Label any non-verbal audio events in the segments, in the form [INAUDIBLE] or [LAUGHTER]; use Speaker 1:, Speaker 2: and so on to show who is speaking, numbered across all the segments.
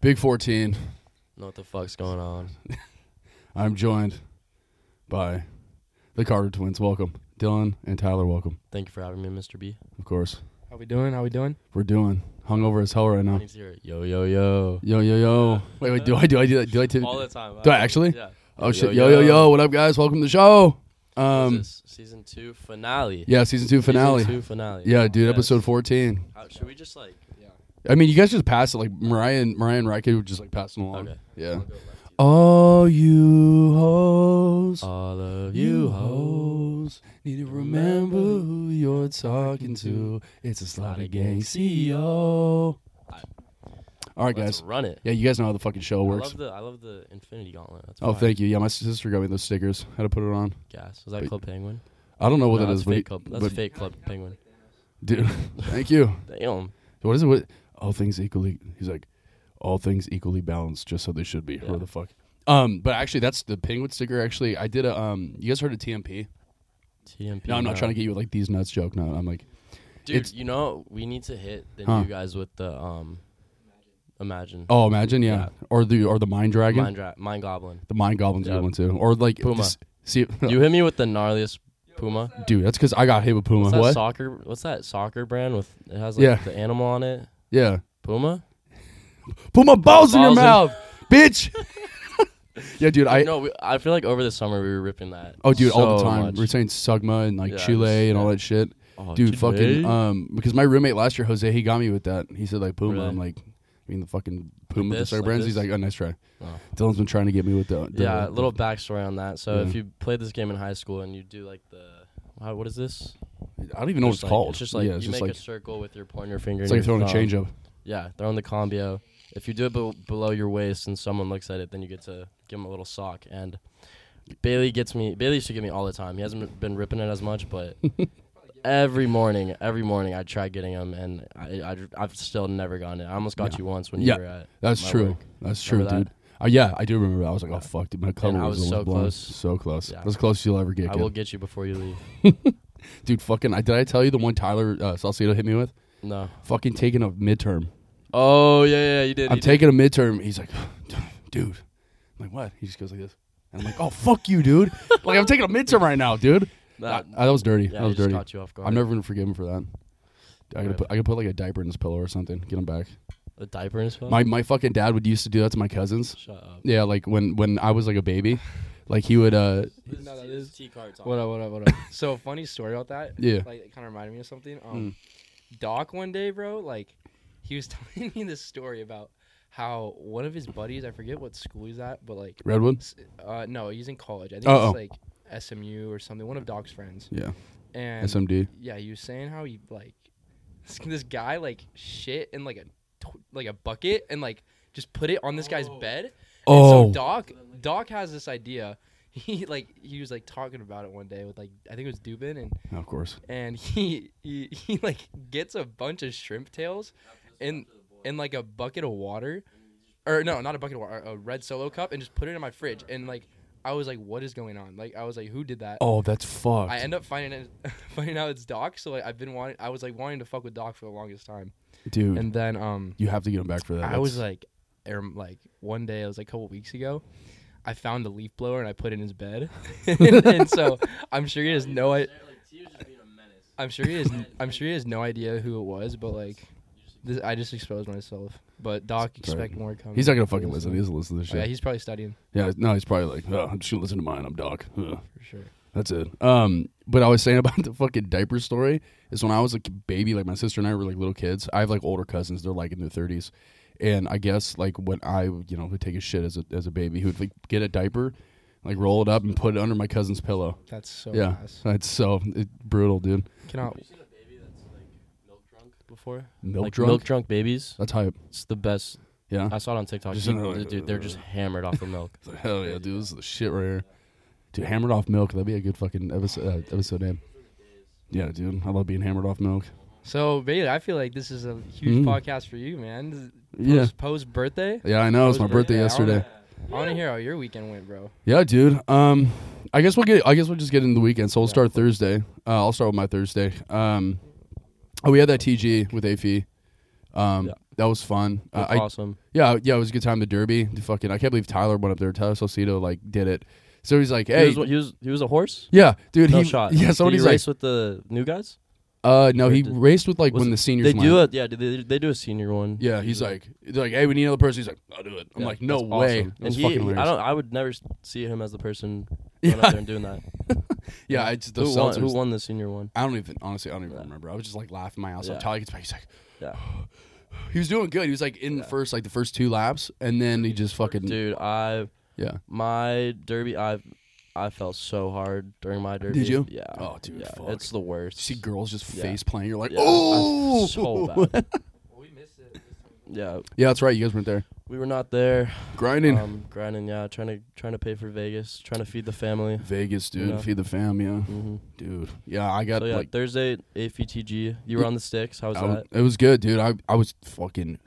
Speaker 1: Big 14.
Speaker 2: Know what the fuck's going on?
Speaker 1: I'm joined by the Carter twins. Welcome. Dylan and Tyler, welcome.
Speaker 2: Thank you for having me, Mr. B.
Speaker 1: Of course.
Speaker 3: How we doing? How we doing?
Speaker 1: We're doing hungover as hell right
Speaker 2: I
Speaker 1: now.
Speaker 2: need to hear it. Yo, yo, yo.
Speaker 1: Yo, yo, yo. Wait, wait, do I do I do that? Do I
Speaker 2: All
Speaker 1: do
Speaker 2: the time. uh,
Speaker 1: Do I actually?
Speaker 2: Yeah.
Speaker 1: Oh shit. Yo, yo, yo. What up guys? Welcome to the show. Um
Speaker 2: This is season two finale.
Speaker 1: yeah, season 2 finale.
Speaker 2: Season two finale.
Speaker 1: Yeah, dude,
Speaker 2: Yes.
Speaker 1: episode 14.
Speaker 2: How- should we just like?
Speaker 1: I mean, you guys just passed it like Mariah and Mariah and Riker were just like passing along.
Speaker 2: Okay.
Speaker 1: Yeah.
Speaker 2: I'll go left.
Speaker 1: All you hoes.
Speaker 2: All of
Speaker 1: You
Speaker 2: you
Speaker 1: hoes need to remember who you're talking to. It's a slaughter gang CEO. All right,
Speaker 2: Let's
Speaker 1: guys.
Speaker 2: run it.
Speaker 1: Yeah, you guys know how the fucking show
Speaker 2: I
Speaker 1: works.
Speaker 2: love the I love the Infinity Gauntlet. That's
Speaker 1: Oh,
Speaker 2: fire.
Speaker 1: thank you. Yeah, my sister got me those stickers. How to put it on?
Speaker 2: Gas. Was that Club Penguin?
Speaker 1: I don't know what
Speaker 2: No,
Speaker 1: that
Speaker 2: that's
Speaker 1: is, but,
Speaker 2: fake Club. That's
Speaker 1: but-
Speaker 2: fake Club Penguin.
Speaker 1: dude, [LAUGHS] thank you.
Speaker 2: Damn.
Speaker 1: What is it? What all things equally? He's like, all things equally balanced, just so they should be. Where the fuck? Um, but actually, that's the penguin sticker. Actually, I did a um. You guys heard of TMP?
Speaker 2: TMP.
Speaker 1: No, I'm not trying to get you with like these nuts joke. No, I'm like,
Speaker 2: Dude,
Speaker 1: it's-
Speaker 2: you know we need to hit the
Speaker 1: Huh.
Speaker 2: new guys with the um. Imagine.
Speaker 1: oh, imagine, yeah,
Speaker 2: Yeah.
Speaker 1: or the or the mind dragon.
Speaker 2: Mind, dra- mind Goblin.
Speaker 1: The Mind Goblin's a
Speaker 2: Yeah.
Speaker 1: good one too. Or like
Speaker 2: Puma.
Speaker 1: just- see,
Speaker 2: [LAUGHS] You hit me with the gnarliest Puma.
Speaker 1: [LAUGHS] dude, that's because I got hit with Puma.
Speaker 2: What's that
Speaker 1: What?
Speaker 2: soccer? What's that soccer brand with? It has like
Speaker 1: Yeah.
Speaker 2: the animal on it.
Speaker 1: Yeah,
Speaker 2: Puma.
Speaker 1: Puma balls, in your
Speaker 2: Balls in-
Speaker 1: mouth,
Speaker 2: [LAUGHS]
Speaker 1: bitch. [LAUGHS] yeah, dude. I
Speaker 2: no, we, I feel like over the summer we were ripping that.
Speaker 1: oh, dude, all the
Speaker 2: so
Speaker 1: time.
Speaker 2: much.
Speaker 1: We're saying Sugma and like
Speaker 2: Yeah,
Speaker 1: Chile and all that shit.
Speaker 2: Oh,
Speaker 1: Dude,
Speaker 2: Chile.
Speaker 1: fucking um, because my roommate last year, Jose, he got me with that. He said like Puma.
Speaker 2: Really?
Speaker 1: I'm like, I mean the fucking Puma the
Speaker 2: this,
Speaker 1: soccer
Speaker 2: like
Speaker 1: brands. He's
Speaker 2: this?
Speaker 1: like, oh, nice try.
Speaker 2: Oh.
Speaker 1: Dylan's been trying to get me with the, the-
Speaker 2: yeah, a little backstory on that. So
Speaker 1: Mhm.
Speaker 2: if you played this game in high school and you do like the, how, what is this?
Speaker 1: I don't even know what
Speaker 2: Just
Speaker 1: it's
Speaker 2: like-
Speaker 1: called.
Speaker 2: It's just like
Speaker 1: yeah, it's
Speaker 2: you
Speaker 1: just
Speaker 2: make
Speaker 1: like
Speaker 2: a circle with your pointer finger.
Speaker 1: it's
Speaker 2: and
Speaker 1: like
Speaker 2: your
Speaker 1: throwing a
Speaker 2: thumb.
Speaker 1: change up.
Speaker 2: Yeah, they're on the combio. If you do it be- below your waist and someone looks at it, then you get to give them a little sock. And Bailey gets me. Bailey used to get me all the time. He hasn't been ripping it as
Speaker 1: [LAUGHS]
Speaker 2: much, but every morning, every morning I try getting him, and I, I have still never gotten it. I almost got you once when
Speaker 1: Yeah,
Speaker 2: you were at.
Speaker 1: That's
Speaker 2: my
Speaker 1: true.
Speaker 2: work.
Speaker 1: That's true,
Speaker 2: Remember that?
Speaker 1: dude. Uh, yeah, I do remember. That. I was like, oh fuck, dude, my cover
Speaker 2: I
Speaker 1: was, almost
Speaker 2: was so
Speaker 1: blown.
Speaker 2: close.
Speaker 1: so close,
Speaker 2: Yeah.
Speaker 1: as close as you'll ever get,
Speaker 2: I
Speaker 1: kid.
Speaker 2: will get you before you leave.
Speaker 1: dude. Fucking, I did I tell you the one Tyler uh, Salcedo hit me with?
Speaker 2: No.
Speaker 1: Fucking taking a midterm.
Speaker 2: Oh yeah, yeah, you did.
Speaker 1: I'm
Speaker 2: you did.
Speaker 1: taking a midterm. He's like, [SIGHS] dude. I'm like, what? He just goes like this, and I'm like, oh fuck you,
Speaker 2: [LAUGHS]
Speaker 1: dude. like I'm taking a midterm right now, dude.
Speaker 2: That-
Speaker 1: I- I- that was dirty.
Speaker 2: Yeah,
Speaker 1: that was
Speaker 2: he just
Speaker 1: dirty.
Speaker 2: caught you off guard.
Speaker 1: I'm never gonna forgive him for that. Dude, I gotta put I gotta put like a diaper in his pillow or something. Get him back.
Speaker 2: a diaper in his phone.
Speaker 1: My my fucking dad would used to do that to my cousins.
Speaker 2: Shut up.
Speaker 1: Yeah, like when when I was like a baby, like he would uh
Speaker 2: This
Speaker 3: No,
Speaker 2: is-
Speaker 3: that
Speaker 2: this
Speaker 3: is-
Speaker 2: tea card talk.
Speaker 3: What up? What up? What up? [LAUGHS] so funny story about that.
Speaker 1: Yeah.
Speaker 3: Like it kind of reminded me of something. Um, Doc one day, bro, like he was [LAUGHS] telling me this story about how one of his buddies, I forget what school he's at, but like,
Speaker 1: redwood.
Speaker 3: s- uh, no, he's in college. I think
Speaker 1: Uh-oh.
Speaker 3: it's like SMU or something. One of Doc's friends.
Speaker 1: Yeah,
Speaker 3: And
Speaker 1: SMD.
Speaker 3: yeah, he was saying how he like this, this guy like shit in like a tw- like a bucket and like just put it on this guy's bed. And
Speaker 1: Oh.
Speaker 3: so Doc Doc has this idea. He like he was like talking about it one day with like I think it was Dubin and
Speaker 1: Of course.
Speaker 3: and he he, he like gets a bunch of shrimp tails in in like a bucket of water or no not a bucket of water a red solo cup and just put it in my fridge and like I was like what is going on like I was like who did that
Speaker 1: Oh, that's fucked.
Speaker 3: I end up finding it, [LAUGHS] finding out it's Doc. So like I've been wanting, I was like wanting to fuck with Doc for the longest time,
Speaker 1: Dude,
Speaker 3: and then um,
Speaker 1: you have to get him back for that.
Speaker 3: I was
Speaker 1: That's-
Speaker 3: like, er, like one day, it was like a couple weeks ago, I found a leaf blower and I put it in his bed, [LAUGHS] and, so I'm sure he has no, I, I'm sure he has, I'm sure he has no idea who it was, but like, this, I just exposed myself. But Doc, expect more coming.
Speaker 1: he's not gonna fucking listen. He doesn't listen to this
Speaker 3: Oh, yeah,
Speaker 1: shit.
Speaker 3: he's probably studying
Speaker 1: Yeah, no, he's probably like, oh, I'm just gonna listen to mine. I'm Doc. Ugh.
Speaker 3: for sure.
Speaker 1: That's it. Um, but I was saying [LAUGHS] about the fucking diaper story is when I was a k- baby, like my sister and I were like little kids. I have like older cousins; they're like in their thirties, and I guess like when I you know would take a shit as a as a baby, he would like get a diaper, like roll it up and put it under my cousin's pillow.
Speaker 3: That's so
Speaker 1: yeah,
Speaker 3: nice.
Speaker 1: that's so it, brutal, dude.
Speaker 3: Cannot.
Speaker 2: Before
Speaker 1: Milk
Speaker 2: like
Speaker 1: drunk.
Speaker 2: milk drunk babies,
Speaker 1: That's hype.
Speaker 2: it's the best.
Speaker 1: Yeah.
Speaker 2: I saw it on TikTok.
Speaker 1: Just
Speaker 2: You-
Speaker 1: in there like-
Speaker 2: dude, they're just hammered off the milk.
Speaker 1: It's like, hell yeah, dude, this is the shit right here. Dude, hammered off milk. That'd be a good fucking episode. Uh, episode name. Yeah, dude, I love being hammered off milk.
Speaker 3: So Bailey, I feel like this is a
Speaker 1: Mm.
Speaker 3: huge podcast for you, man. This is
Speaker 1: Yeah.
Speaker 3: Post, post birthday.
Speaker 1: Yeah, I know. It's
Speaker 3: That
Speaker 1: my
Speaker 3: was
Speaker 1: birthday
Speaker 3: yeah, I
Speaker 1: yesterday.
Speaker 3: wanna- I want to hear how your weekend went, bro.
Speaker 1: Yeah, dude. Um, I guess we'll get. I guess we'll just get into the weekend. So we'll start Thursday. Uh, I'll start with my Thursday. Um, oh, we had that TG with AFE. Um,
Speaker 2: Yeah.
Speaker 1: That was fun. Uh, [LAUGHS] I,
Speaker 2: awesome.
Speaker 1: yeah, yeah, it was a good time. The Derby, the fucking, I can't believe Tyler went up there. Tyler Salcedo like did it. So he's like,
Speaker 2: He
Speaker 1: hey,
Speaker 2: was, what- he was he was a horse.
Speaker 1: yeah, dude,
Speaker 2: No
Speaker 1: [LAUGHS] he,
Speaker 2: shot.
Speaker 1: yeah,
Speaker 2: Did
Speaker 1: somebody's
Speaker 2: he
Speaker 1: like,
Speaker 2: race with the new guys.
Speaker 1: uh, no,
Speaker 2: or
Speaker 1: he
Speaker 2: did-
Speaker 1: raced with like
Speaker 2: was
Speaker 1: when
Speaker 2: it-
Speaker 1: the seniors.
Speaker 2: They
Speaker 1: lined
Speaker 2: do a yeah. Did they, they do a senior one?
Speaker 1: Yeah, he's like, they're like, hey, we need another person. He's like, I'll do it. I'm
Speaker 2: Yeah,
Speaker 1: like, no
Speaker 2: that's
Speaker 1: way.
Speaker 2: awesome.
Speaker 1: It
Speaker 2: And
Speaker 1: was
Speaker 2: he,
Speaker 1: fucking
Speaker 2: I
Speaker 1: hilarious.
Speaker 2: don't. I would never s- see him as
Speaker 1: [LAUGHS]
Speaker 2: the person going up there and doing that.
Speaker 1: yeah, I just, [LAUGHS] the
Speaker 2: Who won,
Speaker 1: Seltzers.
Speaker 2: who won the senior one?
Speaker 1: I don't even honestly. I don't even remember. I was just like laughing my ass
Speaker 2: Yeah.
Speaker 1: off. Tyler gets back. He's like,
Speaker 2: Yeah.
Speaker 1: [GASPS] he was doing good. He was like in the first like the first two laps, and then he just fucking
Speaker 2: Dude, I
Speaker 1: yeah.
Speaker 2: my derby, I I fell so hard during my derby.
Speaker 1: Did you?
Speaker 2: Yeah.
Speaker 1: Oh, dude,
Speaker 2: yeah,
Speaker 1: fuck.
Speaker 2: it's the worst.
Speaker 1: You see girls just
Speaker 2: Yeah.
Speaker 1: face playing. You're like,
Speaker 2: Yeah, I-
Speaker 1: oh,
Speaker 2: so bad.
Speaker 3: we missed it.
Speaker 2: yeah,
Speaker 1: [LAUGHS] yeah, that's right. You guys weren't there
Speaker 2: we were not there.
Speaker 1: grinding.
Speaker 2: Um, grinding. Yeah, trying to trying to pay for Vegas, trying to feed the family.
Speaker 1: Vegas, dude.
Speaker 2: yeah.
Speaker 1: Feed the fam, yeah,
Speaker 2: Mm-hmm.
Speaker 1: dude. Yeah, I got
Speaker 2: So yeah,
Speaker 1: like.
Speaker 2: Thursday AFTG. You were on the sticks. How was
Speaker 1: I was-
Speaker 2: that?
Speaker 1: it was good, dude. I I was fucking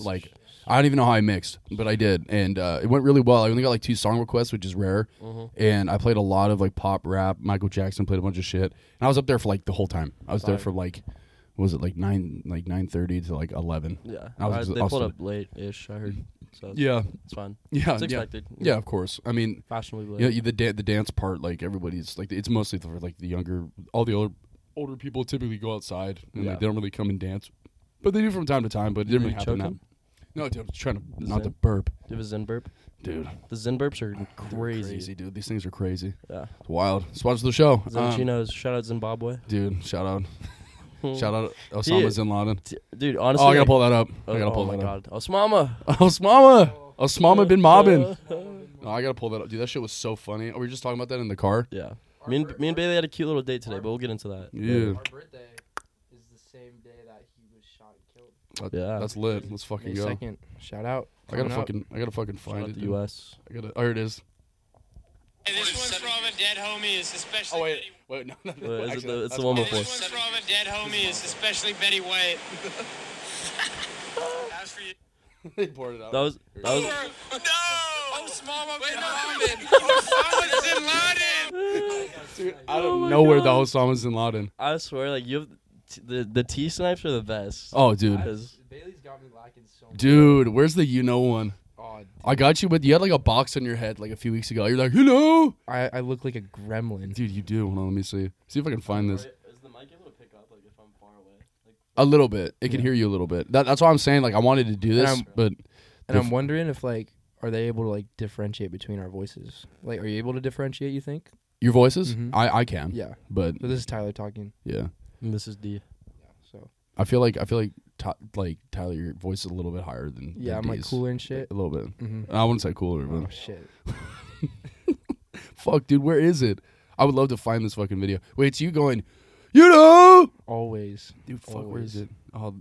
Speaker 1: like I don't even know how I mixed, but I did, and uh, it went really well. I only got like two song requests, which is rare,
Speaker 2: Mm-hmm.
Speaker 1: and I played a lot of like pop, rap. Michael Jackson played a bunch of shit, and I was up there for like the whole time. I was there
Speaker 2: Fire.
Speaker 1: for like what was it like nine like nine thirty to like eleven.
Speaker 2: Yeah,
Speaker 1: I was
Speaker 2: I-
Speaker 1: ex-
Speaker 2: they
Speaker 1: I was
Speaker 2: pulled
Speaker 1: still-
Speaker 2: up late ish. I heard. So
Speaker 1: Yeah, Oh,
Speaker 2: it's fine.
Speaker 1: yeah,
Speaker 2: It's
Speaker 1: yeah,
Speaker 2: expected.
Speaker 1: yeah. Of course. I mean,
Speaker 2: fashionably late.
Speaker 1: Yeah, you- the da- the dance part, like everybody's like it's mostly for like the younger, all the older older people typically go outside and
Speaker 2: Yeah.
Speaker 1: like, they don't really come and dance, but they do from time to time. But it didn't
Speaker 2: Were
Speaker 1: really
Speaker 2: you
Speaker 1: happen. That.
Speaker 2: choking?
Speaker 1: No, dude, I'm just trying to
Speaker 2: Is
Speaker 1: not
Speaker 2: it-
Speaker 1: to burp,
Speaker 2: Do you have a Zen burp?
Speaker 1: dude.
Speaker 2: The Zen burps are
Speaker 1: They're
Speaker 2: crazy.
Speaker 1: dude. These things are crazy.
Speaker 2: Yeah.
Speaker 1: It's wild. Sponsor the show, Um,
Speaker 2: Zenchinos. shout out Zimbabwe.
Speaker 1: dude. Shout out, shout out Osama
Speaker 2: Dude.
Speaker 1: Bin Laden.
Speaker 2: D- Dude, Hmm. honestly.
Speaker 1: Oh, I gotta
Speaker 2: like-
Speaker 1: pull that up.
Speaker 2: Oh,
Speaker 1: I gotta
Speaker 2: oh
Speaker 1: pull
Speaker 2: my
Speaker 1: that up. [LAUGHS]
Speaker 2: god. Osmama.
Speaker 1: Osmama, Osmama bin Mobbin.
Speaker 2: [LAUGHS]
Speaker 1: No, I gotta pull that up, dude. That shit was so funny. Oh, we were just talking about that in the car.
Speaker 2: Yeah. Me and, me and Bailey had a cute little date today, but we'll get into that.
Speaker 1: Yeah,
Speaker 3: Our birthday is the same day that he was shot and killed.
Speaker 1: That-
Speaker 2: Yeah.
Speaker 1: that's lit. Let's fucking
Speaker 3: May
Speaker 1: go.
Speaker 3: second. Shout out.
Speaker 1: I gotta
Speaker 3: Coming up.
Speaker 1: fucking, I gotta fucking
Speaker 2: Shout
Speaker 1: find
Speaker 2: out
Speaker 1: it.
Speaker 2: the
Speaker 1: dude.
Speaker 2: U.S.
Speaker 1: I gotta, oh, here it is.
Speaker 4: And this one's from a dead homie is especially. Betty-
Speaker 1: Oh, wait, no, no,
Speaker 2: Wait, is it the- it's the one
Speaker 4: And
Speaker 2: before.
Speaker 4: this one's from a dead homie is especially Betty [LAUGHS] White. That's for you.
Speaker 1: [LAUGHS] they poured it out.
Speaker 2: That was that was
Speaker 4: No! Oh, small one Wait, no, Oh, someone's in London!
Speaker 1: I don't know where the Osama bin Laden.
Speaker 2: I swear, like you have t- the the T snipes are the best.
Speaker 1: Oh, dude,
Speaker 2: 'Cause-
Speaker 3: Bailey's got me lacking so much.
Speaker 1: dude, where's the you know one?
Speaker 3: Aw,
Speaker 1: I got you, but you had like a box on your head like a few weeks ago. You're like, you know,
Speaker 3: I, I look like a gremlin.
Speaker 1: dude, you do. Hold on, let me see. See if I can find this.
Speaker 2: Is the mic able to pick up like if I'm far away? Like,
Speaker 1: A little bit. It can hear you a little bit. That, that's why I'm saying. Like, I wanted to do this,
Speaker 3: I'm-
Speaker 1: but
Speaker 3: And I'm wondering if like are they able to like differentiate between our voices? Like are you able to differentiate, you think?
Speaker 1: your voices,
Speaker 3: Mhm.
Speaker 1: I, I can.
Speaker 3: Yeah.
Speaker 1: But
Speaker 3: So this is Tyler talking.
Speaker 1: yeah,
Speaker 2: Mrs. D.
Speaker 3: So
Speaker 1: I feel like I feel like Ty- like Tyler, your voice is a little bit higher than
Speaker 3: yeah,
Speaker 1: than
Speaker 3: I'm like
Speaker 1: Dee's.
Speaker 3: cooler and shit.
Speaker 1: A little bit.
Speaker 3: Mm-hmm.
Speaker 1: I wouldn't say cooler, but
Speaker 3: Oh shit.
Speaker 1: Fuck, dude, where is it? I would love to find this fucking video. Wait, it's you going, you know,
Speaker 3: Always.
Speaker 1: dude. Fuck, where
Speaker 3: Always.
Speaker 1: is it? Oh,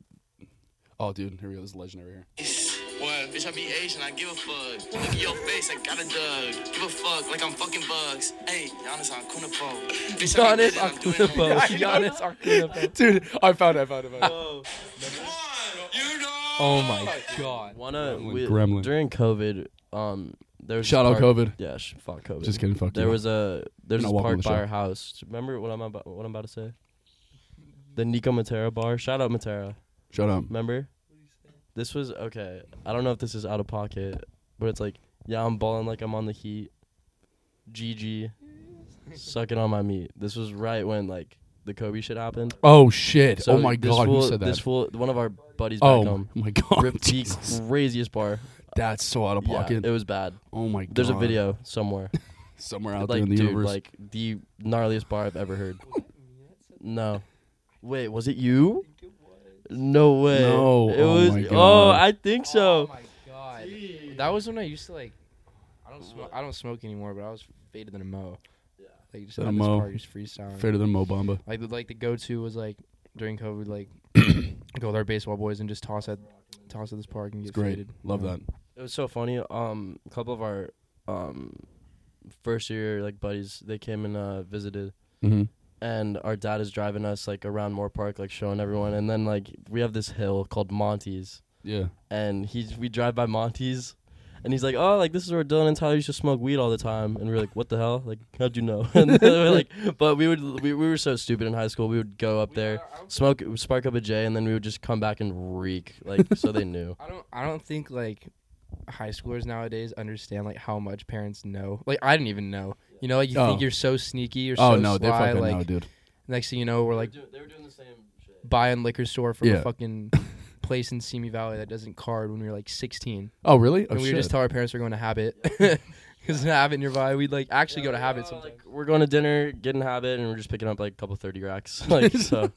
Speaker 1: oh, dude, here we go. This is legendary here. [LAUGHS]
Speaker 4: What? Bitch, I be Asian, I give a fuck. Look at your face, I got a dug. Give a fuck, like I'm fucking bugs. Hey, Giannis Antetokounmpo. Bitch, I be
Speaker 2: Giannis
Speaker 4: Asian, I'm doing it right.
Speaker 2: Antetokounmpo. Giannis Antetokounmpo.
Speaker 1: Dude, I found it. I found it. I found it.
Speaker 4: Come on, you know.
Speaker 3: Oh my god.
Speaker 2: Wanna
Speaker 1: Gremlin,
Speaker 2: we,
Speaker 1: gremlin.
Speaker 2: during COVID, um, there was
Speaker 1: Shout
Speaker 2: this
Speaker 1: out
Speaker 2: park-
Speaker 1: COVID.
Speaker 2: Yeah, sh- fuck COVID.
Speaker 1: Just kidding. Fuck
Speaker 2: There
Speaker 1: you.
Speaker 2: was a there's
Speaker 1: You're
Speaker 2: this
Speaker 1: not welcome
Speaker 2: park
Speaker 1: on the
Speaker 2: by
Speaker 1: show.
Speaker 2: our house. Remember what I'm about what I'm about to say? The Nico Matera bar. Shout out Matera.
Speaker 1: Shut up.
Speaker 2: Remember? This was okay. I don't know if this is out of pocket, but it's like, yeah, I'm balling like I'm on the heat. GG. Sucking on my meat. This was right when like the Kobe shit happened.
Speaker 1: Oh shit. oh my
Speaker 2: this
Speaker 1: god.
Speaker 2: Fool,
Speaker 1: who said that?
Speaker 2: This fool, one of our buddies back
Speaker 1: oh
Speaker 2: home,
Speaker 1: my god. [LAUGHS]
Speaker 2: ripped
Speaker 1: Jesus.
Speaker 2: the craziest bar.
Speaker 1: That's so out of
Speaker 2: Yeah,
Speaker 1: pocket.
Speaker 2: it was bad.
Speaker 1: oh my god.
Speaker 2: There's a video somewhere.
Speaker 1: somewhere out there
Speaker 2: like,
Speaker 1: in the
Speaker 2: dude,
Speaker 1: universe.
Speaker 2: like the gnarliest bar I've ever heard. no. Wait, was it you? No way.
Speaker 1: No,
Speaker 2: It
Speaker 1: oh
Speaker 2: was.
Speaker 1: my
Speaker 2: Oh,
Speaker 1: God.
Speaker 2: I think so.
Speaker 3: Oh my god. That was when I used to like I don't smoke I don't smoke anymore, but I was faded than a mo. Yeah. Like just
Speaker 1: Than a
Speaker 3: at this
Speaker 1: mo.
Speaker 3: party, just freestyling.
Speaker 1: Fader than Mo Bamba.
Speaker 3: Like the, like the go to was like during
Speaker 1: [COUGHS]
Speaker 3: COVID, like go with our baseball boys and just toss at toss at this park and get
Speaker 1: Great.
Speaker 3: faded.
Speaker 1: Love
Speaker 3: Yeah.
Speaker 1: that.
Speaker 2: It was so funny. Um, a couple of our um first year like buddies they came and uh visited.
Speaker 1: Mm-hmm.
Speaker 2: And our dad is driving us like around Moore Park, like showing everyone. And then like we have this hill called Monty's,
Speaker 1: Yeah.
Speaker 2: and he's we drive by Monty's, And he's like, oh, like this is where Dylan and Tyler used to smoke weed all the time. And we were like, what the hell? Like, how'd you know? [LAUGHS] and they were like, but we would we, we were so stupid in high school. We would go up there, smoke, spark up a J, and then we would just come back and reek. Like, so they [LAUGHS] knew.
Speaker 3: I don't I don't think like high schoolers nowadays understand like how much parents know. Like I didn't even know. You know, like you
Speaker 1: Oh.
Speaker 3: think you're so sneaky, you're
Speaker 1: oh
Speaker 3: so
Speaker 1: no, they
Speaker 3: sly.
Speaker 1: fucking
Speaker 3: Like
Speaker 1: know, dude.
Speaker 3: next thing you know, we're like
Speaker 2: they were, doing the same shit.
Speaker 3: buying liquor store from
Speaker 1: Yeah.
Speaker 3: a
Speaker 1: [LAUGHS]
Speaker 3: fucking place in Simi Valley that doesn't card when we were like 16,
Speaker 1: Oh really? Oh
Speaker 3: and we
Speaker 1: shit.
Speaker 3: would just tell our parents we're going to Habit [LAUGHS] because an Habit nearby. We'd like actually go to Habit
Speaker 2: Oh,
Speaker 3: sometimes.
Speaker 2: like, we're going to dinner, getting habit, and we're just picking up like a couple thirty racks.
Speaker 1: [LAUGHS]
Speaker 2: [LAUGHS] Like so,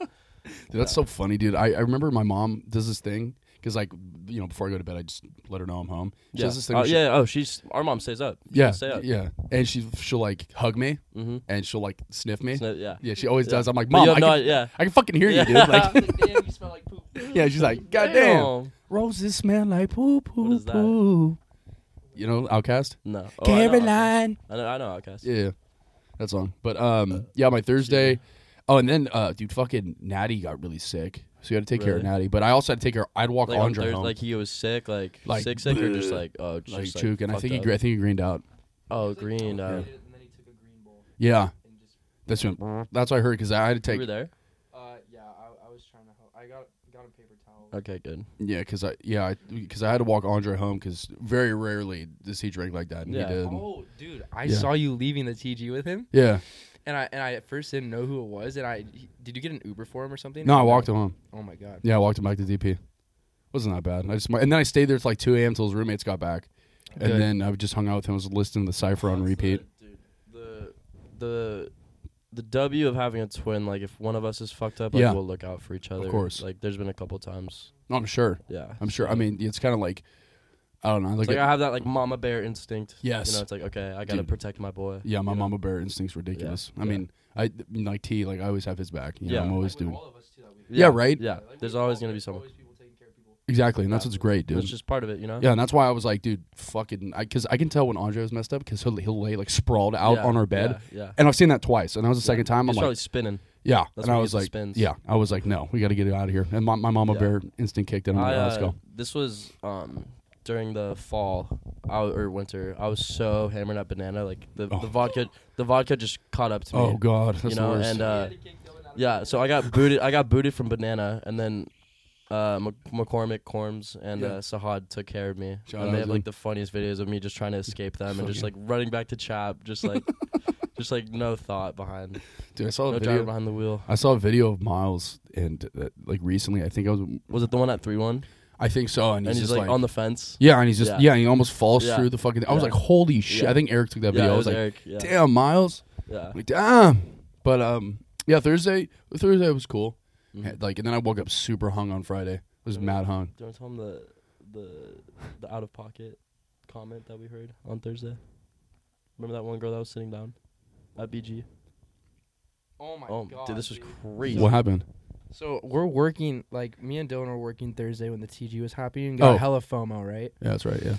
Speaker 1: Dude, that's so funny, dude. I, I remember my mom does this thing because, like, you know, before I go to bed, I just let her know I'm home. She
Speaker 2: yeah.
Speaker 1: does this thing.
Speaker 2: Oh,
Speaker 1: where she-
Speaker 2: yeah. Oh, she's our mom stays up. She
Speaker 1: yeah,
Speaker 2: stay up.
Speaker 1: yeah. And she she'll like hug me
Speaker 2: Mm-hmm.
Speaker 1: and she'll like sniff me.
Speaker 2: yeah.
Speaker 1: Yeah, she always
Speaker 2: Yeah.
Speaker 1: does. I'm like,
Speaker 2: But
Speaker 1: mom,
Speaker 2: you
Speaker 1: I
Speaker 2: have
Speaker 1: can,
Speaker 2: no- yeah.
Speaker 1: I can fucking hear
Speaker 2: Yeah.
Speaker 1: you, dude.
Speaker 3: [LAUGHS] uh,
Speaker 1: Like,
Speaker 2: damn, you smell like poop.
Speaker 1: [LAUGHS] yeah, she's like, God damn,
Speaker 2: Oh,
Speaker 1: roses smell like poo poo
Speaker 2: is that?
Speaker 1: poo. You know, Outcast.
Speaker 2: No. Oh,
Speaker 1: Caroline.
Speaker 2: I know. Outkast. I know. I know Outcast.
Speaker 1: Yeah, that song. But
Speaker 2: Uh,
Speaker 1: um, yeah, my Thursday. Oh, and then uh, dude, fucking Natty got really sick, so you had to take care of
Speaker 2: Really?
Speaker 1: Natty. But I also had to take her. I'd walk
Speaker 2: Like on
Speaker 1: Andre
Speaker 2: Thursday,
Speaker 1: home,
Speaker 2: like he was sick, like,
Speaker 1: Like,
Speaker 2: sick, sick, or just like oh, just
Speaker 1: like
Speaker 2: like,
Speaker 1: Chook, and I think he,
Speaker 2: fucked
Speaker 1: gre- I
Speaker 2: up?
Speaker 1: think he greened out.
Speaker 2: Oh, green. Uh,
Speaker 3: And then he took a green bowl.
Speaker 1: Yeah, that's what, that's what I heard because I had to
Speaker 2: you were
Speaker 1: take.
Speaker 2: there.
Speaker 3: Uh, yeah, I, I was trying to help. I got got a paper towel.
Speaker 2: Okay, good.
Speaker 1: Yeah, because I yeah because I had to walk Andre home because very rarely does he drink like that. And
Speaker 2: Yeah.
Speaker 1: he did.
Speaker 3: Oh, dude! I
Speaker 1: Yeah.
Speaker 3: saw you leaving the TG with him,
Speaker 1: Yeah.
Speaker 3: and I and I at first didn't know who it was. And I he- did you get an Uber for him or something?
Speaker 1: No, I walked him home.
Speaker 3: Oh my god!
Speaker 1: Yeah, I walked him back to DP. Wasn't that bad. I just and then I stayed there till like two a.m. till his roommates got back, and
Speaker 3: Good.
Speaker 1: then I just hung out with him. I was listening to the cipher on repeat.
Speaker 2: Dude, the the the W of having a twin. Like if one of us is fucked up, like,
Speaker 1: Yeah.
Speaker 2: we'll look out for each other.
Speaker 1: course.
Speaker 2: Like there's been a couple times.
Speaker 1: No, I'm sure.
Speaker 2: Yeah.
Speaker 1: I'm sure. I mean, it's kind of like, I don't know. Like,
Speaker 2: It's like ah,
Speaker 1: a-
Speaker 2: I have that like mama bear instinct.
Speaker 1: Yes.
Speaker 2: You know, it's like okay, I gotta
Speaker 1: Dude.
Speaker 2: protect my boy.
Speaker 1: yeah, my
Speaker 2: you know?
Speaker 1: mama bear instinct's ridiculous. I
Speaker 2: yeah.
Speaker 1: mean, I I mean, like T. Like I always have his back. yeah,
Speaker 2: Yeah.
Speaker 1: I'm always doing
Speaker 3: of us too. That
Speaker 1: Yeah, right?
Speaker 2: Yeah. There's always gonna be someone.
Speaker 3: people taking care of people.
Speaker 1: exactly, and that's what's great, dude.
Speaker 2: That's just part of it, you know.
Speaker 1: yeah, and that's why I was like, dude, fucking, because I, can tell when Andre was messed up because he'll, he'll lay like sprawled out
Speaker 2: Yeah,
Speaker 1: on our bed,
Speaker 2: Yeah. yeah.
Speaker 1: and I've seen that twice, and that was the second time.
Speaker 2: He's
Speaker 1: I'm
Speaker 2: probably
Speaker 1: like,
Speaker 2: spinning.
Speaker 1: yeah, and
Speaker 2: that's when
Speaker 1: I
Speaker 2: he
Speaker 1: was
Speaker 2: gets the
Speaker 1: like,
Speaker 2: spins.
Speaker 1: yeah, I was like, no, we got to get it out of here, and my, my mama
Speaker 2: Yeah.
Speaker 1: bear instinct kicked in. I'm like,
Speaker 2: I,
Speaker 1: "Oh, let's
Speaker 2: uh,
Speaker 1: go.
Speaker 2: This was um during the fall I, or winter. I was so hammered at banana, like the,
Speaker 1: Oh.
Speaker 2: the vodka. The vodka just caught up to me.
Speaker 1: Oh god, that's
Speaker 2: you know,
Speaker 1: the worst.
Speaker 2: and uh, yeah. So I got booted. I got booted from banana, and then. Uh, Mc- McCormick, Corms, and
Speaker 1: Yeah.
Speaker 2: uh, Sahad took care of me.
Speaker 1: Shout
Speaker 2: and
Speaker 1: out
Speaker 2: they have
Speaker 1: to
Speaker 2: like
Speaker 1: them.
Speaker 2: the funniest videos of me just trying to escape them and just like
Speaker 1: Fucking-
Speaker 2: running back to Chap, just
Speaker 1: [LAUGHS]
Speaker 2: like, just like no thought behind,
Speaker 1: dude, I saw a
Speaker 2: no
Speaker 1: Oh, video.
Speaker 2: driver behind the wheel.
Speaker 1: I saw a video of Miles, and uh, like recently, I think I was,
Speaker 2: Was it the one at three one?
Speaker 1: I think so, and
Speaker 2: And
Speaker 1: he's,
Speaker 2: he's,
Speaker 1: just
Speaker 2: like,
Speaker 1: like
Speaker 2: on the fence.
Speaker 1: Yeah, and he's just yeah,
Speaker 2: Yeah.
Speaker 1: and he almost falls
Speaker 2: Yeah.
Speaker 1: through the fucking. I was
Speaker 2: Yeah.
Speaker 1: like, holy shit!
Speaker 2: Yeah.
Speaker 1: I think Eric took that
Speaker 2: yeah,
Speaker 1: video.
Speaker 2: it
Speaker 1: I
Speaker 2: was
Speaker 1: was like,
Speaker 2: Eric. Yeah.
Speaker 1: damn, Miles,
Speaker 2: Yeah.
Speaker 1: I'm like damn. But um, yeah, Thursday, Thursday was cool.
Speaker 2: Mm-hmm.
Speaker 1: Had, Like, and then I woke up super hung on Friday. I was
Speaker 2: Mhm.
Speaker 1: mad hung.
Speaker 2: Do you want to tell him the the the out of pocket comment that we heard on Thursday? Remember that one girl that was sitting down at BG?
Speaker 3: Oh my
Speaker 2: oh,
Speaker 3: god,
Speaker 2: dude, this was crazy.
Speaker 1: What happened?
Speaker 3: So we're working like me and Dylan were working Thursday when the TG was happening. Got
Speaker 1: Oh.
Speaker 3: hella FOMO, right?
Speaker 1: Yeah, that's right. Yeah,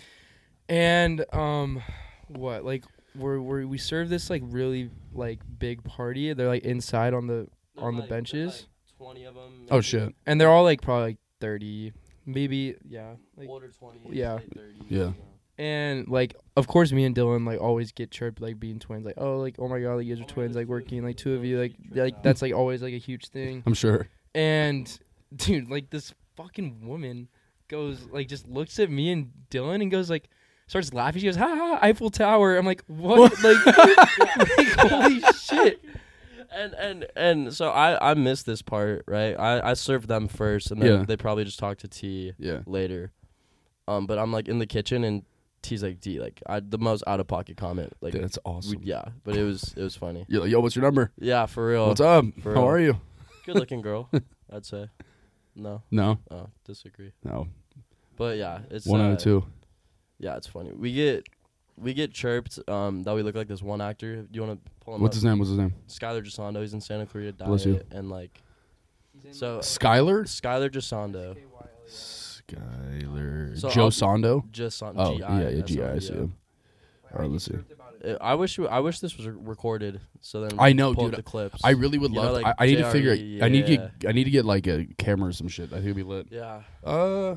Speaker 3: And um, what like we're, we're we serve this like really like big party. They're like inside on the on the benches,
Speaker 2: Twenty of them.
Speaker 1: Oh, shit.
Speaker 3: and they're all like probably like thirty, maybe yeah, like
Speaker 2: Older twenty.
Speaker 3: Yeah.
Speaker 1: Yeah.
Speaker 3: and like of course me and Dylan like always get chirped like being twins like oh like oh my god like you guys are twins like working like two of you like like that's like always like a huge thing
Speaker 1: I'm sure.
Speaker 3: and [LAUGHS] dude like this fucking woman goes like just looks at me and Dylan and goes like starts laughing she goes ha ha Eiffel Tower I'm like what like,
Speaker 1: [LAUGHS]
Speaker 3: [LAUGHS] like, holy shit
Speaker 2: And and and so I I missed this part right. I I served them first, and then
Speaker 1: Yeah.
Speaker 2: they probably just talked to T
Speaker 1: Yeah,
Speaker 2: later. Um, but I'm like in the kitchen, and T's like D like I the most out of pocket comment like.
Speaker 1: Dude, that's
Speaker 2: we-
Speaker 1: awesome.
Speaker 2: yeah, but it was it was funny.
Speaker 1: You're like, yo, what's your number?
Speaker 2: Yeah, for real.
Speaker 1: what's up?
Speaker 2: Oh, for
Speaker 1: How
Speaker 2: real.
Speaker 1: are you?
Speaker 2: Good looking girl, [LAUGHS] I'd say. No,
Speaker 1: No,
Speaker 2: oh, disagree.
Speaker 1: no,
Speaker 2: But yeah, it's
Speaker 1: one out
Speaker 2: uh,
Speaker 1: of two.
Speaker 2: Yeah, it's funny. We get we get chirped um, that we look like this one actor. Do you want to pull him
Speaker 1: What's
Speaker 2: up?
Speaker 1: his name? What's his name?
Speaker 2: Skylar Gisondo. He's in Santa Clarita Diet,
Speaker 1: Bless you.
Speaker 2: and like so
Speaker 1: Skyler.
Speaker 2: Skylar Gisondo.
Speaker 1: Skyler.
Speaker 2: So
Speaker 1: Joe
Speaker 2: I'll-
Speaker 1: Sondo.
Speaker 2: Gisondo.
Speaker 1: Oh
Speaker 2: GI,
Speaker 1: yeah, yeah,
Speaker 2: that's
Speaker 1: G
Speaker 2: not-
Speaker 1: I see him. All right, let's see.
Speaker 2: Uh, I wish we- I wish this was recorded. So then
Speaker 1: I know,
Speaker 2: pull up
Speaker 1: dude.
Speaker 2: The clips.
Speaker 1: I really would
Speaker 2: You know,
Speaker 1: love.
Speaker 2: like,
Speaker 1: I, I need to figure.
Speaker 2: JRE,
Speaker 1: I need to get.
Speaker 2: yeah.
Speaker 1: I need to get like a camera or some shit. I think it'd be lit.
Speaker 2: yeah.
Speaker 1: Uh,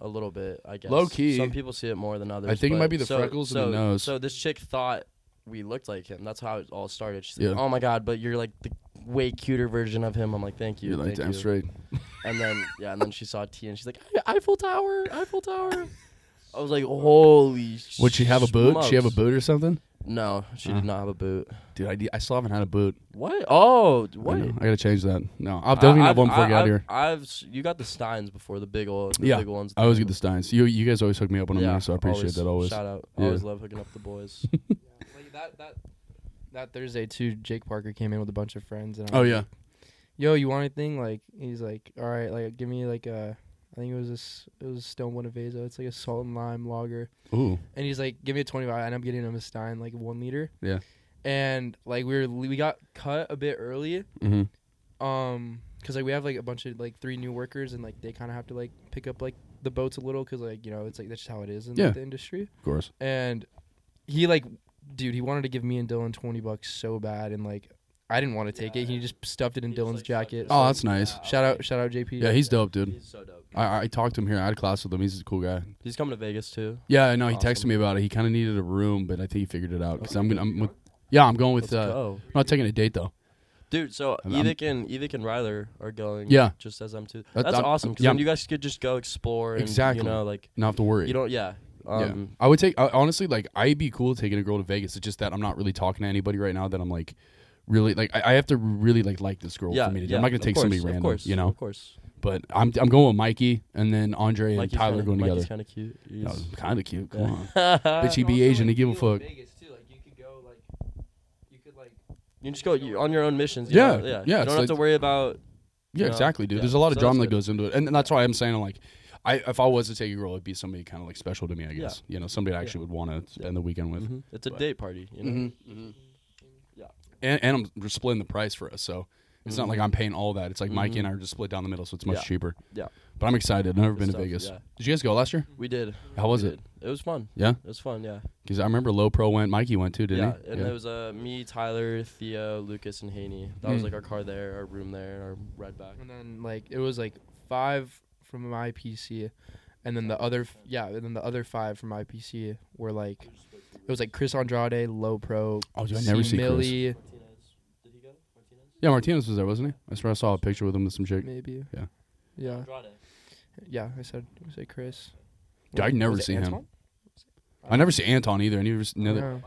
Speaker 2: a little bit, I guess.
Speaker 1: Low key.
Speaker 2: Some people see it more than others.
Speaker 1: I think it
Speaker 2: but-
Speaker 1: might be the
Speaker 2: so-
Speaker 1: freckles and the
Speaker 2: so-
Speaker 1: nose.
Speaker 2: So this chick thought we looked like him. That's how it all started. She's like,
Speaker 1: Yeah.
Speaker 2: "Oh my god, but you're like the way cuter version of him." I'm like, "Thank you."
Speaker 1: You're like
Speaker 2: thank
Speaker 1: damn
Speaker 2: you."
Speaker 1: straight.
Speaker 2: And then yeah, and then she saw T, and she's like, "I- "Eiffel Tower, Eiffel Tower." I was like, "Holy!"
Speaker 1: Would she have a boot? She have a
Speaker 2: smokes."
Speaker 1: boot or something?
Speaker 2: No, she
Speaker 1: Uh.
Speaker 2: did not have a boot.
Speaker 1: Dude, I, I still haven't had a boot.
Speaker 2: What? Oh,
Speaker 1: I,
Speaker 2: what?
Speaker 1: know. I gotta change that. No, I'll definitely have
Speaker 2: I've-
Speaker 1: one before I, get out
Speaker 2: I've-
Speaker 1: of here.
Speaker 2: I've s- you got the Steins before the big old the
Speaker 1: Yeah,
Speaker 2: big ones.
Speaker 1: I always get the Steins. You you guys always hook me up when I'm
Speaker 2: Yeah,
Speaker 1: there, so I appreciate that always.
Speaker 2: Shout out.
Speaker 1: Yeah.
Speaker 2: Always love hooking up
Speaker 1: [LAUGHS]
Speaker 2: the boys.
Speaker 3: Like that that that Thursday too, Jake Parker came in with a bunch of friends and I
Speaker 1: Oh
Speaker 3: was
Speaker 1: yeah,
Speaker 3: like, Yo, you want anything? Like he's like, All right, like give me like a I think it was this it was Stone Bonavesa. It's like a salt and lime lager.
Speaker 1: ooh,
Speaker 3: And he's like, Give me a twenty five I end up getting him a Stein, like one liter.
Speaker 1: Yeah.
Speaker 3: And like we were we got cut a bit early.
Speaker 1: mm-hmm.
Speaker 3: um because like we have like a bunch of like three new workers and like they kind of have to like pick up like the boats a little because like you know it's like that's just how it is in like,
Speaker 1: Yeah.
Speaker 3: the industry
Speaker 1: of course.
Speaker 3: and he like dude he wanted to give me and dylan 20 bucks so bad and like i didn't want to take it he just stuffed it in dylan's jacket
Speaker 1: Oh, that's nice.
Speaker 3: shout out shout out jp
Speaker 1: Yeah, he's dope, dude.
Speaker 2: He's so dope.
Speaker 1: I, I talked to him here. I had a class with him. He's a cool guy.
Speaker 2: He's coming to Vegas too.
Speaker 1: Yeah, I know. He texted
Speaker 2: Awesome.
Speaker 1: me about it. He kind of needed a room, but I think he figured it out. Cause I'm gonna. I'm with, yeah, I'm going with.
Speaker 2: Let's
Speaker 1: Uh,
Speaker 2: go.
Speaker 1: I'm not taking a date though.
Speaker 2: Dude, so
Speaker 1: I'm- I'm-
Speaker 2: Evic and Evic and Ryler are going.
Speaker 1: Yeah.
Speaker 2: Just as I'm too.
Speaker 1: That-
Speaker 2: That's
Speaker 1: I'm-
Speaker 2: awesome. Because
Speaker 1: yeah,
Speaker 2: then
Speaker 1: I'm-
Speaker 2: you guys could just go explore. And,
Speaker 1: Exactly.
Speaker 2: You know, like
Speaker 1: Not have to worry.
Speaker 2: you don't. Yeah. Um,
Speaker 1: yeah. I would take I, honestly like I'd be cool taking a girl to Vegas. It's just that I'm not really talking to anybody right now. That I'm like really like I, I have to really like like this girl
Speaker 2: yeah.
Speaker 1: for me to. do.
Speaker 2: yeah,
Speaker 1: I'm not gonna
Speaker 2: of
Speaker 1: take
Speaker 2: course,
Speaker 1: somebody
Speaker 2: of
Speaker 1: random,
Speaker 2: course,
Speaker 1: you know.
Speaker 2: Of course.
Speaker 1: But I'm I'm going with Mikey and then Andre and
Speaker 2: Mikey's
Speaker 1: Tyler
Speaker 2: kinda,
Speaker 1: going
Speaker 2: Mikey's
Speaker 1: together.
Speaker 2: kind of cute. He's,
Speaker 1: That was kind of cute. Come
Speaker 2: [LAUGHS]
Speaker 1: on,
Speaker 2: yeah.
Speaker 1: bitch, he be Asian. He give a fuck.
Speaker 3: Vegas too. Like you could go like you could like
Speaker 2: You just go you, on your own missions. you
Speaker 1: Yeah,
Speaker 2: know? yeah.
Speaker 1: yeah,
Speaker 2: You
Speaker 1: it's
Speaker 2: don't have
Speaker 1: like-
Speaker 2: to worry about.
Speaker 1: Yeah,
Speaker 2: know?
Speaker 1: exactly, dude.
Speaker 2: Yeah.
Speaker 1: There's a lot of
Speaker 2: So that's
Speaker 1: drama that
Speaker 2: good.
Speaker 1: goes into it, and, and that's why I'm saying like, I if I was to take a girl, it'd be somebody kind of like special to me, I
Speaker 2: Yeah.
Speaker 1: guess. You know, somebody I actually would want to spend the weekend with. Mm-hmm.
Speaker 2: Mhm. It's a
Speaker 1: But-
Speaker 2: date party. You know.
Speaker 1: And, and I'm splitting the price for us, so it's not like I'm
Speaker 3: Mm-hmm.
Speaker 1: paying all that. It's like Mikey and I are just split down the middle, so it's much
Speaker 2: Yeah.
Speaker 1: cheaper.
Speaker 2: Yeah.
Speaker 1: But I'm excited. I've never been to
Speaker 2: stuff,
Speaker 1: Vegas.
Speaker 2: yeah.
Speaker 1: Did you guys go last year?
Speaker 2: We did.
Speaker 1: How was
Speaker 2: We
Speaker 1: it?
Speaker 2: did. It was fun.
Speaker 1: Yeah,
Speaker 2: It was fun. Yeah.
Speaker 3: Mm.
Speaker 1: because I remember Low Pro went, Mikey went too, didn't
Speaker 2: yeah,
Speaker 1: he?
Speaker 2: and it was uh, me, Tyler, Theo, Lucas, and Haney. That was
Speaker 1: Mm.
Speaker 2: like our car there, our room there, and our ride back.
Speaker 3: and then like it was like five from my PC, and then the other f- yeah, and then the other five from my PC were like it was like Chris Andrade, Low Pro,
Speaker 1: Oh, dude, I never see Chris.
Speaker 3: Millie,
Speaker 2: Did he go? Martinez?
Speaker 1: yeah, Martinez was there, wasn't he? I swear I saw a picture with him with some chick.
Speaker 3: maybe
Speaker 1: Yeah.
Speaker 3: yeah, yeah. I said I said Chris.
Speaker 1: Dude, I never
Speaker 3: Was it
Speaker 1: see him.
Speaker 3: Antoine?
Speaker 1: I never see Anton either. I never, never
Speaker 3: No.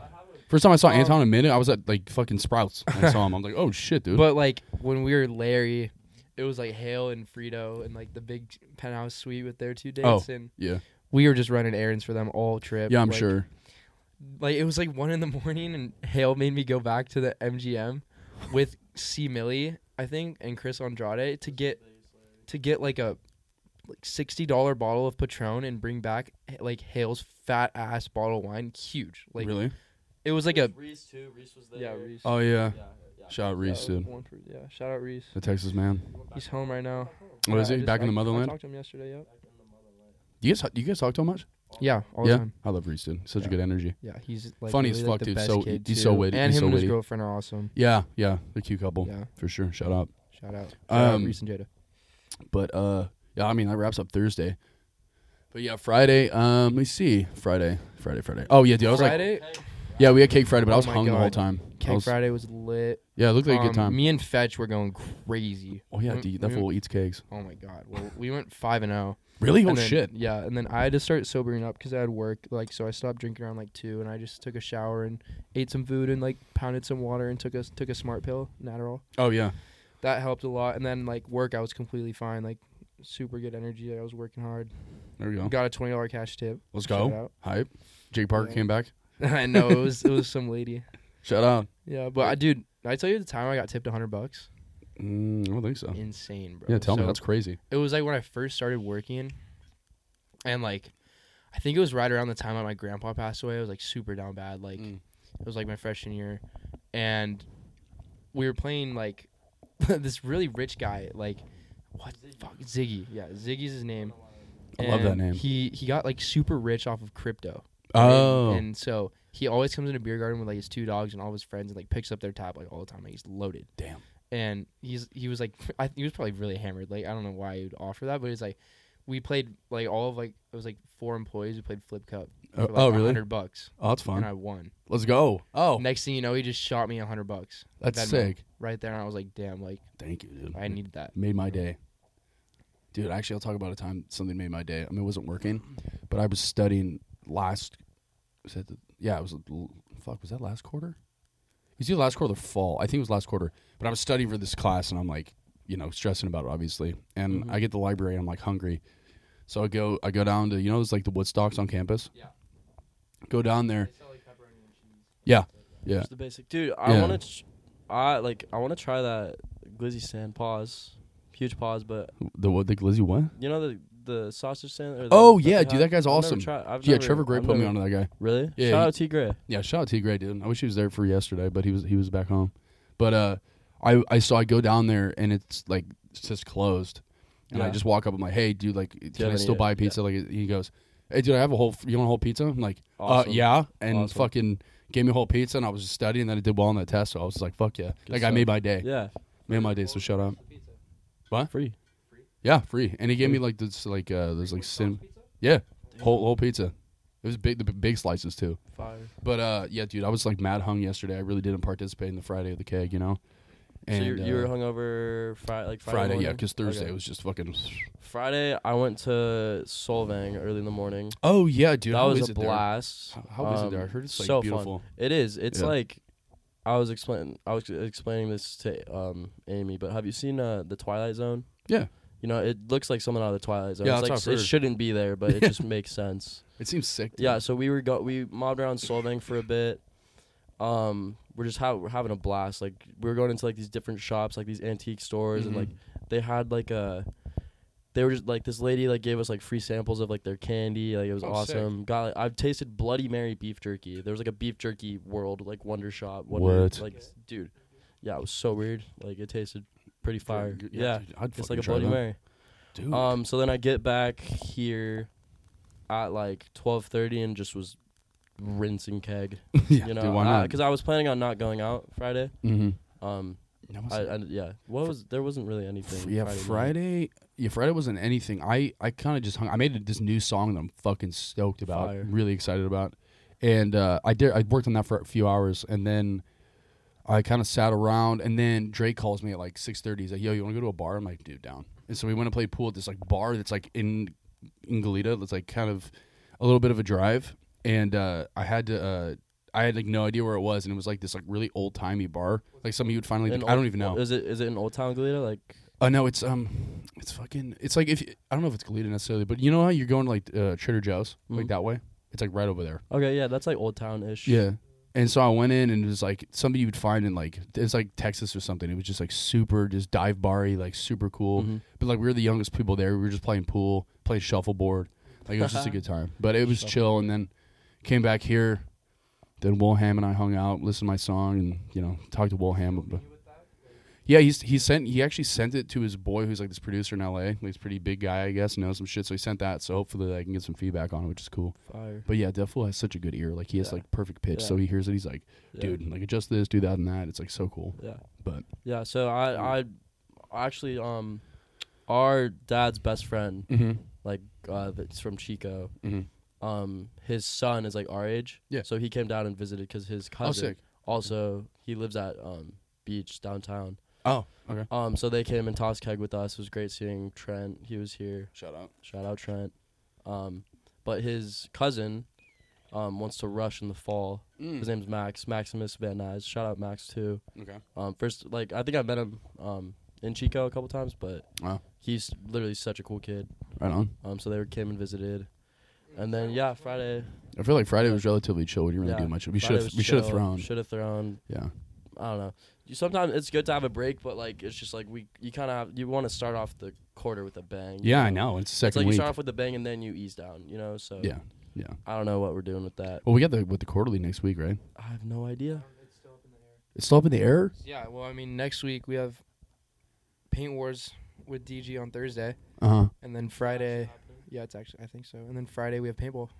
Speaker 1: First time I saw
Speaker 3: Um,
Speaker 1: Anton in a minute, I was at like fucking Sprouts. I saw
Speaker 3: [LAUGHS]
Speaker 1: him. I'm like, oh shit, dude.
Speaker 3: But like when we were Larry, it was like Hale and Frito and like the big penthouse suite with their two dates, and
Speaker 1: Oh, yeah,
Speaker 3: we were just running errands for them all trip.
Speaker 1: yeah, I'm
Speaker 3: like,
Speaker 1: sure.
Speaker 3: like it was like one in the [LAUGHS] morning and Hale made me go back to the MGM with C Millie, I think, and Chris Andrade to get to get like a like sixty dollar bottle of Patron and bring back like Hale's fat ass bottle of wine. Huge. Like
Speaker 1: really?
Speaker 3: it was like a
Speaker 2: Reese too. Reese was there.
Speaker 3: Yeah, Reese. Uh,
Speaker 1: Oh yeah.
Speaker 2: Yeah, yeah.
Speaker 1: Shout out Reese, dude.
Speaker 3: One for- yeah, shout out Reese.
Speaker 1: The Texas man.
Speaker 3: He's home right now.
Speaker 1: What is
Speaker 3: Yeah, I
Speaker 1: he?
Speaker 3: just-
Speaker 1: Back
Speaker 3: I-
Speaker 1: in the motherland?
Speaker 3: I talked to him yesterday, yep.
Speaker 1: Do you guys do you guys talk to him much?
Speaker 3: Yeah, all
Speaker 1: yeah,
Speaker 3: the time.
Speaker 1: I love Reese, dude. Such a
Speaker 3: Yeah.
Speaker 1: good energy.
Speaker 3: Yeah, he's like
Speaker 1: Funny
Speaker 3: really,
Speaker 1: as
Speaker 3: like,
Speaker 1: fuck,
Speaker 3: the
Speaker 1: dude.
Speaker 3: best
Speaker 1: So-
Speaker 3: kid,
Speaker 1: he's so
Speaker 3: too.
Speaker 1: witty.
Speaker 3: And
Speaker 1: He's
Speaker 3: him
Speaker 1: so
Speaker 3: and his
Speaker 1: witty.
Speaker 3: girlfriend are awesome.
Speaker 1: Yeah, yeah, the cute couple
Speaker 3: Yeah,
Speaker 1: for sure. Shout out.
Speaker 3: shout out. Shout out
Speaker 1: Um,
Speaker 3: Reese and Jada.
Speaker 1: But uh, yeah, I mean that wraps up Thursday. But yeah, Friday. Um, let me see. Friday, Friday, Friday. Oh yeah, dude. I was
Speaker 3: Friday,
Speaker 1: like, yeah, we had cake Friday, but I
Speaker 3: Oh
Speaker 1: was
Speaker 3: my
Speaker 1: hung the whole
Speaker 3: God.
Speaker 1: time. I
Speaker 3: Cake
Speaker 1: was-
Speaker 3: Friday was lit.
Speaker 1: Yeah, it looked like a good
Speaker 3: Um,
Speaker 1: time.
Speaker 3: Me and Fetch were going crazy.
Speaker 1: oh yeah,
Speaker 3: we-
Speaker 1: dude, that
Speaker 3: we-
Speaker 1: fool eats cakes.
Speaker 3: Oh my god. Well, we went five and zero.
Speaker 1: Really? Oh
Speaker 3: And then-
Speaker 1: shit.
Speaker 3: Yeah, and then I had to start sobering up because I had work. Like, so I stopped drinking around like two, and I just took a shower and ate some food and like pounded some water and took a took a smart pill, an Adderall.
Speaker 1: Oh yeah.
Speaker 3: That helped a lot. And then like work, I was completely fine. Like, super good energy. I was working hard.
Speaker 1: There we go.
Speaker 3: Got a twenty dollar cash tip.
Speaker 1: Let's
Speaker 3: Shout
Speaker 1: go. Hype. Jake Parker
Speaker 3: Yeah.
Speaker 1: came back.
Speaker 3: out. [LAUGHS] I know it was it was some lady.
Speaker 1: Shout out.
Speaker 3: Yeah, but I dude, I tell you the time I got tipped hundred bucks.
Speaker 1: Mm, I don't think so.
Speaker 3: Insane, bro.
Speaker 1: Yeah, tell me.
Speaker 3: So-
Speaker 1: That's crazy.
Speaker 3: it was like when I first started working, and like, I think it was right around the time that my grandpa passed away. I was like super down bad. Like,
Speaker 1: Mm.
Speaker 3: it was like my freshman year, and we were playing like [LAUGHS] this really rich guy. Like, what the fuck, Ziggy? Yeah, Ziggy's his name.
Speaker 1: I love that
Speaker 3: And
Speaker 1: name.
Speaker 3: He he got like super rich off of crypto.
Speaker 1: Oh.
Speaker 3: And, and so he always comes into beer garden with like his two dogs and all of his friends and like picks up their tab like all the time. Like he's loaded
Speaker 1: Damn.
Speaker 3: [LAUGHS] and he's he was like I, he was probably really hammered. Like I don't know why he would offer that, but he's like, we played like all of like it was like four employees. We played Flip Cup.
Speaker 1: Oh-
Speaker 3: for,
Speaker 1: oh,
Speaker 3: like,
Speaker 1: really?
Speaker 3: Hundred bucks,
Speaker 1: Oh, that's
Speaker 3: and
Speaker 1: fun.
Speaker 3: I won.
Speaker 1: Let's go. Oh,
Speaker 3: Next thing you know, he just shot me a hundred bucks.
Speaker 1: that's
Speaker 3: Venmo,
Speaker 1: sick.
Speaker 3: Right there, and I was like, damn, like
Speaker 1: Thank you, dude.
Speaker 3: I need that.
Speaker 1: made my day. Dude, actually, I'll talk about a time something made my day. I mean, it wasn't working, but I was studying last. Was that the, yeah, it was. l- Fuck, was that last quarter? It was either last quarter or fall. I think it was last quarter. But I was studying for this class, and I'm like, you know, stressing about it, obviously. And
Speaker 2: Mm-hmm.
Speaker 1: I get to the library, and I'm like hungry, so I go. I go down to you know, there's like the Woodstocks on campus.
Speaker 3: Yeah.
Speaker 1: Go down there. Yeah, yeah.
Speaker 2: Just the basic. Dude, I
Speaker 1: Yeah.
Speaker 2: want to, ch- I like, I want to try that glizzy stand. Pause, huge pause. But
Speaker 1: The what? The glizzy what?
Speaker 2: you know the the sausage stand. Or the,
Speaker 1: Oh
Speaker 2: that they
Speaker 1: yeah, dude,
Speaker 2: have?
Speaker 1: that guy's
Speaker 2: I've never
Speaker 1: awesome.
Speaker 2: tried- I've
Speaker 1: yeah,
Speaker 2: never-
Speaker 1: Trevor Gray
Speaker 2: I've
Speaker 1: put me
Speaker 2: never-
Speaker 1: onto that guy.
Speaker 2: Really?
Speaker 1: Yeah,
Speaker 2: Shout
Speaker 1: he-
Speaker 2: out T Gray.
Speaker 1: Yeah, shout out T Gray, dude. I wish he was there for yesterday, but he was he was back home. But uh, I I so I go down there and it's like it's just closed, and I
Speaker 2: Yeah.
Speaker 1: just walk up. I'm like, hey, dude, like, can I
Speaker 2: have
Speaker 1: still
Speaker 2: any-
Speaker 1: buy pizza? Like, he goes, hey, dude, I have a whole. You want a whole pizza? I'm like, uh,
Speaker 2: Awesome.
Speaker 1: yeah, and
Speaker 2: Awesome.
Speaker 1: fucking gave me a whole pizza, and I was just studying, and then I did well on that test, so I was just like, fuck yeah,
Speaker 2: Good
Speaker 1: that guy
Speaker 2: stuff.
Speaker 1: made my day,
Speaker 2: Yeah,
Speaker 1: made my day. So shout out,
Speaker 2: free.
Speaker 1: yeah, free, and he gave me like this like uh, there's like sim, yeah, whole whole pizza. It was big, the big slices too.
Speaker 2: Fire.
Speaker 1: But uh, yeah, dude, I was like mad hung yesterday. I really didn't participate in the Friday of the keg, you know.
Speaker 2: so you,
Speaker 1: And
Speaker 2: you were
Speaker 1: uh,
Speaker 2: hungover Friday, like Friday.
Speaker 1: Friday, yeah,
Speaker 2: morning?
Speaker 1: because Thursday
Speaker 2: Okay.
Speaker 1: was just fucking. [SNIFFS]
Speaker 2: Friday. I went to Solvang early in the morning.
Speaker 1: Oh yeah, dude,
Speaker 2: that
Speaker 1: how
Speaker 2: was
Speaker 1: is
Speaker 2: a
Speaker 1: it there?
Speaker 2: blast.
Speaker 1: How- how is it there? I heard it's, like,
Speaker 2: so
Speaker 1: beautiful.
Speaker 2: Fun. It is. It's
Speaker 1: Yeah.
Speaker 2: like I was explaining. I was explaining this to um Amy, but have you seen uh, the Twilight Zone?
Speaker 1: Yeah,
Speaker 2: You know, it looks like something out of the Twilight Zone.
Speaker 1: Yeah,
Speaker 2: it's
Speaker 1: that's
Speaker 2: like,
Speaker 1: what I've
Speaker 2: it
Speaker 1: heard.
Speaker 2: shouldn't be there, but
Speaker 1: [LAUGHS]
Speaker 2: it just makes sense.
Speaker 1: it seems sick. Dude.
Speaker 2: Yeah, so we were go we mobbed around Solvang for a bit. Um, we're just ha- we're having a blast. Like we were going into like these different shops, like these antique stores,
Speaker 1: Mhm.
Speaker 2: and like they had like a. They were just like this lady like gave us like free samples of like their candy like it was
Speaker 1: Oh, sick.
Speaker 2: awesome. Got like, I've tasted Bloody Mary beef jerky. There was like a beef jerky world like Wonder Shop. Wonder,
Speaker 1: What?
Speaker 2: Like dude, yeah, it was so weird. Like it tasted pretty fire.
Speaker 1: Dude,
Speaker 2: Yeah,
Speaker 1: dude, I'd
Speaker 2: it's
Speaker 1: fucking
Speaker 2: like a
Speaker 1: try
Speaker 2: Bloody
Speaker 1: that.
Speaker 2: Mary.
Speaker 1: Dude,
Speaker 2: Um, so then I get back here at like twelve thirty and just was rinsing keg.
Speaker 1: [LAUGHS] [LAUGHS] yeah,
Speaker 2: you know,
Speaker 1: dude, why not?
Speaker 2: Because I, was planning on not going out Friday.
Speaker 1: Mhm.
Speaker 2: Um,
Speaker 1: That was-
Speaker 2: I, I yeah. What was there wasn't really anything.
Speaker 1: Fr- yeah,
Speaker 2: Friday.
Speaker 1: Friday,
Speaker 2: night.
Speaker 1: Yeah, Friday wasn't anything. I I kind of just hung. I made this new song that I'm fucking stoked about.
Speaker 2: Fire.
Speaker 1: Really excited about. And uh, I did. I worked on that for a few hours, and then I kind of sat around. And then Drake calls me at like 6:30. He's like, "Yo, you want to go to a bar?" I'm like, "Dude, down." And so we went to play pool at this like bar that's like in in Goleta. That's like kind of a little bit of a drive. And uh, I had to. Uh, I had like no idea where it was, and it was like this like really old timey bar, like something you would finally. I
Speaker 2: In Old-
Speaker 1: don't even know.
Speaker 2: Is it is it in Old Town Galita? Like
Speaker 1: Uh, no, it's um, it's fucking. It's like if you- I don't know if it's Goleta necessarily, but you know how you're going to like uh, Trader Joe's like
Speaker 2: Mhm.
Speaker 1: that way. It's like right over there.
Speaker 2: okay, yeah, that's like Old Town ish.
Speaker 1: Yeah. And so I went in and it was like something you would find in like it's like Texas or something. It was just like super, just dive bar-y, like super cool.
Speaker 2: Mhm.
Speaker 1: But like we were the youngest people there. We were just playing pool, playing shuffleboard. Like it was just a good time. But it was chill. And then came back here. Then Wilham and I hung out, listened to my song, and you know talked to Wilham. But yeah, he's he sent he actually sent it to his boy who's like this producer in L.A. Like, he's a pretty big guy, I guess, knows some shit. So he sent that. So hopefully I can get some feedback on it, which is cool.
Speaker 2: Fire.
Speaker 1: But yeah, Deadpool has such a good ear. Like he has
Speaker 2: Yeah.
Speaker 1: like perfect pitch.
Speaker 2: Yeah.
Speaker 1: So he hears it. He's like,
Speaker 2: Yeah.
Speaker 1: dude, like adjust this, do that and that. It's like so cool.
Speaker 2: Yeah.
Speaker 1: But
Speaker 2: Yeah. So I I actually um, our dad's best friend
Speaker 1: Mm-hmm.
Speaker 2: like uh, that's from Chico. um his son is like our age.
Speaker 1: Yeah. Oh,
Speaker 2: So he came down and visited because his cousin
Speaker 1: sick.
Speaker 2: also he lives at um beach downtown.
Speaker 1: oh, okay.
Speaker 2: Um so they came and tossed keg with us. It was great seeing Trent. He was here.
Speaker 1: Shout out.
Speaker 2: Shout out Trent. Um but his cousin um wants to rush in the fall.
Speaker 1: Mm.
Speaker 2: His name's Max, Maximus Van Nuys. Shout out Max too.
Speaker 1: Okay.
Speaker 2: Um first like I think I met him um in Chico a couple times, but
Speaker 1: Wow.
Speaker 2: he's literally such a cool kid.
Speaker 1: Right on.
Speaker 2: Um so they came and visited. And then yeah, Friday
Speaker 1: I feel like Friday was relatively chill. We didn't really
Speaker 2: Yeah.
Speaker 1: do much. We should have we should have thrown.
Speaker 2: Should have thrown.
Speaker 1: Yeah.
Speaker 2: I don't know. You, sometimes it's good to have a break, but like it's just like we you kind of you want to start off the quarter with a bang. you
Speaker 1: Yeah, I
Speaker 2: know?
Speaker 1: know. It's the
Speaker 2: It's like
Speaker 1: second
Speaker 2: you
Speaker 1: week.
Speaker 2: start off with a bang and then you ease down. You know, so
Speaker 1: yeah. Yeah.
Speaker 2: I don't know what we're doing with that.
Speaker 1: Well, we got the with the quarterly next week, right?
Speaker 2: I have no idea.
Speaker 1: It's still up in the air.
Speaker 3: Yeah, well, I mean, next week we have Paint Wars with DG on Thursday,
Speaker 1: Uh huh.
Speaker 3: and then Friday. Yeah, it's actually I think so. And then Friday we have paintball.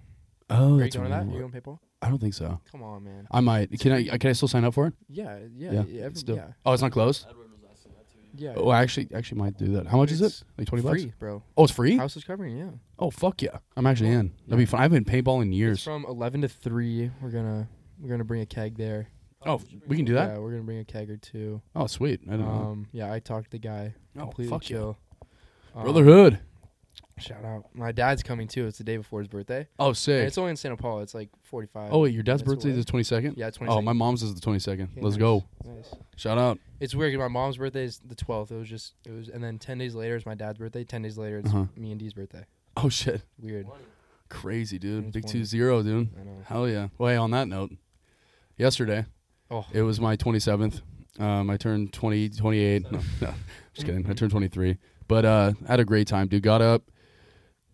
Speaker 1: Oh,
Speaker 3: Are you
Speaker 1: that's
Speaker 3: going to that?
Speaker 1: right.
Speaker 3: You going paintball?
Speaker 1: I don't think so.
Speaker 3: Come on, man.
Speaker 1: I might. Can I? Can I still sign up for it?
Speaker 3: Yeah, yeah, yeah.
Speaker 1: it's
Speaker 3: every-
Speaker 1: still-
Speaker 3: yeah.
Speaker 1: Oh, it's not closed.
Speaker 2: Edward was asking that too.
Speaker 3: Yeah.
Speaker 1: Oh, I actually actually might do that. How much is it?
Speaker 3: It's
Speaker 1: Like twenty bucks?
Speaker 3: free, bro.
Speaker 1: Oh, it's free.
Speaker 3: House is covering, yeah.
Speaker 1: Oh fuck yeah! I'm actually in. That'd be fun. I've been paintball in
Speaker 3: It's
Speaker 1: years.
Speaker 3: from eleven to three. We're gonna we're gonna bring a keg there.
Speaker 1: Oh, we can do that.
Speaker 3: Yeah, we're gonna bring a keg or two.
Speaker 1: Oh sweet. I don't know.
Speaker 3: Um, yeah, I talked to the guy.
Speaker 1: Oh
Speaker 3: Completely
Speaker 1: fuck yeah.
Speaker 3: chill. Um,
Speaker 1: Brotherhood.
Speaker 3: Shout out. My dad's coming too. It's the day before his birthday.
Speaker 1: Oh
Speaker 3: And
Speaker 1: sick.
Speaker 3: it's only in Santa Paula. It's like 45.
Speaker 1: Oh wait, your dad's
Speaker 3: minutes
Speaker 1: birthday is
Speaker 3: away.
Speaker 1: the twenty second.
Speaker 3: yeah, 20.
Speaker 1: Oh, my mom's is the twenty second.
Speaker 3: Okay,
Speaker 1: Let's
Speaker 3: nice,
Speaker 1: go.
Speaker 3: Nice.
Speaker 1: Shout out. [LAUGHS]
Speaker 3: It's weird 'cause my mom's birthday is the 12th. It was just it was and then 10 days later is my dad's birthday. 10 days later it's
Speaker 1: Uh-huh.
Speaker 3: me and Dee's birthday.
Speaker 1: Oh shit.
Speaker 3: Weird.
Speaker 1: Crazy dude.
Speaker 3: It's
Speaker 1: Big
Speaker 3: one.
Speaker 1: two zero dude.
Speaker 3: I know.
Speaker 1: Hell yeah. Well, hey, on that note, yesterday
Speaker 3: Oh.
Speaker 1: it was my 27th. Um, I turned 20, 28. No, no, [LAUGHS] just kidding. I turned 23. But uh, had a great time, dude. Got up,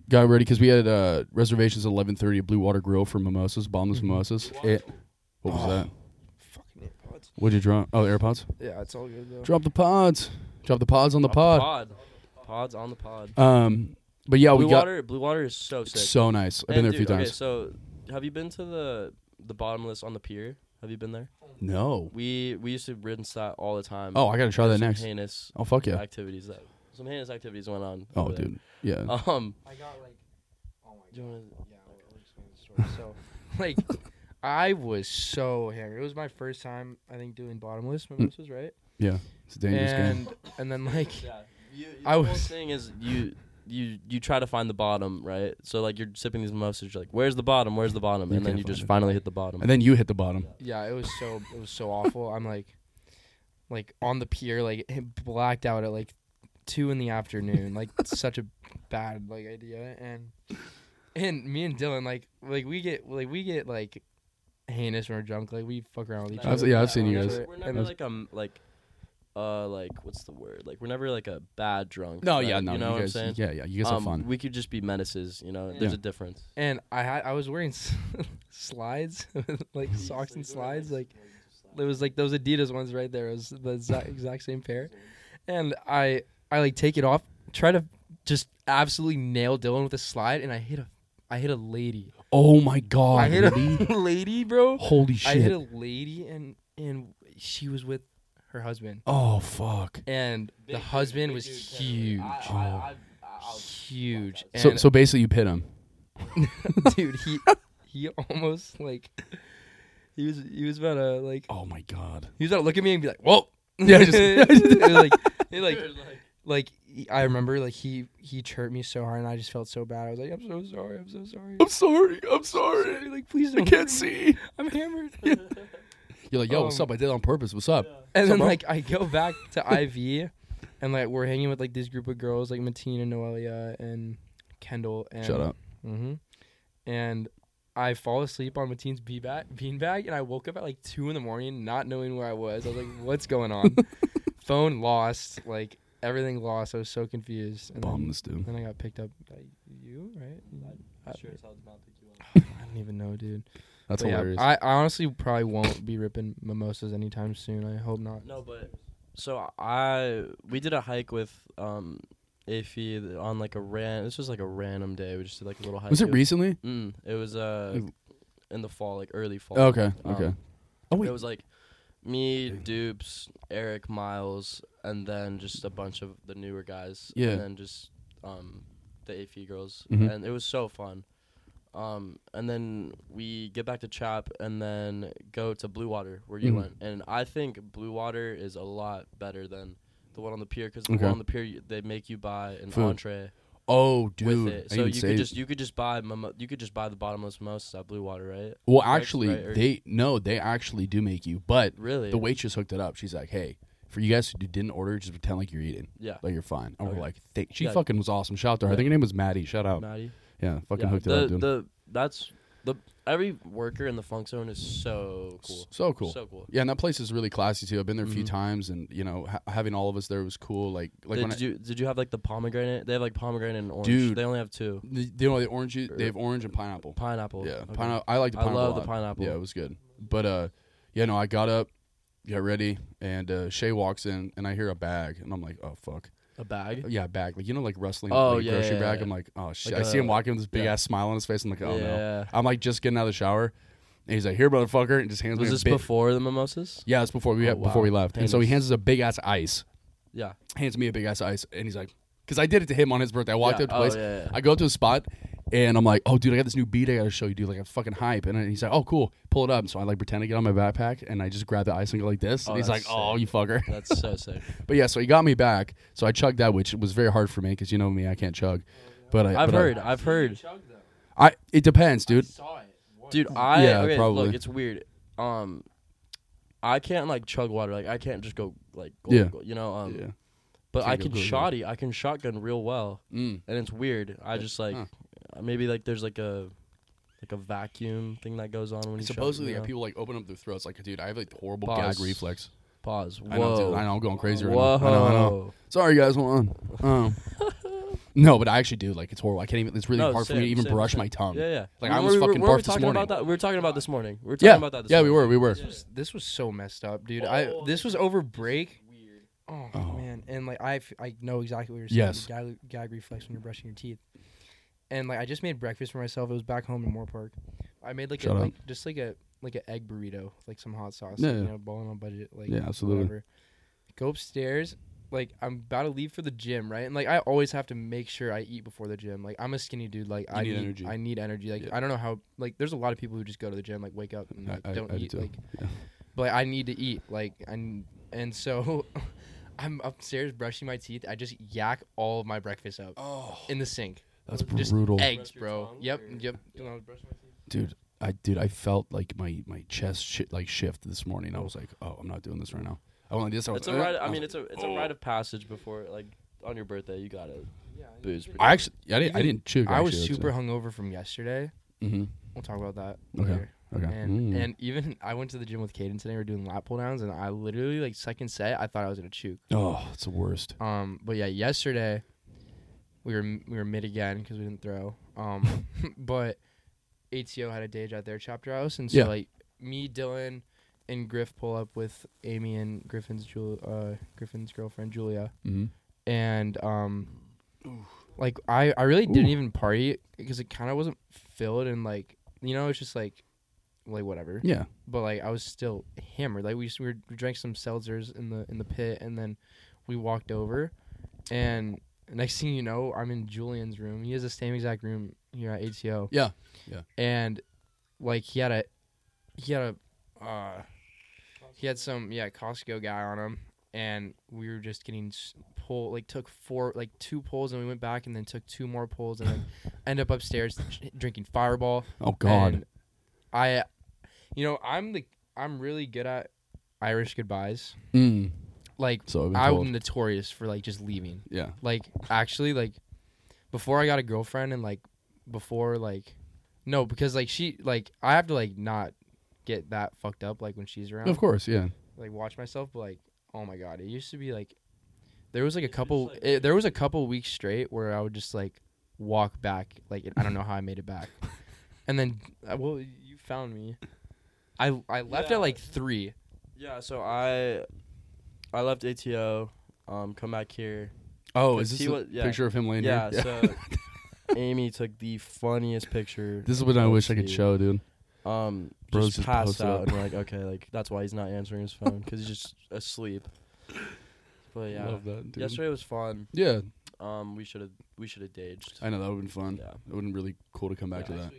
Speaker 1: got ready because we had uh, reservations at 11:30 at Blue Water Grill for mimosas,
Speaker 3: Mm-hmm.
Speaker 1: bombless mimosas. It, what
Speaker 3: Oh.
Speaker 1: was that?
Speaker 3: Fucking AirPods.
Speaker 1: What'd you drop? Oh, AirPods.
Speaker 3: Yeah, it's all good though.
Speaker 1: Drop the pods. Drop the pods on the
Speaker 2: Off
Speaker 1: pod.
Speaker 2: pod. Pods on the pod.
Speaker 1: Um, but yeah,
Speaker 2: Blue
Speaker 1: we got
Speaker 2: water. Blue water is so sick.
Speaker 1: so nice. I've been
Speaker 2: And
Speaker 1: there a few
Speaker 2: dude,
Speaker 1: times.
Speaker 2: Okay, so have you been to the the bottomless on the pier? Have you been there?
Speaker 1: no.
Speaker 2: We we used to rinse that all the time.
Speaker 1: Oh, I gotta try that
Speaker 2: Some
Speaker 1: next.
Speaker 2: Heinous
Speaker 1: Oh fuck yeah.
Speaker 2: activities that some heinous activities went on.
Speaker 1: Oh
Speaker 2: over there.
Speaker 1: dude. Yeah.
Speaker 2: [LAUGHS] Um,
Speaker 3: I got like oh my
Speaker 2: do you wanna-
Speaker 3: Yeah, we'll explain the story. So,
Speaker 1: [LAUGHS]
Speaker 3: like, I was so hammered. It was my first time, I think, doing bottomless
Speaker 1: Mm.
Speaker 3: mimosas, right?
Speaker 1: It's a dangerous game.
Speaker 3: and and then like,
Speaker 2: yeah, you, you,
Speaker 3: I
Speaker 2: the whole
Speaker 3: was-
Speaker 2: thing is you. You you try to find the bottom, right? So like you're sipping these mimosas, you're like, "Where's the bottom? Where's the bottom?"
Speaker 1: You
Speaker 2: And then
Speaker 1: can't
Speaker 2: you just
Speaker 1: find it.
Speaker 2: finally hit the bottom.
Speaker 1: And then you hit the bottom.
Speaker 3: yeah, it was so it was so awful. I'm like, like on the pier, like [LAUGHS] blacked out at like two in the
Speaker 1: [LAUGHS]
Speaker 3: afternoon. Like such a bad like idea. And and me and Dylan like like we get like we get like heinous when we're drunk. Like we fuck around with each
Speaker 1: I've-
Speaker 3: other.
Speaker 1: yeah, I've seen
Speaker 3: Fuck
Speaker 1: you
Speaker 3: around
Speaker 1: guys.
Speaker 2: We're
Speaker 3: with each
Speaker 2: never-
Speaker 3: other,
Speaker 2: We're
Speaker 3: and
Speaker 2: never like um like, uh, like what's the word? Like we're never like a bad drunk.
Speaker 1: No,
Speaker 2: right?
Speaker 1: yeah, Uh, no,
Speaker 2: you know what
Speaker 1: guys,
Speaker 2: I'm saying?
Speaker 1: yeah, yeah, you guys
Speaker 2: um,
Speaker 1: have fun.
Speaker 2: We could just be menaces, you know. There's a difference.
Speaker 3: and I had I was wearing [LAUGHS] s- slides, [LAUGHS] like socks and slides. Like there was like those Adidas ones right there. It was the [LAUGHS] exact, exact same pair, and I I like take it off, try to just absolutely nail Dylan with a slide, and I hit a I hit a lady.
Speaker 1: oh my god,
Speaker 3: I hit a
Speaker 1: really?
Speaker 3: [LAUGHS] lady, bro.
Speaker 1: holy
Speaker 3: I hit a
Speaker 1: shit!
Speaker 3: lady, and and she was with her husband,
Speaker 1: Oh fuck!
Speaker 3: and the husband was huge, huge.
Speaker 1: So
Speaker 3: and-
Speaker 1: so basically, you pit him.
Speaker 3: [LAUGHS] dude he he [LAUGHS] almost like he was he was about to like
Speaker 1: [LAUGHS] Oh my god!
Speaker 3: he was about to look at me and be like whoa
Speaker 1: Yeah, just-
Speaker 3: [LAUGHS] It was like it like like he- I remember like he he chirped me so hard and I just felt so bad I was like I'm so sorry I'm so sorry
Speaker 1: I'm sorry. I'm sorry.
Speaker 3: Sorry, like please don't [LAUGHS] hurt me.
Speaker 1: see.
Speaker 3: I'm hammered
Speaker 1: You're like, yo, what's
Speaker 3: Um,
Speaker 1: up? I did it on purpose. What's up?
Speaker 3: [LAUGHS] and then
Speaker 1: bro?
Speaker 3: like I go back to IV and like we're hanging with like this group of girls like Matina Noelia and Kendall and
Speaker 1: Shut up.
Speaker 3: Mm-hmm. And I fall asleep on Mateen's beanbag, beanbag, and I woke up at like two in the morning, not knowing where I was. I was like, "What's
Speaker 1: [LAUGHS]
Speaker 3: going on?" Phone lost, like everything lost. I was so confused. And
Speaker 1: Bomb
Speaker 3: then,
Speaker 1: this dude.
Speaker 3: then I got picked up by you,
Speaker 1: Mm-hmm.
Speaker 3: right? I,
Speaker 2: up.
Speaker 3: I don't even know, dude.
Speaker 1: That's
Speaker 3: But yeah,
Speaker 1: hilarious.
Speaker 3: I, I honestly probably won't be ripping mimosas anytime soon. I hope not.
Speaker 2: No, but so I we did a hike with um Afy on like a ran. This was like a random day. We just did like a little hike.
Speaker 1: was it recently?
Speaker 2: Mm, it was uh in the fall, like early fall.
Speaker 1: Okay.
Speaker 2: Um,
Speaker 1: Okay. Oh wait.
Speaker 2: It was like me, Dupes, Eric, Miles, and then just a bunch of the newer guys.
Speaker 1: Yeah.
Speaker 2: And then just um, the AFE girls.
Speaker 1: Mhm.
Speaker 2: And it was so fun. Um, and then we get back to Chap and then go to Blue Water where you
Speaker 1: Mhm.
Speaker 2: went. And I think Blue Water is a lot better than the one on the pier because the
Speaker 1: Okay.
Speaker 2: one on the pier you, they make you buy an
Speaker 1: Food.
Speaker 2: entree
Speaker 1: oh
Speaker 2: with
Speaker 1: dude.
Speaker 2: it.
Speaker 1: I
Speaker 2: So
Speaker 1: didn't
Speaker 2: you
Speaker 1: say-
Speaker 2: could just you could just buy mimo- you could just buy the bottomless mimosas at Blue Water, right?
Speaker 1: well,
Speaker 2: right,
Speaker 1: actually,
Speaker 2: right, or-
Speaker 1: they no, they actually do make you. But
Speaker 2: Really?
Speaker 1: the waitress hooked it up. She's like, hey, for you guys who didn't order, just pretend like you're eating.
Speaker 2: yeah.
Speaker 1: Like you're fine. And
Speaker 2: Okay.
Speaker 1: we're like, thank she
Speaker 2: Yeah.
Speaker 1: fucking was awesome. Shout out to her. I
Speaker 2: Yeah.
Speaker 1: think her name was Maddie. Shout out.
Speaker 2: Maddie.
Speaker 1: Yeah, fucking
Speaker 2: Yeah,
Speaker 1: hooked
Speaker 2: the,
Speaker 1: it up, dude.
Speaker 2: The that's the every worker in the funk zone is so
Speaker 1: S-
Speaker 2: cool.
Speaker 1: So cool.
Speaker 2: So cool.
Speaker 1: yeah, and that place is really classy too. I've been there a few
Speaker 2: Mhm.
Speaker 1: times, and you know, ha- having all of us there was cool. Like, like when
Speaker 2: did you did you have like the pomegranate? They have like pomegranate and orange.
Speaker 1: Dude.
Speaker 2: They only have two.
Speaker 1: I, the, you know, the orange, ju- they have orange and pineapple.
Speaker 2: Pineapple.
Speaker 1: Yeah,
Speaker 2: Okay.
Speaker 1: pineapple. I like the
Speaker 2: I
Speaker 1: pineapple.
Speaker 2: love
Speaker 1: a lot.
Speaker 2: the pineapple.
Speaker 1: Yeah, it was good. But uh, yeah, no, I got up, got ready, and uh, Shay walks in, and I hear a bag, and I'm like, oh fuck,
Speaker 2: A bag.
Speaker 1: yeah, bag. Like you know, like wrestling.
Speaker 2: Oh,
Speaker 1: like,
Speaker 2: yeah,
Speaker 1: grocery
Speaker 2: yeah,
Speaker 1: bag.
Speaker 2: yeah.
Speaker 1: I'm like, oh shit.
Speaker 2: Like
Speaker 1: I see him
Speaker 2: a-
Speaker 1: walking with this big
Speaker 2: yeah.
Speaker 1: ass smile on his face. I'm like, oh no.
Speaker 2: yeah.
Speaker 1: I'm like just getting out of the shower, and he's like, here, motherfucker, and just hands
Speaker 2: Was
Speaker 1: me
Speaker 2: this
Speaker 1: a big,
Speaker 2: before the mimosas?
Speaker 1: Yeah, it's before we
Speaker 2: Oh,
Speaker 1: before we
Speaker 2: wow.
Speaker 1: left. And so he
Speaker 2: Heinous.
Speaker 1: hands us a big ass ice.
Speaker 2: Yeah.
Speaker 1: hands me a big ass ice, and he's like, because I did it to him on his birthday. I walked
Speaker 2: Yeah.
Speaker 1: up to
Speaker 2: Oh,
Speaker 1: place,
Speaker 2: yeah, yeah.
Speaker 1: I go up to a spot, and I'm like, oh dude, I got this new beat I gotta show you, dude. Like I'm fucking hype, and then he's like, oh cool, pull it up. So I like pretend to get on my backpack, and I just grab the ice and go like this,
Speaker 2: Oh,
Speaker 1: and he's like,
Speaker 2: that's
Speaker 1: oh
Speaker 2: sick.
Speaker 1: you fucker.
Speaker 2: That's so sick.
Speaker 1: [LAUGHS] but yeah, so he got me back, so I chugged that, which was very hard for me because you know me, I can't chug. But I,
Speaker 2: I've
Speaker 1: but uh, I-
Speaker 2: heard. I've heard.
Speaker 1: I it depends, dude.
Speaker 2: Dude, I
Speaker 1: Yeah,
Speaker 2: okay,
Speaker 1: probably.
Speaker 2: look, it's weird. Um I can't like chug water. Like I can't just go like gulp,
Speaker 1: Yeah.
Speaker 2: gulp, you know, um
Speaker 1: Yeah.
Speaker 2: but
Speaker 1: Can't
Speaker 2: I
Speaker 1: go
Speaker 2: can
Speaker 1: gulp, gulp.
Speaker 2: shoddy, I can shotgun real well.
Speaker 1: Mm.
Speaker 2: And it's weird. I just like
Speaker 1: Huh.
Speaker 2: uh, maybe like there's like a like a vacuum thing that goes on when you shotgun,
Speaker 1: Supposedly,
Speaker 2: you
Speaker 1: yeah,
Speaker 2: know?
Speaker 1: people like open up their throats. Like, dude, I have like horrible
Speaker 2: Pause.
Speaker 1: gag reflex.
Speaker 2: pause. Whoa.
Speaker 1: I know, dude. I know, I'm going crazy right
Speaker 2: Whoa.
Speaker 1: now. I know, I know. Sorry, guys, hold on. Um, [LAUGHS] no, but I actually do. Like, it's horrible. I can't even. It's really
Speaker 2: No,
Speaker 1: hard for me to
Speaker 2: same,
Speaker 1: even
Speaker 2: same,
Speaker 1: brush
Speaker 2: same.
Speaker 1: my tongue.
Speaker 2: Yeah, yeah.
Speaker 1: Like,
Speaker 2: We-
Speaker 1: I
Speaker 2: we-
Speaker 1: almost
Speaker 2: we-
Speaker 1: fucking
Speaker 2: were we
Speaker 1: barfed this
Speaker 2: talking
Speaker 1: morning.
Speaker 2: About that? We were talking about this morning. We were talking
Speaker 1: yeah,
Speaker 2: about that this
Speaker 1: yeah, we were,
Speaker 2: morning.
Speaker 1: we were.
Speaker 3: This was so messed up, dude. I this was over break. Oh,
Speaker 1: Oh.
Speaker 3: man, and like I, f- I know exactly what you're saying.
Speaker 1: Yes.
Speaker 3: gag, gag reflex when you're brushing your teeth. And like I just made breakfast for myself. It was back home in Moore Park. I made like a
Speaker 1: Shut up.
Speaker 3: like, just like a like an egg burrito, with, like some hot sauce.
Speaker 1: Yeah,
Speaker 3: you
Speaker 1: yeah.
Speaker 3: know, balling on budget. Like
Speaker 1: Yeah, absolutely.
Speaker 3: Whatever. Go upstairs. Like I'm about to leave for the gym, right? And like I always have to make sure I eat before the gym. Like I'm a skinny dude. Like I
Speaker 1: need
Speaker 3: need
Speaker 1: energy.
Speaker 3: I need energy. Like
Speaker 1: Yeah.
Speaker 3: I don't know how. Like there's a lot of people who just go to the gym, like wake up and
Speaker 1: I-
Speaker 3: like,
Speaker 1: I-
Speaker 3: don't
Speaker 1: I do
Speaker 3: eat.
Speaker 1: too.
Speaker 3: like
Speaker 1: Yeah.
Speaker 3: but like, I need to eat. Like, and and so [LAUGHS] I'm upstairs brushing my teeth. I just yak all of my breakfast up
Speaker 1: Oh,
Speaker 3: in the sink.
Speaker 1: that's
Speaker 3: Just
Speaker 1: brutal,
Speaker 3: eggs,
Speaker 2: Brush your
Speaker 3: bro.
Speaker 2: tongue
Speaker 3: Yep,
Speaker 2: or-
Speaker 3: yep.
Speaker 1: dude. I dude, I felt like my my chest shit like shift this morning. I was like, oh, I'm not doing this right now. I want to do this. I was,
Speaker 2: It's a
Speaker 1: uh,
Speaker 2: rite. I
Speaker 1: was-
Speaker 2: mean, it's a it's a rite of passage before like on your birthday. You gotta booze. pretty
Speaker 1: I actually, I didn't, I
Speaker 3: Even-
Speaker 1: didn't chew.
Speaker 3: I was super hungover from yesterday.
Speaker 1: Mm-hmm.
Speaker 3: We'll talk about that
Speaker 1: Okay.
Speaker 3: later.
Speaker 1: Okay.
Speaker 3: And
Speaker 1: Mm.
Speaker 3: and even [LAUGHS] I went to the gym with Caden today. We are doing lat pull downs, and I literally like second set, I thought I was gonna choke.
Speaker 1: oh, it's the worst.
Speaker 3: Um, but yeah, yesterday we were we were mid again because we didn't throw. Um, [LAUGHS] but ATO had a day at their chapter house, and so
Speaker 1: Yeah.
Speaker 3: like me, Dylan, and Griff pull up with Amy and Griffin's Jul- uh, Griffin's girlfriend Julia,
Speaker 1: Mm-hmm.
Speaker 3: and um, like I I really didn't
Speaker 1: Ooh.
Speaker 3: even party because it kind of wasn't filled, and like you know it's just like like whatever
Speaker 1: Yeah.
Speaker 3: but like I was still hammered. Like we just, we, were, we drank some seltzers in the in the pit, and then we walked over, and next [LAUGHS] thing you know, I'm in Julian's room. He has the same exact room here at ATO.
Speaker 1: Yeah, yeah.
Speaker 3: And like he had a he had a uh, he had some yeah Costco guy on him, and we were just getting s- pull like took four like two pulls, and we went back and then took two more pulls, and then end up upstairs drinking Fireball.
Speaker 1: Oh God.
Speaker 3: And I, you know, I'm the I'm really good at Irish goodbyes.
Speaker 1: mm.
Speaker 3: Like
Speaker 1: So I've been told.
Speaker 3: I'm notorious for like just leaving.
Speaker 1: yeah.
Speaker 3: Like actually, like before I got a girlfriend and like before like no because like she like I have to like not get that fucked up like when she's around.
Speaker 1: Of course. Yeah.
Speaker 3: Like watch myself, but like oh my god, it used to be like there was like a couple it, there was a couple weeks straight where I would just like walk back like I don't know how I made
Speaker 1: [LAUGHS]
Speaker 3: it back. And then uh, well you found me. I I left
Speaker 2: Yeah.
Speaker 3: at like 3.
Speaker 2: Yeah. So I I left ATO. Um, come back
Speaker 1: [LAUGHS]
Speaker 2: here.
Speaker 1: Oh,
Speaker 2: 'Cause
Speaker 1: is this
Speaker 2: he
Speaker 1: a
Speaker 2: was- yeah.
Speaker 1: picture of him laying
Speaker 2: Yeah.
Speaker 1: here?
Speaker 2: So
Speaker 1: [LAUGHS]
Speaker 2: Amy took the funniest picture.
Speaker 1: this is what I
Speaker 2: Let's
Speaker 1: wish I could
Speaker 2: see.
Speaker 1: show, dude.
Speaker 2: Um,
Speaker 1: Bros
Speaker 2: just
Speaker 1: just
Speaker 2: passed
Speaker 1: posted up.
Speaker 2: out and we're like okay, like that's why he's not answering his phone because he's just asleep. But yeah,
Speaker 1: Love that, dude.
Speaker 2: yesterday was fun.
Speaker 1: Yeah,
Speaker 2: Um, we should have we should have daged.
Speaker 1: I know that would have been fun.
Speaker 2: Yeah.
Speaker 1: It would have been really cool to come back
Speaker 2: Yeah.
Speaker 1: to that.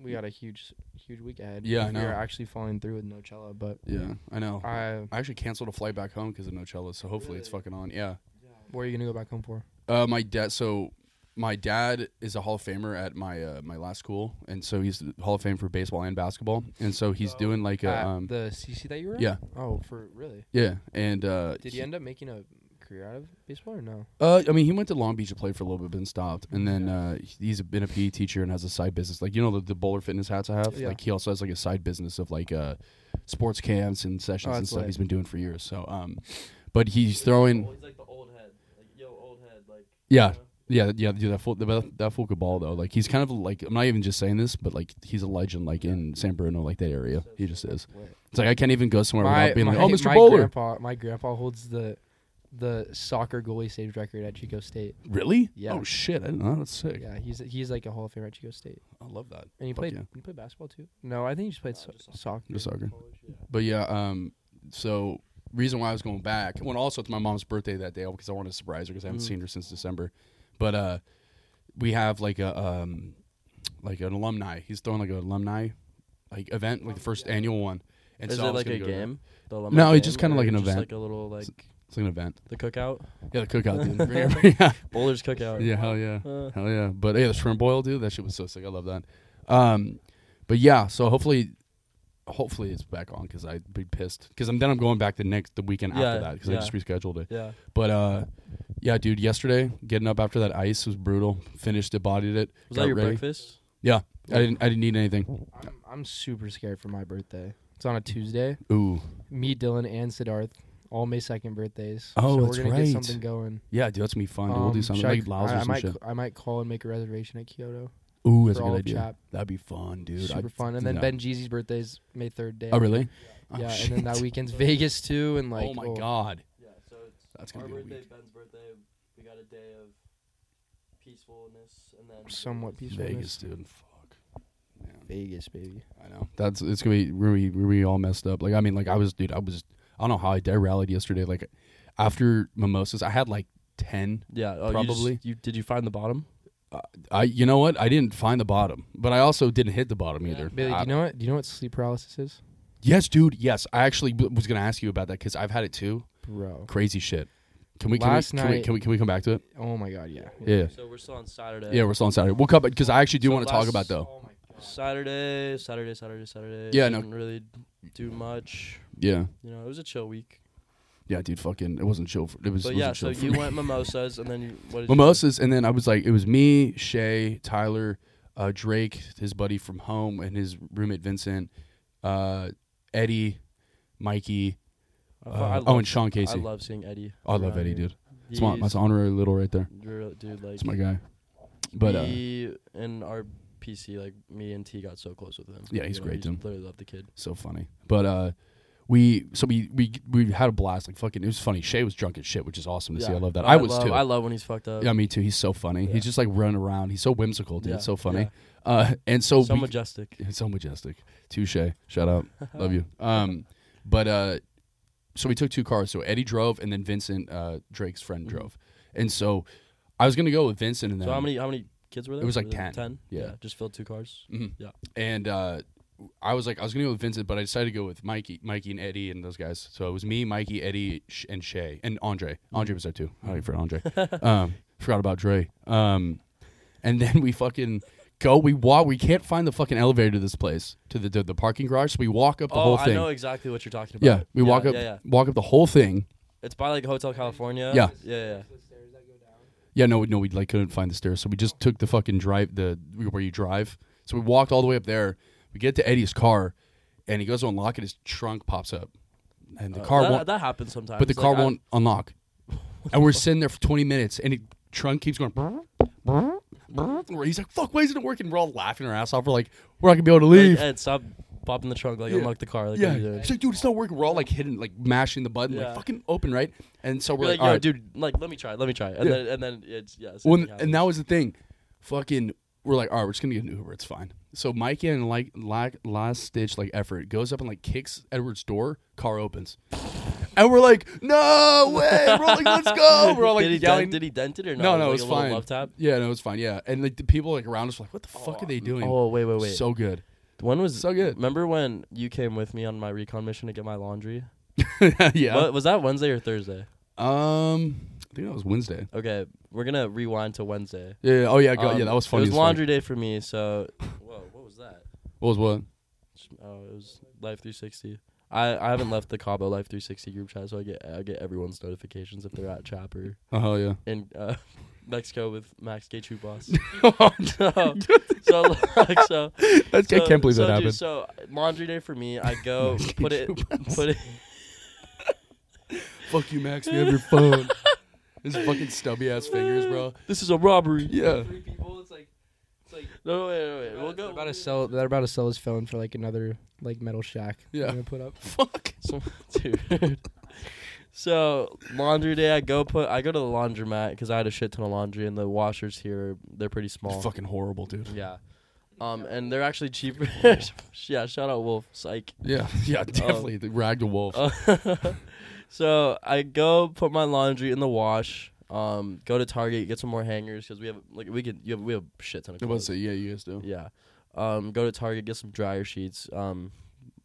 Speaker 3: We got a huge huge week ahead.
Speaker 1: Yeah, I
Speaker 3: We are
Speaker 1: know.
Speaker 3: actually following through with Nocella, but
Speaker 1: Yeah, I know. I,
Speaker 3: I
Speaker 1: actually canceled a flight back home because of Nocella, so hopefully it's fucking on. Yeah.
Speaker 3: where are you going to go back home for?
Speaker 1: Uh, my dad. So my dad is a Hall of Famer at my uh, my last school, and so he's the Hall of Fame for baseball and basketball, and so he's doing like a
Speaker 3: At
Speaker 1: um,
Speaker 3: the CC that you were at?
Speaker 1: yeah,
Speaker 3: Oh, for really?
Speaker 1: yeah, and uh,
Speaker 3: Did he end up making a career out of baseball or no?
Speaker 1: Uh, I mean, he went to Long Beach to play for a little bit, been stopped, and then uh, he's been a PE teacher and has a side business. Like you know the, the bowler fitness hats I have.
Speaker 3: Yeah.
Speaker 1: Like he also has like a side business of like uh, sports camps and sessions
Speaker 3: Oh,
Speaker 1: and
Speaker 3: that's
Speaker 1: stuff
Speaker 3: lit.
Speaker 1: he's been doing for years. So um, but he's throwing
Speaker 2: He's like the old head. Like yo, old head. Like
Speaker 1: yeah. Yeah, yeah, dude, that fool, that, that fool could ball though. Like he's kind of like I'm not even just saying this, but like he's a legend, like in San Bruno, like that area. He just is. It's like I can't even go somewhere without being
Speaker 3: [LAUGHS]
Speaker 1: like, "Oh, Mr.
Speaker 3: my
Speaker 1: Bowler,
Speaker 3: Grandpa, my grandpa holds the the soccer goalie saves record at Chico State.
Speaker 1: really?
Speaker 3: Yeah.
Speaker 1: Oh shit, I didn't know that's sick.
Speaker 3: Yeah, he's he's like a Hall of Famer at Chico State,
Speaker 1: I love that.
Speaker 3: and he
Speaker 1: Fuck
Speaker 3: played
Speaker 1: yeah.
Speaker 3: he
Speaker 2: Oh,
Speaker 3: played basketball too. No, I think he just played so- soccer.
Speaker 1: Just soccer. But yeah, um, so reason why I was going back. Went also to my mom's birthday that day because I wanted to surprise her because I
Speaker 2: Mm.
Speaker 1: haven't seen her since December. But uh, we have like a um, like an alumni. He's throwing like an alumni like event, like the first annual one. And
Speaker 2: Oh, Is
Speaker 1: so I
Speaker 2: it
Speaker 1: was
Speaker 2: like
Speaker 1: gonna
Speaker 2: a
Speaker 1: go to that.
Speaker 2: game? The alumni
Speaker 1: No, it's just
Speaker 2: game,
Speaker 1: kinda like
Speaker 2: or
Speaker 1: an
Speaker 2: just
Speaker 1: event.
Speaker 2: Like a little like
Speaker 1: It's like an event. [LAUGHS]
Speaker 2: the cookout,
Speaker 1: Yeah, the
Speaker 2: [LAUGHS]
Speaker 1: cookout, dude. Bring every- yeah.
Speaker 2: Boulder's cookout.
Speaker 1: Yeah, hell yeah,
Speaker 2: Uh.
Speaker 1: hell yeah. But yeah, the shrimp boil, dude. That shit was so sick. I love that. Um, but yeah, so hopefully, hopefully it's back on because I'd be pissed because I'm then I'm going back the next the weekend
Speaker 2: Yeah,
Speaker 1: after that because I
Speaker 2: yeah.
Speaker 1: just rescheduled it.
Speaker 2: Yeah.
Speaker 1: But uh, yeah, dude. Yesterday, getting up after that ice was brutal. Finished it, bodied it.
Speaker 2: Was
Speaker 1: got
Speaker 2: that your
Speaker 1: ready.
Speaker 2: breakfast?
Speaker 1: Yeah, I didn't. I didn't need anything.
Speaker 3: I'm, I'm super scared for my birthday. It's on a Tuesday.
Speaker 1: Ooh,
Speaker 3: Me, Dylan, and Siddharth, all May second birthdays.
Speaker 1: Oh,
Speaker 3: so
Speaker 1: that's
Speaker 3: we're gonna
Speaker 1: right.
Speaker 3: get something going.
Speaker 1: yeah, dude. That's gonna be fun. dude. We'll do
Speaker 3: Um,
Speaker 1: something
Speaker 3: should I-
Speaker 1: like Laos
Speaker 3: I, I
Speaker 1: or some
Speaker 3: might,
Speaker 1: shit.
Speaker 3: I might call and make a reservation at Kyoto.
Speaker 1: Ooh, that's a good
Speaker 3: for all of
Speaker 1: idea.
Speaker 3: Chap.
Speaker 1: That'd be fun, dude.
Speaker 3: super
Speaker 1: I'd-
Speaker 3: fun. And then
Speaker 1: no.
Speaker 3: Ben Jeezy's birthday's May third day.
Speaker 1: Oh, really?
Speaker 3: Yeah,
Speaker 1: oh,
Speaker 3: and then that
Speaker 1: shit.
Speaker 3: weekend's [LAUGHS] Vegas too, and like
Speaker 1: oh my god,
Speaker 2: Yeah. So it's
Speaker 1: that's gonna be a week.
Speaker 2: Ben's birthday. We got a day of peacefulness, and then
Speaker 3: somewhat peaceful.
Speaker 1: Vegas, dude. Fuck. Man.
Speaker 3: Vegas, baby.
Speaker 1: I know. That's it's gonna be we're, gonna be- we're gonna be all messed up. Like I mean, like I was, dude. I was. I don't know how I, I rallied yesterday. Like after mimosas, I had like ten.
Speaker 2: Yeah. Oh, You,
Speaker 1: Probably.
Speaker 2: just, you did you find the bottom?
Speaker 1: I you know what? I didn't find the bottom, but I also didn't hit the bottom either.
Speaker 3: Bailey, do
Speaker 1: I-
Speaker 3: you know what? Do you know what sleep paralysis is,
Speaker 1: yes, dude. Yes, I actually b- was gonna ask you about that because I've had it too.
Speaker 3: bro?
Speaker 1: Crazy shit. Can we can,
Speaker 3: Last
Speaker 1: we, can, we,
Speaker 3: night-
Speaker 1: can we can we come back to it?
Speaker 3: Oh my god, yeah.
Speaker 1: Yeah,
Speaker 2: So we're still on Saturday.
Speaker 1: yeah. We're still on Saturday. We'll come because I actually do
Speaker 2: So
Speaker 1: want to talk
Speaker 2: last-
Speaker 1: about though.
Speaker 3: Oh my god.
Speaker 2: Saturday, Saturday, Saturday, Saturday.
Speaker 1: Yeah, no.
Speaker 2: Didn't really do much.
Speaker 1: Yeah,
Speaker 2: You know, it was a chill week.
Speaker 1: yeah, dude. Fucking, it wasn't chill. For, it was.
Speaker 2: But
Speaker 1: it wasn't
Speaker 2: yeah, so
Speaker 1: chill for
Speaker 2: you
Speaker 1: me.
Speaker 2: went mimosas, and then you what did you do?
Speaker 1: mimosas, and then I was like, it was me, Shay, Tyler, uh, Drake, his buddy from home, and his roommate Vincent, uh, Eddie, Mikey.
Speaker 2: I
Speaker 1: Uh,
Speaker 2: fu- I
Speaker 1: oh,
Speaker 2: love-
Speaker 1: and Sean Casey. Oh,
Speaker 2: I love seeing Eddie.
Speaker 1: I love
Speaker 2: around
Speaker 1: Eddie,
Speaker 2: here.
Speaker 1: dude. It's my,
Speaker 2: He's
Speaker 1: that's honorary little right there.
Speaker 2: real- dude, like
Speaker 1: It's my guy. But uh,
Speaker 2: we and our PC, like me and T, got so close with him.
Speaker 1: Yeah, he's
Speaker 2: You know,
Speaker 1: great,
Speaker 2: we
Speaker 1: dude.
Speaker 2: Just literally love the kid.
Speaker 1: so funny. But uh, we so we we we had a blast. Like fucking, it was funny. Shay was drunk as shit, which is awesome to see. I love that. I, was
Speaker 2: love,
Speaker 1: too.
Speaker 2: I love when he's fucked up.
Speaker 1: yeah, me too. He's so funny.
Speaker 2: Yeah.
Speaker 1: He's just like running around. He's so whimsical, dude.
Speaker 2: Yeah,
Speaker 1: It's so funny.
Speaker 2: yeah.
Speaker 1: Uh, and so
Speaker 2: so
Speaker 1: we-
Speaker 2: majestic.
Speaker 1: It's [LAUGHS] so majestic. Touche. Shut up. Love
Speaker 2: [LAUGHS]
Speaker 1: you. Um, but uh, so we took two cars. So Eddie drove, and then Vincent, uh, Drake's friend, drove. And so I was gonna go with Vincent, and then
Speaker 2: Mm-hmm. So how many how many kids were there?
Speaker 1: was like Mm-hmm.
Speaker 2: Were
Speaker 1: 10.
Speaker 2: there Ten.
Speaker 1: Yeah.
Speaker 2: just filled two cars.
Speaker 1: and uh, I was like, I was gonna go with Vincent, but I decided to go with Mikey, Mikey and Eddie, and those guys. So it was me, Mikey, Eddie, Sh- and Shay, and Andre.
Speaker 2: Mm-hmm.
Speaker 1: Andre was there too. I forgot
Speaker 2: [LAUGHS]
Speaker 1: Andre. um, forgot about Dre. Um, and then we fucking go. We walk. We can't find the fucking elevator to this place, to the to the parking garage. So we walk up the
Speaker 2: oh,
Speaker 1: whole thing.
Speaker 2: I know exactly what you're talking about.
Speaker 1: Yeah, we walk up,
Speaker 2: Yeah, yeah.
Speaker 1: walk up the whole thing.
Speaker 2: It's by like Hotel California.
Speaker 1: Yeah.
Speaker 2: yeah, yeah.
Speaker 1: Yeah, no, no, we like couldn't find the stairs, so we just took the fucking drive, the where you drive. So we walked all the way up there. We get to Eddie's car, and he goes to unlock it. His trunk pops up, and the car
Speaker 2: Uh, that,
Speaker 1: won't.
Speaker 2: that happens sometimes.
Speaker 1: but the
Speaker 2: Like,
Speaker 1: car
Speaker 2: I-
Speaker 1: won't unlock, and we're sitting there for twenty minutes, and the trunk keeps going. brr, brr, brr. And He's like, "Fuck, why isn't it working?" We're all laughing our ass off. We're like, "We're not gonna be able to
Speaker 2: Like,
Speaker 1: leave."
Speaker 2: Ed, stop popping the trunk. Like
Speaker 1: Yeah.
Speaker 2: unlock the car. Like,
Speaker 1: yeah,
Speaker 2: what are you doing?
Speaker 1: He's like, dude, it's not working. We're all like hitting, like mashing the button,
Speaker 2: Yeah.
Speaker 1: like fucking open, right? And so we're
Speaker 2: You're
Speaker 1: like,
Speaker 2: like,
Speaker 1: "All
Speaker 2: yo,
Speaker 1: right,
Speaker 2: dude, like let me try, let me try, and
Speaker 1: Yeah.
Speaker 2: then and then it's yeah. same
Speaker 1: Well,
Speaker 2: thing
Speaker 1: and
Speaker 2: happens.
Speaker 1: that was the thing. Fucking, we're like, all right, we're just gonna get an Uber. It's fine. So Mike in like like last stitch like effort goes up and like kicks Edward's door. Car opens, and we're like, no way. We're all like, let's go. We're all like
Speaker 2: did he
Speaker 1: yelling.
Speaker 2: Dent, did he dent it or
Speaker 1: no,
Speaker 2: not?
Speaker 1: no, it
Speaker 2: was
Speaker 1: was
Speaker 2: like a little
Speaker 1: fine.
Speaker 2: Love tap.
Speaker 1: Yeah, no, it was fine. Yeah, and like the people like around us were like, what the fuck are they doing?
Speaker 2: Oh wait, wait, wait.
Speaker 1: so good. [LAUGHS]
Speaker 2: when was
Speaker 1: so good.
Speaker 2: Remember when you came with me on my recon mission to get my laundry?
Speaker 1: yeah.
Speaker 2: What, was that Wednesday or Thursday?
Speaker 1: Um, I think that was Wednesday.
Speaker 2: Okay, we're gonna rewind to Wednesday.
Speaker 1: Yeah. yeah, Oh yeah. Go,
Speaker 2: Um,
Speaker 1: yeah, that was funny.
Speaker 2: It was
Speaker 1: as fuck.
Speaker 2: laundry day for me, so whoa, what was that?
Speaker 1: What was what?
Speaker 2: Oh, it was Life 360. I, I haven't left the Cabo Life 360 group chat, so I get I get everyone's notifications if they're at Chopper
Speaker 1: Oh hell yeah.
Speaker 2: in uh, [LAUGHS] Mexico with Max Gay True
Speaker 1: [LAUGHS]
Speaker 2: Boss. [LAUGHS] so, so like so.
Speaker 1: That's, I
Speaker 2: so-
Speaker 1: can't believe that
Speaker 2: so, dude,
Speaker 1: happened.
Speaker 2: so laundry day for me,
Speaker 1: [LAUGHS]
Speaker 2: I go
Speaker 1: Max Gay
Speaker 2: put it
Speaker 1: True Boss.
Speaker 2: put it.
Speaker 1: Fuck you, Max. We have your phone. His fucking stubby ass fingers, bro.
Speaker 2: This is a robbery.
Speaker 1: Yeah.
Speaker 3: Three people. It's like, it's like
Speaker 2: No, wait, no, wait. We'll go.
Speaker 3: they're
Speaker 2: [LAUGHS]
Speaker 3: about to sell. They're about to sell his phone for like another like metal shack.
Speaker 1: Yeah.
Speaker 3: They're gonna put up.
Speaker 1: Fuck.
Speaker 2: So, dude. So laundry day, I go put I go to the laundromat because I had a shit ton of laundry and the washers here they're pretty small.
Speaker 1: Fucking horrible, dude.
Speaker 2: Yeah, um, and they're actually cheaper. [LAUGHS] yeah, shout out Wolf Psych. [LAUGHS]
Speaker 1: [LAUGHS] Yeah, yeah, definitely. the rag to wolf.
Speaker 2: Uh, So I go put my laundry in the wash. Um, go to Target get some more hangers because we have like we could you have we have a shit ton of
Speaker 1: I was
Speaker 2: clothes.
Speaker 1: about to say, yeah, you guys do.
Speaker 2: Yeah. Um, go to Target get some dryer sheets. Um,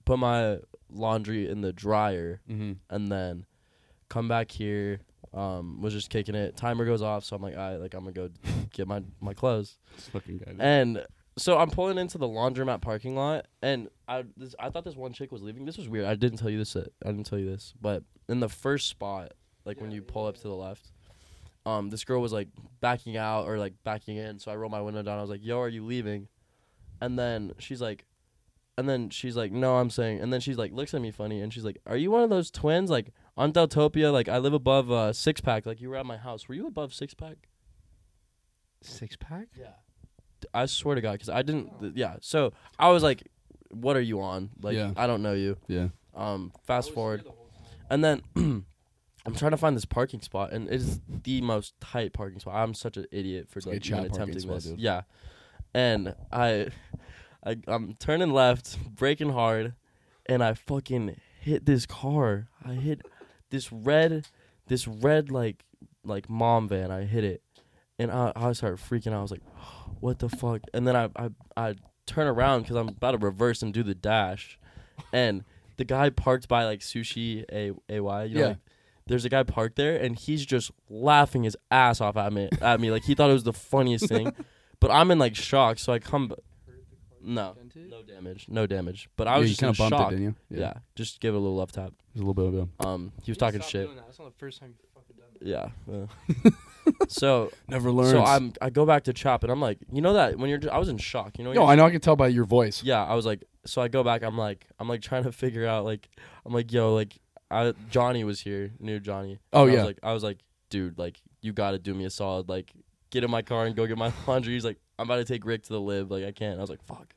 Speaker 2: put my laundry in the dryer
Speaker 1: Mm-hmm.
Speaker 2: and then come back here. Um, was just kicking it. Timer goes off, so I'm like, all right, like I'm gonna go get my my clothes.
Speaker 1: This fucking guy.
Speaker 2: And so I'm pulling into the laundromat parking lot, and I this, I thought this one chick was leaving. This was weird. I didn't tell you this. uh, I didn't tell you this, but in the first spot, like when you pull up to the left, um, this girl was like backing out or like backing in. So I rolled my window down. I was like, "Yo, are you leaving?" And then she's like, and then she's like, "No, I'm saying." And then she's like, looks at me funny, and she's like, "Are you one of those twins? Like on Deltopia? Like I live above uh, Six Pack. Like you were at my house. Were you above Six Pack?"
Speaker 3: Six pack?
Speaker 2: Yeah. I swear to God, because I didn't. th- yeah. So I was like, "What are you on? Like,
Speaker 1: Yeah.
Speaker 2: I don't know you."
Speaker 1: Yeah.
Speaker 2: Um. Fast forward, and then [CLEARS THROAT] I'm trying to find this parking spot, and it is the most tight parking spot. I'm such an idiot for
Speaker 1: like a
Speaker 2: like even
Speaker 1: chat parking
Speaker 2: attempting
Speaker 1: spot,
Speaker 2: this.
Speaker 1: dude.
Speaker 2: Yeah. And I, I, I'm turning left, braking hard, and I fucking hit this car. I hit this red, this red like like mom van. I hit it, and I I started freaking. out. I was like, [GASPS] what the fuck? And then I I, I turn around because I'm about to reverse and do the dash, and the guy parked by like sushi a a y. You know,
Speaker 1: Yeah.
Speaker 2: like, there's a guy parked there, and he's just laughing his ass off at me at me like he thought it was the
Speaker 1: [LAUGHS]
Speaker 2: funniest thing, but I'm in like shock. So I come. b- No, no damage, no damage. But I was
Speaker 1: yeah, you
Speaker 2: just kind of
Speaker 1: bumped
Speaker 2: shocked.
Speaker 1: it, didn't you?
Speaker 2: Yeah. just give it a little left tap.
Speaker 1: There's a little bit of a
Speaker 2: Um, he was talking shit.
Speaker 3: That's not the first time you fucking done
Speaker 2: Yeah. uh. [LAUGHS] so
Speaker 1: never learned.
Speaker 2: so [LAUGHS] I'm I go back to chop and I'm like, you know that when you're just, I was in shock. You know. when
Speaker 1: No,
Speaker 2: you're
Speaker 1: I know. I can tell by your voice.
Speaker 2: yeah, I was like, so I go back. I'm like, I'm like trying to figure out like, I'm like, yo, like, I, Johnny was here, knew Johnny.
Speaker 1: Oh,
Speaker 2: And I
Speaker 1: yeah.
Speaker 2: was like, I was like, dude, like, you gotta do me a solid, like, get in my car and go get my [LAUGHS] laundry. He's like, I'm about to take Rick to the lib, like, I can't. I was like, fuck.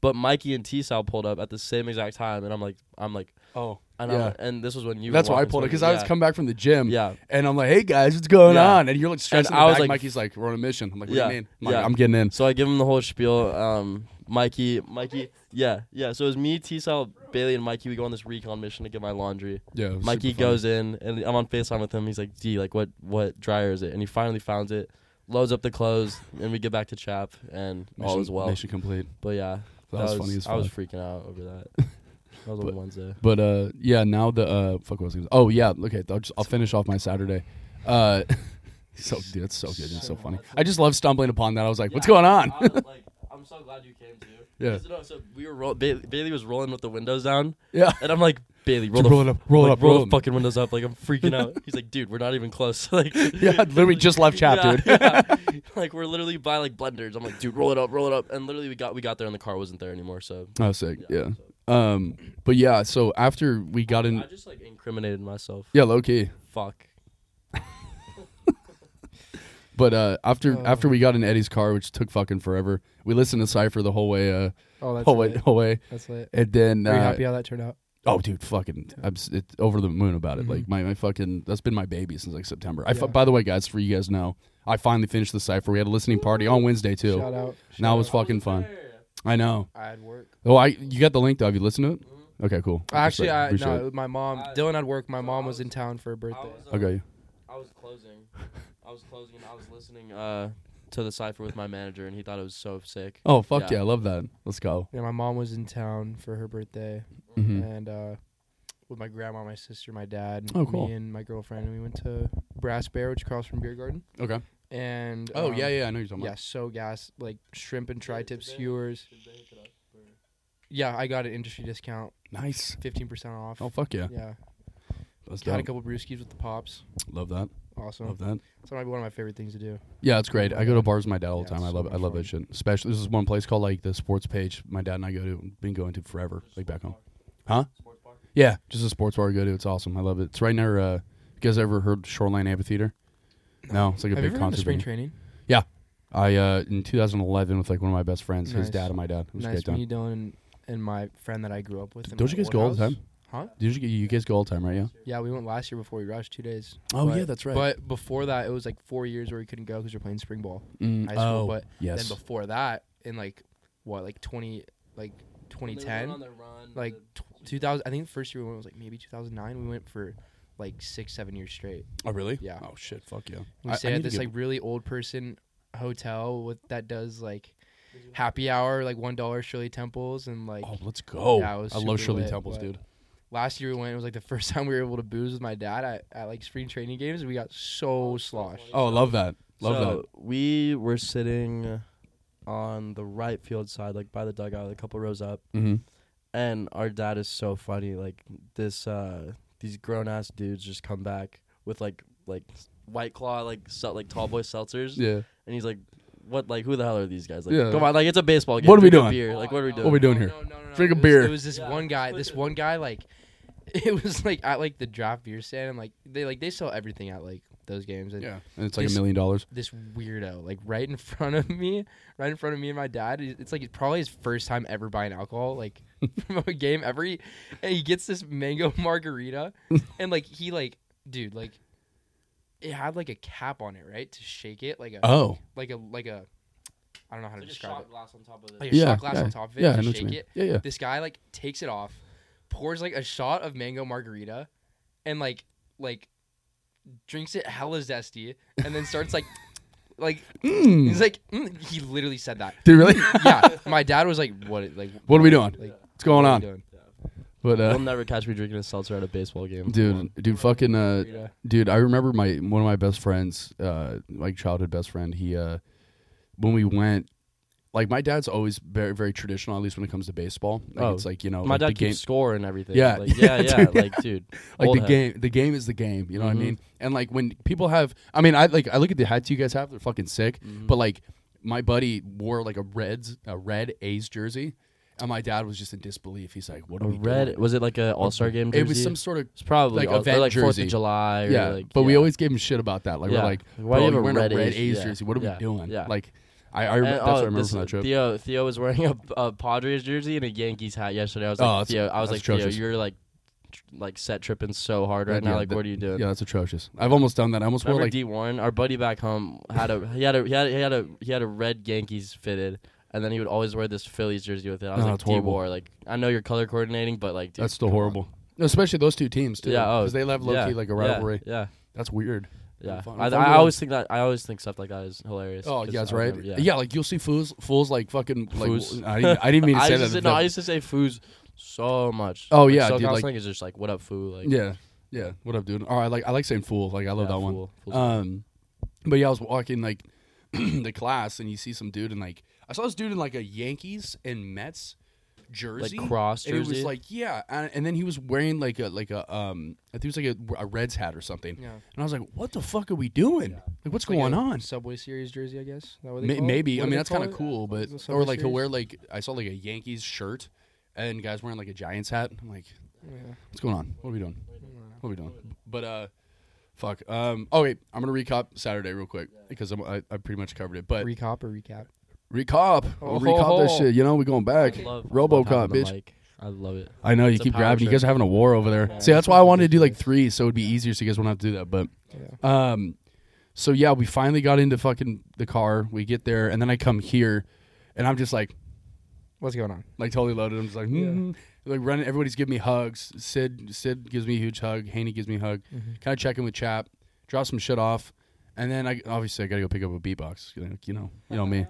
Speaker 2: But Mikey and T Sal pulled up at the same exact time, and I'm like, I'm like,
Speaker 3: Oh.
Speaker 2: and
Speaker 1: Yeah.
Speaker 2: I'm, and this was when you. were
Speaker 1: That's why I
Speaker 2: walking
Speaker 1: pulled it
Speaker 2: towards
Speaker 1: because
Speaker 2: me.
Speaker 1: I was
Speaker 2: Yeah.
Speaker 1: coming back from the gym.
Speaker 2: Yeah,
Speaker 1: And I'm like, hey guys, what's going
Speaker 2: Yeah.
Speaker 1: on? And you're like stressing.
Speaker 2: I
Speaker 1: I
Speaker 2: was
Speaker 1: was back.
Speaker 2: like-
Speaker 1: Mikey's like, we're on a mission. I'm like, what
Speaker 2: Yeah.
Speaker 1: do you mean? I'm like,
Speaker 2: Yeah.
Speaker 1: I'm getting in.
Speaker 2: So I give him the whole spiel. Um, Mikey, Mikey, yeah, yeah. So it was me, T Sal, Bailey, and Mikey. We go on this recon mission to get my laundry.
Speaker 1: Yeah. it was
Speaker 2: Mikey
Speaker 1: super fun.
Speaker 2: goes in, and I'm on Facetime with him. He's like, "D, like what what dryer is it?" And he finally found it, loads up the clothes, and we get back to chap, and all
Speaker 1: Mission-
Speaker 2: is well.
Speaker 1: Mission complete.
Speaker 2: But yeah,
Speaker 1: That, was, funny as
Speaker 2: I was
Speaker 1: fuck.
Speaker 2: freaking out
Speaker 1: [LAUGHS]
Speaker 2: over that. That was on
Speaker 1: But-
Speaker 2: Wednesday.
Speaker 1: But uh, yeah. Now the uh, fuck what was I gonna- oh yeah. Okay, I'll just I'll finish off my Saturday. Uh, [LAUGHS] so dude, that's so good and so funny. I just love stumbling upon that. I was like, what's going on? [LAUGHS]
Speaker 2: like, I'm so glad you came too.
Speaker 1: Yeah.
Speaker 2: 'Cause, you know, so we were roll- ba- Bailey was rolling with the windows down,
Speaker 1: yeah.
Speaker 2: and I'm like, Bailey, roll,
Speaker 1: Roll,
Speaker 2: the
Speaker 1: it up. Roll it
Speaker 2: like,
Speaker 1: up.
Speaker 2: roll,
Speaker 1: Roll
Speaker 2: the
Speaker 1: it up.
Speaker 2: fucking windows up. Like I'm freaking out. He's like, dude, we're not even close. [LAUGHS]
Speaker 1: [LAUGHS]
Speaker 2: like,
Speaker 1: Yeah, I literally just left chat,
Speaker 2: Yeah,
Speaker 1: dude. [LAUGHS]
Speaker 2: yeah. Like we're literally by like blenders. I'm like, dude, roll it up, roll it up. And literally we got we got there and the car wasn't there anymore. So
Speaker 1: Oh, sick. Yeah. Um, but yeah. So after we got in,
Speaker 2: I just like incriminated myself.
Speaker 1: yeah, low key.
Speaker 2: Fuck.
Speaker 1: But uh, after after we got in Eddie's car, which took fucking forever, we listened to Cipher the whole way, uh,
Speaker 3: Oh, that's
Speaker 1: whole way,
Speaker 3: lit.
Speaker 1: whole way,
Speaker 3: That's lit.
Speaker 1: and then
Speaker 3: Are you
Speaker 1: uh,
Speaker 3: happy how that turned out?
Speaker 1: oh, dude, fucking, I'm s- it's over the moon about it.
Speaker 3: Mhm.
Speaker 1: Like my, my fucking, that's been my baby since like September. I
Speaker 3: Yeah.
Speaker 1: fu- by the way, guys, for you guys know, I finally finished the Cipher. We had a listening party on Wednesday too.
Speaker 3: Shout out.
Speaker 1: And that was fucking fun. I know.
Speaker 3: I had work.
Speaker 1: Oh, I you got the link though. Have you listened to it? Okay, cool.
Speaker 3: Mm-hmm. Actually,
Speaker 1: Respect.
Speaker 3: I,
Speaker 1: Appreciate
Speaker 3: no,
Speaker 1: it.
Speaker 3: it was my mom.
Speaker 2: I-
Speaker 3: Dylan had work. My
Speaker 2: so
Speaker 3: mom
Speaker 2: I
Speaker 3: was uh,
Speaker 2: was- um,
Speaker 3: in town for her birthday.
Speaker 1: Okay.
Speaker 2: I was closing. I was closing and I was listening uh to the cipher with my manager and he thought it was so sick.
Speaker 1: Oh fuck yeah,
Speaker 2: Yeah.
Speaker 1: I love that. Let's go.
Speaker 3: Yeah, my mom was in town for her birthday,
Speaker 1: Mhm.
Speaker 3: and uh, with my grandma, my sister, my dad,
Speaker 1: Oh, cool.
Speaker 3: me, and my girlfriend, and we went to Brass Bear, which across from Beer Garden.
Speaker 1: Okay.
Speaker 3: And
Speaker 1: Oh
Speaker 3: um,
Speaker 1: yeah, yeah, I know you're talking
Speaker 3: yeah,
Speaker 1: about.
Speaker 3: so gas like shrimp and tri-tip
Speaker 2: it's a bit-
Speaker 3: skewers. Yeah, I got an industry discount,
Speaker 1: Nice.
Speaker 3: fifteen percent off.
Speaker 1: Oh fuck yeah.
Speaker 3: yeah,
Speaker 1: That's
Speaker 3: had a
Speaker 1: dope.
Speaker 3: couple brewskis with the pops.
Speaker 1: Love that.
Speaker 3: Awesome.
Speaker 1: Love that.
Speaker 3: It's might be one of my favorite things to do.
Speaker 1: Yeah, it's great. I go to bars with my dad all the
Speaker 3: Yeah,
Speaker 1: time. I
Speaker 3: so
Speaker 1: love I
Speaker 3: much
Speaker 1: love
Speaker 3: fun.
Speaker 1: that shit. Especially this is one place called like the sports page. My dad and I go to been going to forever, like back home. Huh? Yeah, just a sports bar I go to. It's awesome. I love it. It's right near. Uh, you guys ever heard Shoreline Amphitheater? No, it's like a
Speaker 3: Have you
Speaker 1: big
Speaker 3: ever been to
Speaker 1: concert.
Speaker 3: spring
Speaker 1: venue.
Speaker 3: training?
Speaker 1: I uh, in 2011 with like one of my best friends, his
Speaker 3: Nice.
Speaker 1: dad and my dad. It was a
Speaker 3: nice.
Speaker 1: great time.
Speaker 3: Me, Dylan, and, and my friend that I grew up with. in
Speaker 1: Don't
Speaker 3: my
Speaker 1: you guys
Speaker 3: old
Speaker 1: go all the
Speaker 3: house.
Speaker 1: time?
Speaker 3: Huh?
Speaker 1: Did you you guys go all the time, right? Yeah.
Speaker 3: Yeah, we went last year before we rushed two days.
Speaker 1: Oh
Speaker 3: But-
Speaker 1: yeah, that's right.
Speaker 3: But before that, it was like four years where we couldn't go because we were playing spring ball.
Speaker 1: Mm,
Speaker 3: high school,
Speaker 1: oh
Speaker 3: but
Speaker 1: yes.
Speaker 3: Then before that, in like what, like twenty, like twenty ten, like tw- two thousand. I think the first year we went was like maybe two thousand nine. We went for like six, seven years straight.
Speaker 1: Oh really?
Speaker 3: Yeah.
Speaker 1: Oh shit. Fuck yeah.
Speaker 3: We
Speaker 1: I- I
Speaker 3: stayed
Speaker 1: need
Speaker 3: at
Speaker 1: to
Speaker 3: this
Speaker 1: get-
Speaker 3: like really old person hotel with that does like happy hour, like one dollar Shirley Temples, and like
Speaker 1: oh, let's go.
Speaker 3: Yeah, it was
Speaker 1: I love
Speaker 3: super
Speaker 1: Shirley
Speaker 3: lit,
Speaker 1: Temples,
Speaker 3: but-
Speaker 1: dude.
Speaker 3: last year we went. It was like the [LAUGHS] first time we were able to booze with my dad at, at like spring training games. and We got so sloshed.
Speaker 1: Oh, love that. Love
Speaker 2: so We were sitting on the right field side, like by the dugout, a couple rows up,
Speaker 1: that. Mm-hmm.
Speaker 2: and our dad is so funny. Like this, uh, these grown ass dudes just come back with like like white claw, like sel- like tall boy seltzers,
Speaker 1: Yeah.
Speaker 2: and he's like, "What? Like who the hell are these guys? Like,
Speaker 1: Yeah.
Speaker 2: come on, like it's a baseball game.
Speaker 1: What are we
Speaker 2: drink
Speaker 1: doing?
Speaker 2: a Beer. Like what are we doing?
Speaker 1: What are we doing here?
Speaker 3: Oh, No, no, no, no.
Speaker 1: Drink a
Speaker 3: It was-
Speaker 1: beer.
Speaker 3: It was this one guy. This one guy like. [LAUGHS] It was like at like the draft beer stand, and like they like they sell everything at like those games. And
Speaker 1: Yeah. And it's like a
Speaker 3: This-
Speaker 1: million dollars.
Speaker 3: this weirdo like right in [LAUGHS] front of me, right in front of me and my dad. It- It's like it's probably his first time ever buying alcohol, like [LAUGHS] from a game ever. He- And he gets this mango [LAUGHS] margarita, and like he like dude like it had like a cap on it, right, to shake it like a
Speaker 1: Oh.
Speaker 3: like a like a I don't know how to describe it,
Speaker 2: glass on top of
Speaker 3: like a
Speaker 1: Yeah.
Speaker 3: shot glass
Speaker 1: yeah.
Speaker 3: on top of it
Speaker 1: yeah. I
Speaker 3: to
Speaker 1: know what
Speaker 3: shake
Speaker 1: you mean.
Speaker 3: it.
Speaker 1: Yeah. Yeah. [LAUGHS]
Speaker 3: This guy like takes it off, pours like a shot of mango margarita, and like like drinks it hella zesty, and then starts
Speaker 1: [LAUGHS]
Speaker 3: like like
Speaker 1: Mm.
Speaker 3: he's like mm, he literally said that.
Speaker 1: Dude,
Speaker 3: [LAUGHS]
Speaker 1: really? [LAUGHS]
Speaker 3: Yeah, my dad was like, "What? i- Like,
Speaker 1: What are we doing?
Speaker 3: Like,
Speaker 1: What's going
Speaker 3: what are you
Speaker 1: on?
Speaker 3: doing?
Speaker 1: But uh,
Speaker 2: You'll never catch me drinking a seltzer at a baseball game,
Speaker 1: dude, dude, fucking uh,
Speaker 3: Margarita.
Speaker 1: dude. I remember my one of my best friends, uh, like childhood best friend. He uh, when we went. Like my dad's always very very traditional, at least when it comes to baseball. Like
Speaker 2: Oh.
Speaker 1: it's like you know,
Speaker 2: My
Speaker 1: like
Speaker 2: dad
Speaker 1: the
Speaker 2: keeps
Speaker 1: game,
Speaker 2: score and everything.
Speaker 1: Yeah.
Speaker 2: like,
Speaker 1: Yeah,
Speaker 2: yeah,
Speaker 1: [LAUGHS]
Speaker 2: yeah.
Speaker 1: dude, yeah.
Speaker 2: Like, dude,
Speaker 1: like
Speaker 2: old
Speaker 1: the
Speaker 2: head.
Speaker 1: game the game is the game you know
Speaker 2: Mhm.
Speaker 1: what i mean and like when people have i mean i like i look at the hats you guys have they're fucking sick
Speaker 2: Mm-hmm.
Speaker 1: but like my buddy wore like a reds a red a's jersey and my dad was just in disbelief he's like what
Speaker 2: A
Speaker 1: are we
Speaker 2: red?
Speaker 1: doing?
Speaker 2: Was it like an All Star game? Jersey?
Speaker 1: it was some sort of
Speaker 2: It's probably
Speaker 1: like,
Speaker 2: all,
Speaker 1: event
Speaker 2: or like Fourth
Speaker 1: jersey.
Speaker 2: of July. Or
Speaker 1: yeah
Speaker 2: like,
Speaker 1: but we
Speaker 2: yeah.
Speaker 1: always gave him shit about that like
Speaker 2: Yeah.
Speaker 1: we're like
Speaker 2: Why do you have
Speaker 1: Bro,
Speaker 2: a
Speaker 1: you wearing
Speaker 2: red
Speaker 1: a red
Speaker 2: A's?
Speaker 1: a's
Speaker 2: Yeah.
Speaker 1: jersey what are
Speaker 2: Yeah.
Speaker 1: we doing
Speaker 2: Yeah.
Speaker 1: like i, I rem-
Speaker 2: And,
Speaker 1: that's
Speaker 2: oh,
Speaker 1: what i remember
Speaker 2: this-
Speaker 1: from that trip
Speaker 2: Theo Theo was wearing [LAUGHS] a, a Padres jersey and a Yankees hat yesterday. I was
Speaker 1: Oh,
Speaker 2: like,
Speaker 1: that's-
Speaker 2: Theo, I was
Speaker 1: that's
Speaker 2: like,
Speaker 1: atrocious.
Speaker 2: Theo, you're like, tr- like set tripping so hard right
Speaker 1: Yeah,
Speaker 2: now.
Speaker 1: yeah,
Speaker 2: Like,
Speaker 1: that-
Speaker 2: what are you doing?
Speaker 1: yeah that's atrocious i've almost done that i almost wore
Speaker 2: Remember
Speaker 1: like
Speaker 2: D Warren, our buddy back home, had a he had a he had a, he had a he had a red Yankees fitted, and then he would always wear this Phillies jersey with it. I was
Speaker 1: No,
Speaker 2: like,
Speaker 1: it's
Speaker 2: D
Speaker 1: Oh, horrible.
Speaker 2: War, like I know you're color coordinating, but like, dude,
Speaker 1: that's still
Speaker 2: come on."
Speaker 1: horrible especially those two teams too
Speaker 2: Yeah, oh,
Speaker 1: because they have low
Speaker 2: yeah,
Speaker 1: key like a
Speaker 2: yeah,
Speaker 1: rivalry
Speaker 2: Yeah,
Speaker 1: that's weird
Speaker 2: yeah.
Speaker 1: Fun-
Speaker 2: I,
Speaker 1: fun
Speaker 2: I
Speaker 1: little-
Speaker 2: always think that I always think stuff like that is hilarious.
Speaker 1: Oh
Speaker 2: 'cause
Speaker 1: yeah, that's
Speaker 2: I
Speaker 1: right.
Speaker 2: remember-
Speaker 1: yeah. like you'll see fools, fools like fucking like.
Speaker 2: Foos.
Speaker 1: I, didn't, I didn't mean to
Speaker 2: [LAUGHS] I
Speaker 1: say
Speaker 2: used
Speaker 1: that.
Speaker 2: to, no, I used to say foos so much.
Speaker 1: Oh,
Speaker 2: Like,
Speaker 1: yeah,
Speaker 2: so
Speaker 1: dude, like-
Speaker 2: Gosling is just like, what up, foo? Like,
Speaker 1: yeah, yeah. What up, dude? Oh, I like I like saying fool. Like I love
Speaker 2: yeah,
Speaker 1: that one.
Speaker 2: fool, fool's
Speaker 1: Um, but yeah, I was walking like [CLEARS THROAT] the class, and you see some dude, and like I saw this dude in like a Yankees and Mets jersey,
Speaker 2: cross
Speaker 1: and it was
Speaker 2: jersey?
Speaker 1: like yeah, and, and then he was wearing like a like a um, I think it was like a, a Reds hat or something,
Speaker 3: Yeah.
Speaker 1: and I was like, what the fuck are we doing? Like what's
Speaker 3: Like
Speaker 1: going
Speaker 3: a
Speaker 1: on?
Speaker 3: Subway Series jersey, I guess. Is that what they
Speaker 1: May
Speaker 3: call it?
Speaker 1: maybe.
Speaker 3: What
Speaker 1: I mean,
Speaker 3: do they
Speaker 1: that's
Speaker 3: call
Speaker 1: kind of
Speaker 3: it?
Speaker 1: cool, but
Speaker 3: Is it
Speaker 1: or
Speaker 3: Subway
Speaker 1: like he'll
Speaker 3: Series?
Speaker 1: wear like I saw like a Yankees shirt, and guys wearing like a Giants hat. I'm like,
Speaker 3: Yeah.
Speaker 1: what's going on? What are we doing? What are we doing? But uh, fuck. Um. Oh wait, I'm gonna recap Saturday real quick because I'm, I I pretty much covered it. But
Speaker 3: Recop or recap?
Speaker 1: recap,
Speaker 3: Oh,
Speaker 1: recap that
Speaker 3: ho, ho.
Speaker 1: shit. You know we going back.
Speaker 2: I love- I love
Speaker 1: RoboCop,
Speaker 2: having the
Speaker 1: bitch.
Speaker 2: mic. I love it.
Speaker 1: I know you
Speaker 2: It's a
Speaker 1: keep
Speaker 2: power
Speaker 1: grabbing. You
Speaker 2: trip.
Speaker 1: guys are having a war over there. See, that's why I wanted to do like three, so it'd be easier, so you guys wouldn't have to do that. But
Speaker 3: Yeah.
Speaker 1: um, so yeah, we finally got into fucking the car. We get there, and then I come here, and I'm just like.
Speaker 3: What's going on?
Speaker 1: like totally loaded. I'm just like, "Mm." like running. Everybody's giving me hugs. Sid, Sid gives me a huge hug. Haney gives me a hug.
Speaker 3: Mm-hmm.
Speaker 1: Kind of check in with Chap, drop some shit off, and then I obviously I gotta go pick up a beatbox. You know, you know, you know me.
Speaker 3: when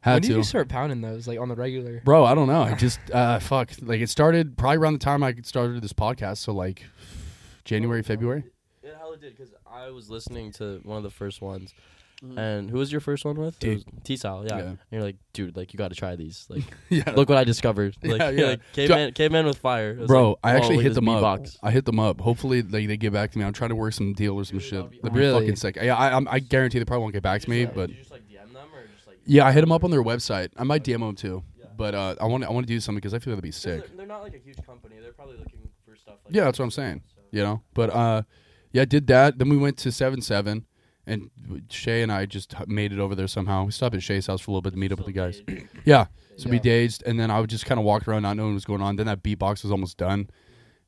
Speaker 1: Had
Speaker 3: did
Speaker 1: to,
Speaker 3: you start pounding those like on the regular?
Speaker 1: bro. I don't know. I just uh, fuck. Like it started probably around the time I started this podcast. So like January,
Speaker 3: [LAUGHS]
Speaker 1: February.
Speaker 2: It hella did because I was listening to one of the first ones, and who was your first one with?
Speaker 1: T.
Speaker 2: T Sal, yeah.
Speaker 1: Yeah.
Speaker 2: And you're like, dude, like you got to
Speaker 1: [LAUGHS]
Speaker 2: try these. Like,
Speaker 1: Yeah.
Speaker 2: look what I discovered. Like, [LAUGHS]
Speaker 1: Yeah, yeah.
Speaker 2: like came in, came in with fire. It was
Speaker 1: Bro,
Speaker 2: like,
Speaker 1: I
Speaker 2: "Whoa,
Speaker 1: actually
Speaker 2: look at
Speaker 1: hit
Speaker 2: this
Speaker 1: them up.
Speaker 2: beatbox."
Speaker 1: I hit them up. Hopefully, they, they get back to me. I'm trying to work some deal or some shit. That'd be,
Speaker 3: Really?
Speaker 1: fucking sick. Yeah, I, I'm- I guarantee they probably won't get back to me, but
Speaker 2: you just like DM them or just like?
Speaker 1: Yeah, I hit them up on their website. I might DM them too, but uh, I want I want to do something because I feel that'd be sick.
Speaker 2: They're not like a huge company. They're probably looking for stuff. like
Speaker 1: Yeah, that's what I'm saying. You know, but uh, yeah, I did that. Then we went to Seven Seven, and Shay and I just h- made it over there somehow. We stopped at Shay's house for a little bit to meet up with the guys.
Speaker 2: [CLEARS THROAT]
Speaker 1: yeah, so we
Speaker 3: Yeah.
Speaker 1: dazed, and then I would just kind of walk around, not knowing what was going on. Then that beatbox was almost done,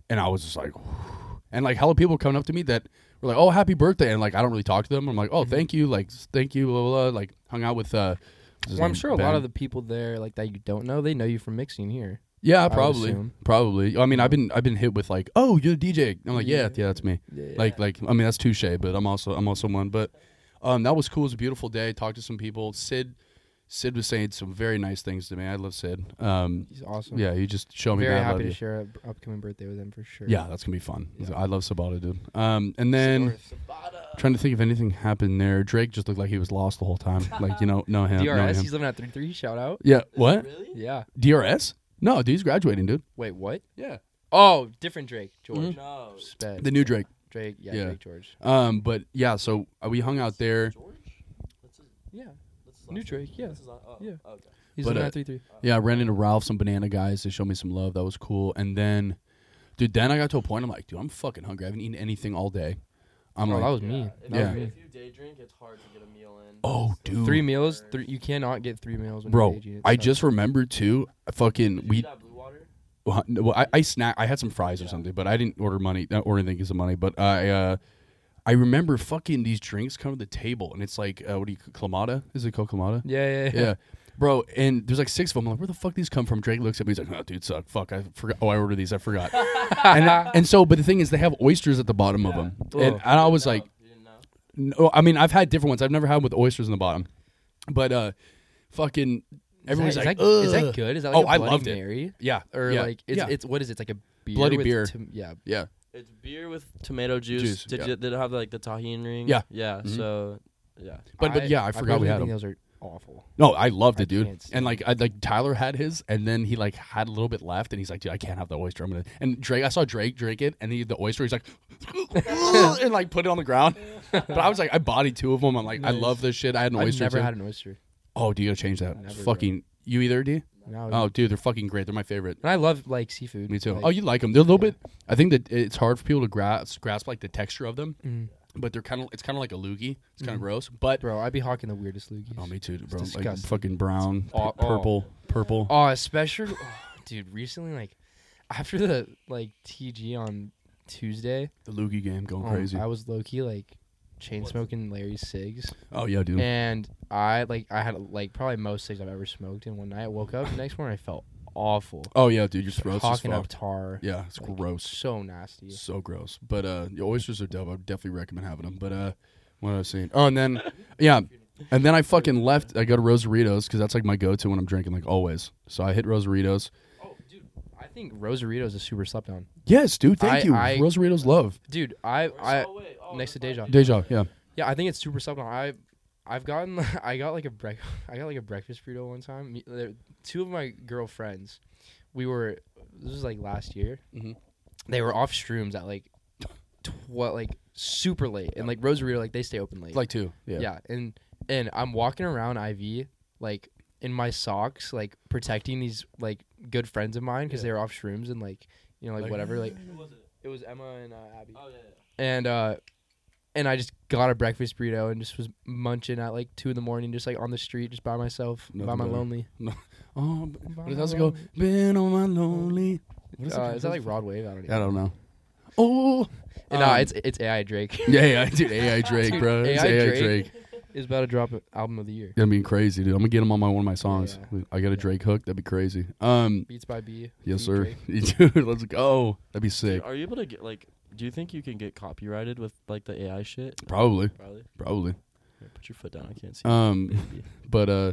Speaker 1: and I was just like, [SIGHS] and like hella people coming up to me that were like, "Oh, happy birthday!" and like I don't really talk to them. I'm like,
Speaker 3: Mm-hmm.
Speaker 1: "Oh, thank you, like s- thank you, blah blah." blah. Like hung out with. uh what's his
Speaker 3: Well, I'm
Speaker 1: name?
Speaker 3: sure a
Speaker 1: Ben.
Speaker 3: lot of the people there, like that you don't know, they know you from mixing here.
Speaker 1: Yeah,
Speaker 3: would
Speaker 1: probably,
Speaker 3: assume.
Speaker 1: probably. I mean, I've been I've been hit with like, oh, you're the DJ. I'm like, yeah, yeah, that's me. Like, like, I mean, that's touche, but I'm also I'm also one. But um, that was cool. It was a beautiful day. Talked to some people. Sid, Sid was saying some very nice things to me. I love Sid. Um,
Speaker 3: He's awesome.
Speaker 1: yeah, he just showed me.
Speaker 3: Very
Speaker 1: that I love
Speaker 3: happy to
Speaker 1: you.
Speaker 3: share an upcoming birthday with him for sure.
Speaker 1: Yeah, that's gonna be fun. I love Sabata, dude. Um, and then
Speaker 2: Sabata.
Speaker 1: trying to think if anything happened there. Drake just looked like he was lost the whole
Speaker 3: [LAUGHS]
Speaker 1: time. Like you know, no him, no
Speaker 3: DRS,
Speaker 1: him.
Speaker 3: he's living at 33. Shout out.
Speaker 1: yeah, what?
Speaker 2: Really?
Speaker 3: Yeah.
Speaker 1: DRS? No, dude's graduating, dude.
Speaker 3: Wait, what?
Speaker 1: Yeah,
Speaker 3: Oh, different Drake. George.
Speaker 2: No.
Speaker 3: Sped.
Speaker 1: the new Drake.
Speaker 3: Drake. Yeah,
Speaker 1: Mm-hmm. Yeah.
Speaker 3: Drake George.
Speaker 1: Um, but yeah, so uh, we hung out there.
Speaker 2: George? What's his,
Speaker 3: Yeah.
Speaker 2: what's his
Speaker 3: New
Speaker 2: last name?
Speaker 3: Drake. Yeah.
Speaker 2: What's his la- oh,
Speaker 3: Yeah.
Speaker 2: Okay.
Speaker 3: He's
Speaker 1: But,
Speaker 3: living
Speaker 1: uh,
Speaker 3: at 33.
Speaker 1: Yeah, I ran into Ralph, some banana guys. They showed me some love. That was cool. And then, dude, then I got to a point. I'm like, dude, I'm fucking hungry. I haven't eaten anything all day. I'm
Speaker 3: Oh,
Speaker 1: like,
Speaker 3: that was me.
Speaker 2: If,
Speaker 1: Yeah.
Speaker 2: You, if you day drink, it's hard to get a meal in.
Speaker 1: Oh,
Speaker 2: It's the
Speaker 1: dude.
Speaker 3: Three
Speaker 1: Ooh.
Speaker 3: meals. Three. You cannot get three meals. When
Speaker 1: bro,
Speaker 3: You're aging. It
Speaker 1: I
Speaker 3: sucks.
Speaker 1: just remembered too. I Fucking
Speaker 2: Did you
Speaker 1: we.
Speaker 2: do that blue water?
Speaker 1: Well, no, well, I, I snack. I had some fries or something, but I didn't order money not order anything because of money. But I, uh, I remember fucking these drinks come to the table, and it's like, uh, what do you clamata? Is it called clamata?
Speaker 3: Yeah, yeah,
Speaker 1: [LAUGHS]
Speaker 3: yeah.
Speaker 1: yeah. Bro, and there's like six of them. I'm like, where the fuck these come from? Drake looks at me. He's like, oh, dude, suck. Fuck, I forgot. Oh, I ordered these. I
Speaker 3: [LAUGHS]
Speaker 1: forgot. and, and so, but the thing is, they have oysters at the bottom of them.
Speaker 3: Ugh.
Speaker 1: And, and I was
Speaker 3: Oh.
Speaker 2: No,
Speaker 1: like,
Speaker 2: you didn't know.
Speaker 1: no, I mean, I've had different ones. I've never had them with oysters in the bottom. But uh, fucking, everyone's
Speaker 3: is that,
Speaker 1: like,
Speaker 3: is that, is that
Speaker 1: "Ugh."
Speaker 3: good? Is that
Speaker 1: Oh,
Speaker 3: like a
Speaker 1: I
Speaker 3: Bloody
Speaker 1: loved it.
Speaker 3: Mary?
Speaker 1: Yeah.
Speaker 3: Or
Speaker 1: yeah,
Speaker 3: like it's
Speaker 1: yeah,
Speaker 3: it's what is it? It's like a beer
Speaker 1: Bloody
Speaker 3: with
Speaker 1: beer.
Speaker 3: tom- yeah.
Speaker 1: yeah.
Speaker 2: It's beer with tomato juice.
Speaker 1: Juice,
Speaker 2: did,
Speaker 1: yeah.
Speaker 2: you, did it have like the tahini ring?
Speaker 1: Yeah.
Speaker 2: Yeah.
Speaker 1: Mhm.
Speaker 2: So, yeah.
Speaker 1: But, but yeah, I forgot we
Speaker 3: personally
Speaker 1: had them.
Speaker 3: think Those are awful.
Speaker 1: No, I loved
Speaker 3: I
Speaker 1: it, dude.
Speaker 3: can't
Speaker 1: And
Speaker 3: stand
Speaker 1: like, I, like Tyler had his, and then he like had a little bit left, and he's like, "Dude, I can't have the oyster." I'm gonna. And Drake, I saw Drake drink it, and he had the oyster. He's like, [LAUGHS] and like put it on the ground. [LAUGHS] But I was like, I bodied two of them. I'm like, I love this shit. I had an
Speaker 3: I've
Speaker 1: oyster.
Speaker 3: never
Speaker 1: too.
Speaker 3: had an oyster.
Speaker 1: oh, do you gotta change that?
Speaker 3: Never, bro.
Speaker 1: fucking you either, D?
Speaker 3: No.
Speaker 1: Oh, dude, they're fucking great. They're my favorite.
Speaker 3: and I love like seafood.
Speaker 1: Me too.
Speaker 3: Like,
Speaker 1: oh, you like them? They're a little bit. I think that it's hard for people to grasp grasp like the texture of them,
Speaker 3: Mm.
Speaker 1: but they're kind of it's kind of like a loogie. It's kind of gross, but
Speaker 3: bro, I'd be hawking the weirdest loogies.
Speaker 1: oh, me too, bro. Like
Speaker 3: disgusting.
Speaker 1: fucking brown,
Speaker 3: Aw-
Speaker 1: pu- purple, purple.
Speaker 3: Oh, especially, oh, dude. Recently, like after the like TG on Tuesday,
Speaker 1: The loogie game going
Speaker 3: um,
Speaker 1: crazy.
Speaker 3: I was low key like chain smoking Larry's cigs,
Speaker 1: Oh yeah, dude.
Speaker 3: and I like I had like probably most cigs I've ever smoked. And one night I woke up, the next morning I felt awful,
Speaker 1: Oh yeah, dude. Your throat's just
Speaker 3: hawking up
Speaker 1: fucked.
Speaker 3: tar.
Speaker 1: Yeah, it's
Speaker 3: Like,
Speaker 1: gross.
Speaker 3: So nasty.
Speaker 1: So gross. But uh, the oysters are dope. I would definitely recommend having them. But uh, what I was saying. Oh, and
Speaker 3: [LAUGHS]
Speaker 1: then yeah, and then I fucking left. I go to Rosaritos because that's like my go-to when I'm drinking, like always. So I hit Rosaritos.
Speaker 3: Oh, dude, I think Rosarito is a super slept on.
Speaker 1: Yes, dude. Thank
Speaker 3: I-
Speaker 1: you.
Speaker 3: I-
Speaker 1: Rosaritos love.
Speaker 3: Dude, I I
Speaker 2: oh, wait. Oh,
Speaker 3: next to
Speaker 2: that's
Speaker 3: Deja.
Speaker 2: fine.
Speaker 1: Deja. Yeah.
Speaker 3: Yeah, I think it's super supplement. I I've gotten [LAUGHS] I got like a break I got like a breakfast burrito one time. Me- there- Two of my girlfriends, we were this was like last year.
Speaker 1: Mhm.
Speaker 3: They were off shrooms at like what like super late and like Rosarito like they stay open late.
Speaker 1: Like two. Yeah.
Speaker 3: yeah, and and I'm walking around IV like in my socks like protecting these like good friends of mine because they were off shrooms and like you know like,
Speaker 1: Like-
Speaker 3: whatever like
Speaker 2: Who was it?
Speaker 3: it was Emma and uh, Abby
Speaker 2: Oh, yeah. yeah.
Speaker 3: and uh and I just got a breakfast burrito and just was munching at like two in the morning, just like on the street, just by myself,
Speaker 1: Nothing
Speaker 3: by my
Speaker 1: better.
Speaker 3: lonely.
Speaker 1: Oh, b-
Speaker 3: By
Speaker 1: what does that
Speaker 3: my
Speaker 1: go?
Speaker 3: lonely.
Speaker 1: Been on my lonely. What
Speaker 3: Uh,
Speaker 1: it?
Speaker 3: is that like Rod Wave? I don't
Speaker 1: I
Speaker 3: know.
Speaker 1: don't know. Oh.
Speaker 3: no,
Speaker 1: Um,
Speaker 3: it's it's AI Drake.
Speaker 1: [LAUGHS]
Speaker 3: [LAUGHS]
Speaker 1: yeah, yeah, dude. AI Drake,
Speaker 3: Dude,
Speaker 1: bro. It's
Speaker 3: AI
Speaker 1: AI
Speaker 3: Drake.
Speaker 1: Drake.
Speaker 3: Is about to drop an album of the year.
Speaker 1: I mean, crazy, dude. I'm gonna get him on my one of my songs.
Speaker 3: Yeah.
Speaker 1: I got a Drake hook. That'd be crazy. Um,
Speaker 3: Beats by B.
Speaker 1: yes,
Speaker 3: feat
Speaker 1: sir. [LAUGHS]
Speaker 3: Drake.
Speaker 1: dude, let's go. That'd be sick.
Speaker 2: Dude, are you able to get, like, do you think you can get copyrighted with, like, the AI shit?
Speaker 1: Probably,
Speaker 2: Probably.
Speaker 1: probably.
Speaker 2: Here, put your foot down. I can't see. [LAUGHS]
Speaker 1: Um,
Speaker 2: Maybe.
Speaker 1: but uh,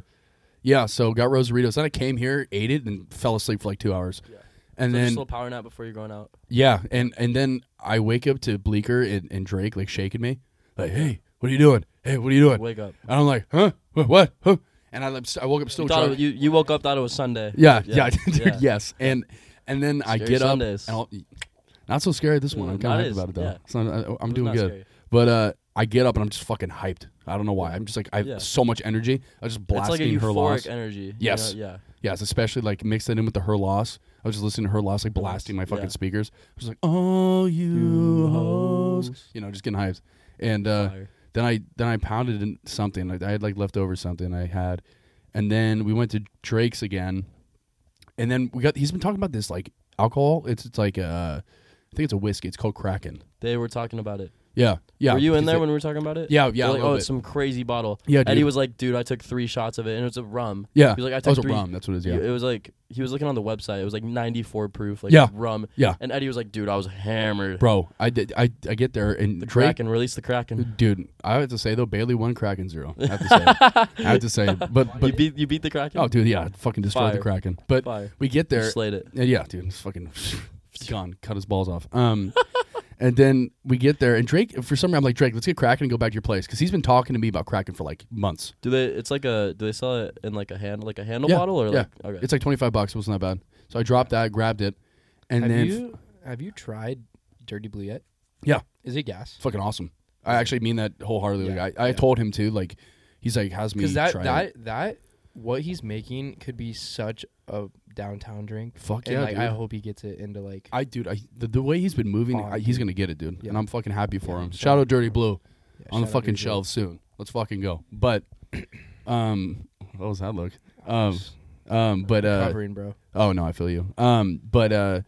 Speaker 1: yeah. So got Rosaritos. Then I came here, ate it, and fell asleep for like two hours.
Speaker 2: Yeah.
Speaker 1: And
Speaker 2: so just a
Speaker 1: then
Speaker 2: little power nap before you're going out.
Speaker 1: yeah, and and then I wake up to Bleecker and, and Drake like shaking me, like, hey, what are you doing? Hey, what are you doing?
Speaker 2: Wake up.
Speaker 1: And I'm like, huh? What? what? Huh? And I, I woke up
Speaker 2: You,
Speaker 1: still
Speaker 2: thought it
Speaker 1: drunk.
Speaker 2: was- you, you woke up, thought it was Sunday.
Speaker 1: Yeah, yeah, [LAUGHS]
Speaker 2: Yeah,
Speaker 1: dude,
Speaker 2: yeah.
Speaker 1: yes. And and then I
Speaker 2: Scary
Speaker 1: get up.
Speaker 2: Sundays.
Speaker 1: and I'll- not so scary this one.
Speaker 2: Mm,
Speaker 1: I'm kind
Speaker 2: not
Speaker 1: of hyped
Speaker 2: as-
Speaker 1: about it though.
Speaker 2: yeah.
Speaker 1: It's not- I, am
Speaker 2: was
Speaker 1: doing
Speaker 2: not
Speaker 1: good.
Speaker 2: scary.
Speaker 1: But uh, I get up and I'm just fucking hyped. I don't know why. I'm just like I have
Speaker 2: Yeah.
Speaker 1: so much energy. I was just
Speaker 2: It's like a
Speaker 1: blasting her loss.
Speaker 2: euphoric energy. you
Speaker 1: Yes.
Speaker 2: know? Yeah.
Speaker 1: yes, especially like mix that in with the her loss. I was just listening to her loss, like blasting my fucking
Speaker 2: Yeah.
Speaker 1: speakers. I was like, oh you
Speaker 2: You
Speaker 1: hoes,
Speaker 2: hoes.
Speaker 1: you know, just getting hyped. And uh,
Speaker 2: Fire.
Speaker 1: then I then I pounded in something. Like I had like leftover something I had, and then we went to Drake's again, and then we got. He's been talking about this like alcohol. It's it's like uh, I think it's a whiskey. It's called Kraken.
Speaker 2: They were talking about it.
Speaker 1: Yeah, yeah.
Speaker 2: were you in
Speaker 1: because
Speaker 2: there
Speaker 1: it-
Speaker 2: when we were talking about it?
Speaker 1: Yeah, yeah, a
Speaker 2: You're Like,
Speaker 1: little
Speaker 2: oh,
Speaker 1: bit.
Speaker 2: it's some crazy bottle.
Speaker 1: Yeah,
Speaker 2: Eddie
Speaker 1: dude.
Speaker 2: was like, dude, I took three shots of it, and it was a rum.
Speaker 1: Yeah,
Speaker 2: He was like, I
Speaker 1: that was
Speaker 2: took
Speaker 1: a
Speaker 2: three.
Speaker 1: rum. That's what it is. Yeah,
Speaker 2: It was like he was looking on the website. It was like 94 proof, like
Speaker 1: Yeah.
Speaker 2: rum.
Speaker 1: Yeah.
Speaker 2: And Eddie was like, dude, I was hammered.
Speaker 1: bro. I did. I, I get there and
Speaker 2: the
Speaker 1: Drake,
Speaker 2: Kraken, release the Kraken.
Speaker 1: dude. I have to say though, Bailey one Kraken zero. I have to
Speaker 3: [LAUGHS]
Speaker 1: say. I have to say, but
Speaker 2: you
Speaker 1: but
Speaker 2: beat you beat the Kraken.
Speaker 1: oh, dude, yeah, fucking destroyed the
Speaker 2: Fire.
Speaker 1: Kraken. But
Speaker 2: Fire.
Speaker 1: we get
Speaker 2: You
Speaker 1: there.
Speaker 2: slayed it.
Speaker 1: Yeah, yeah, dude, it's fucking gone. Cut his balls off. Um, [LAUGHS] and then we get there, and Drake. For some reason, I'm like Drake, let's get Kraken and go back to your place because he's been talking to me about Kraken for like months.
Speaker 2: Do they? It's like a. Do they sell it in like a hand, like a handle
Speaker 1: Yeah,
Speaker 2: bottle, or
Speaker 1: yeah,
Speaker 2: like? Okay.
Speaker 1: it's like 25 bucks. It wasn't that bad. So I dropped that, grabbed it, and
Speaker 3: have
Speaker 1: then
Speaker 3: you have you tried Dirty Blue yet?
Speaker 1: yeah,
Speaker 3: Is it gas?
Speaker 1: fucking awesome. I actually mean that wholeheartedly.
Speaker 3: Yeah,
Speaker 1: like I, I told him to like, he's like, how's me
Speaker 3: Because that
Speaker 1: try
Speaker 3: that
Speaker 1: it?
Speaker 3: that what he's making could be such a downtown drink.
Speaker 1: Fuck
Speaker 3: and
Speaker 1: yeah,
Speaker 3: like I
Speaker 1: dude.
Speaker 3: hope he gets it into like
Speaker 1: I dude, I, the, the way he's been moving,
Speaker 3: Oh,
Speaker 1: I, he's gonna get it, dude.
Speaker 3: Yeah.
Speaker 1: And I'm fucking happy for
Speaker 3: Yeah,
Speaker 1: him.
Speaker 3: shout
Speaker 1: Shout
Speaker 3: out
Speaker 1: out Dirty Blue
Speaker 3: yeah,
Speaker 1: on the
Speaker 3: shout out
Speaker 1: fucking
Speaker 3: Dirty Blue.
Speaker 1: shelves soon. Let's fucking go. But, [CLEARS THROAT] um, what was that look? Um,
Speaker 3: Just
Speaker 1: um, but uh,
Speaker 3: covering, bro.
Speaker 1: Oh no, I feel you. Um, but uh,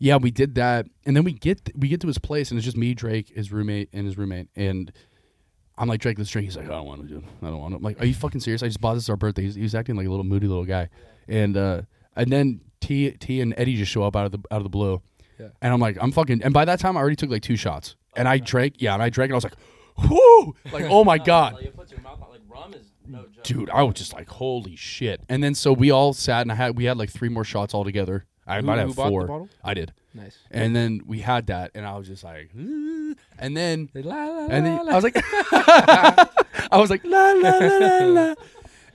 Speaker 1: yeah, we did that, and then we get we get to his place, and it's just me, Drake, his roommate, and his roommate, and I'm like, Drake, let's drink. He's like, I don't want to, dude. I don't want to. I'm like, are you fucking serious? I just bought this at our birthday. He's, he was acting like a little moody little guy, and uh, and then T T and Eddie just show up out of the out of the blue,
Speaker 3: Yeah.
Speaker 1: and I'm like, I'm fucking. And by that time, I already took like two shots, and I drank, yeah, and I drank, and I was like, whoo, like oh my god,
Speaker 2: it puts your mouth out like rum is no joke.
Speaker 1: dude, I was just like, holy shit. And then so we all sat and I had we had like three more shots all together. I might have
Speaker 3: who bought the
Speaker 1: four.
Speaker 3: bottle?
Speaker 1: I did.
Speaker 3: Nice.
Speaker 1: And then we had that, and I was just like, "Ooh." and then
Speaker 3: Like, la, la,
Speaker 1: and
Speaker 3: la,
Speaker 1: then
Speaker 3: la.
Speaker 1: I was like, [LAUGHS] I was like, la la la la la,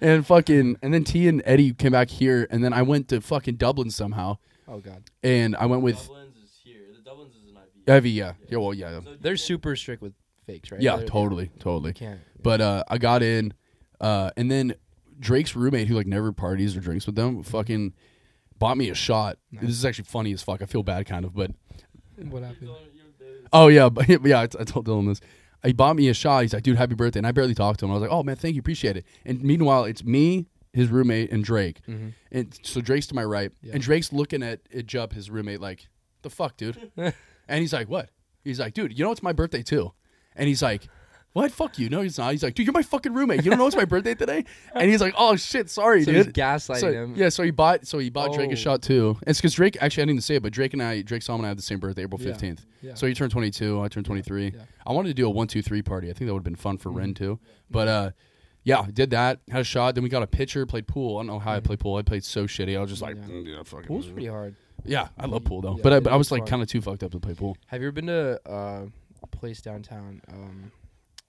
Speaker 1: and fucking, and then T and Eddie came back here, and then I went to fucking Dublin somehow,
Speaker 3: oh god,
Speaker 1: and I went with
Speaker 2: Dublin's is here. The Dublin's is an IV.
Speaker 1: Evie, yeah, yeah, well, yeah,
Speaker 3: they're super strict with fakes, right?
Speaker 1: yeah,
Speaker 3: They're-
Speaker 1: totally, totally.
Speaker 3: You can't.
Speaker 1: But uh, I got in, uh, and then Drake's roommate, who like never parties or drinks with them, fucking bought me a shot. This is actually funny as fuck. I feel bad, kind of, but
Speaker 3: What happened?
Speaker 1: [LAUGHS] oh yeah, but yeah, I, I told Dylan this. He bought me a shot. He's like, dude, happy birthday, and I barely talked to him. I was like, oh man, thank you, appreciate it. And meanwhile, it's me, his roommate, and Drake. And so Drake's to my right,
Speaker 3: Mm-hmm. Yeah.
Speaker 1: and Drake's looking at, at Jub, his roommate, like, the fuck,
Speaker 3: [LAUGHS]
Speaker 1: dude. And he's like, "What?" He's like, "Dude, you know it's my birthday too." And he's like, "What? Fuck you? No, he's not." He's like, "Dude, you're my fucking roommate. You don't know it's my birthday today." And he's like, "Oh shit, sorry,
Speaker 3: So
Speaker 1: dude."
Speaker 3: he's gaslighting
Speaker 1: So-
Speaker 3: him.
Speaker 1: Yeah, so he bought so he bought Drake
Speaker 3: Oh.
Speaker 1: a shot too. It's because Drake actually I didn't even say it, but Drake and I, Drake Solomon, and I had the same birthday, April
Speaker 3: Yeah.
Speaker 1: fifteenth.
Speaker 3: Yeah.
Speaker 1: So he turned twenty two. I turned twenty three.
Speaker 3: Yeah. Mm-hmm.
Speaker 1: I wanted to do a one two three party. I think that would have been fun for Ren too. But uh, yeah, did that. Had a shot. Then we got a pitcher. Played pool. I don't know how I played pool. I played so shitty. I was just like,
Speaker 3: Mm-hmm. Yeah.
Speaker 1: "Mm, yeah, fucking-
Speaker 3: Pool's pretty hard.
Speaker 1: yeah, I love pool though.
Speaker 3: Yeah,
Speaker 1: but I,
Speaker 3: it
Speaker 1: but I
Speaker 3: is
Speaker 1: was like
Speaker 3: fun.
Speaker 1: kind of too fucked up to play pool.
Speaker 3: Have you ever been to uh, a place downtown? Um,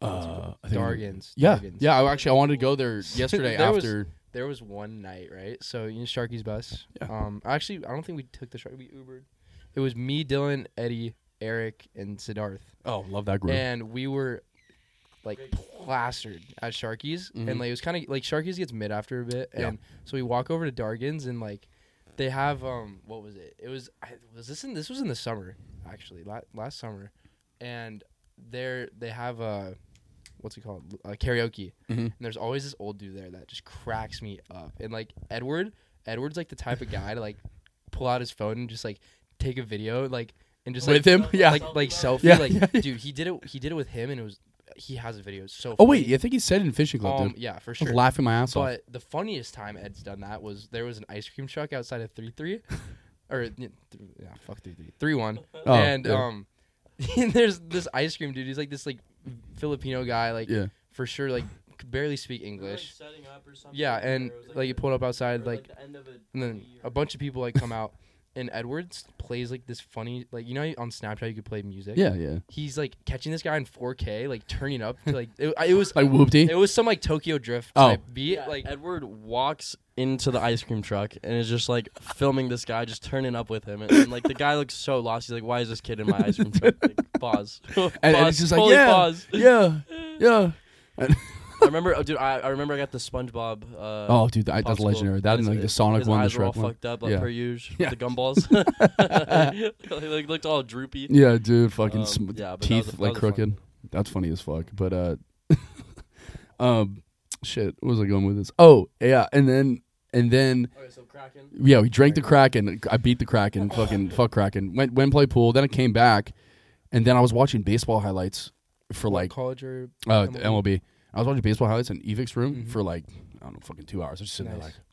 Speaker 1: Uh, I think-
Speaker 3: Dargan's.
Speaker 1: Yeah,
Speaker 3: Dargan's.
Speaker 1: yeah. I actually I wanted to go
Speaker 3: [LAUGHS]
Speaker 1: there yesterday
Speaker 3: There was-
Speaker 1: after.
Speaker 3: There was one night, right? So you know, Sharky's bus.
Speaker 1: Yeah.
Speaker 3: Um, actually, I don't think we took the Sharky. We Ubered. It was me, Dylan, Eddie, Eric, and Siddharth,
Speaker 1: oh, love that group.
Speaker 3: and we were like plastered at Sharky's,
Speaker 1: Mhm.
Speaker 3: and like it was kind of like Sharky's gets mid after a bit,
Speaker 1: Yeah.
Speaker 3: and so we walk over to Dargan's, and like they have um, what was it? It was I, was this in this was in the summer actually la- last summer, and there they have a what's it called uh, karaoke
Speaker 1: Mm-hmm.
Speaker 3: and there's always this old dude there that just cracks me up and like edward edward's like the type of guy to like pull out his phone and just like take a video like and just
Speaker 1: With
Speaker 3: like,
Speaker 1: him? Yeah.
Speaker 3: like like selfie
Speaker 1: Yeah,
Speaker 3: like
Speaker 1: [LAUGHS] yeah, yeah.
Speaker 3: dude he did it he did it with him and it was he has a video it's so
Speaker 1: oh wait,
Speaker 3: funny.
Speaker 1: I think he said it in fishing club,
Speaker 3: um
Speaker 1: dude.
Speaker 3: yeah
Speaker 1: I
Speaker 3: for
Speaker 1: was
Speaker 3: sure
Speaker 1: laughing my ass off.
Speaker 3: but the funniest time ed's done that was there was an ice cream truck outside of 3-3 or yeah, th- yeah fuck 3-3 3-1
Speaker 1: [LAUGHS] Oh,
Speaker 3: and
Speaker 1: yeah.
Speaker 3: um [LAUGHS] and there's this ice cream dude he's like this like filipino guy like
Speaker 1: Yeah.
Speaker 3: for sure like could barely speak english yeah, and like, you pulled up outside, like, and then a bunch of people like come out, and Edwards plays like this funny, like you know how on Snapchat you could play music.
Speaker 1: Yeah, yeah.
Speaker 3: he's like catching this guy in 4K, like turning up to like it, it [LAUGHS] was
Speaker 1: Like whoopty.
Speaker 3: it was some like Tokyo Drift
Speaker 1: Oh.
Speaker 3: type beat, like
Speaker 2: Edward walks into the ice cream truck and is just like filming this guy, just turning up with him, and, and, like the guy looks so lost. He's like, "Why is this kid in my ice
Speaker 1: [LAUGHS]
Speaker 2: cream truck?" Like, pause. pause.
Speaker 1: And, and it's just like
Speaker 2: totally
Speaker 1: yeah,
Speaker 2: pause.
Speaker 1: yeah,
Speaker 2: [LAUGHS]
Speaker 1: yeah. And- [LAUGHS]
Speaker 2: I remember, oh, dude. I, I remember I got the SpongeBob. Uh,
Speaker 1: oh, dude, that, that's
Speaker 2: popsicle.
Speaker 1: legendary. That and
Speaker 2: His-
Speaker 1: like the Sonic
Speaker 2: his
Speaker 1: one, the
Speaker 2: eyes were all
Speaker 1: Shrek one.
Speaker 2: fucked up, like
Speaker 1: Yeah.
Speaker 2: per usual.
Speaker 1: Yeah.
Speaker 2: with The
Speaker 1: [LAUGHS]
Speaker 2: gumballs. [LAUGHS] he like, looked all droopy.
Speaker 1: Yeah, dude, fucking
Speaker 2: Um,
Speaker 1: sm-
Speaker 2: yeah, but that
Speaker 1: teeth
Speaker 2: was- that
Speaker 1: like
Speaker 2: was fun.
Speaker 1: crooked. That's funny as fuck. But uh, [LAUGHS] um, shit, what was I going with this? Oh yeah, and then and then
Speaker 2: Okay, so Kraken.
Speaker 1: Yeah, we drank the Kraken. I beat the Kraken. Fucking fuck Kraken. Went went play pool. Then I came back, And then I was watching baseball highlights for
Speaker 3: What
Speaker 1: like
Speaker 3: college or
Speaker 1: uh,
Speaker 3: MLB?
Speaker 1: the MLB. I was watching baseball highlights in Evic's room for like I don't know, fucking two hours. I was just sitting there
Speaker 3: Mm-hmm. Nice.
Speaker 1: like,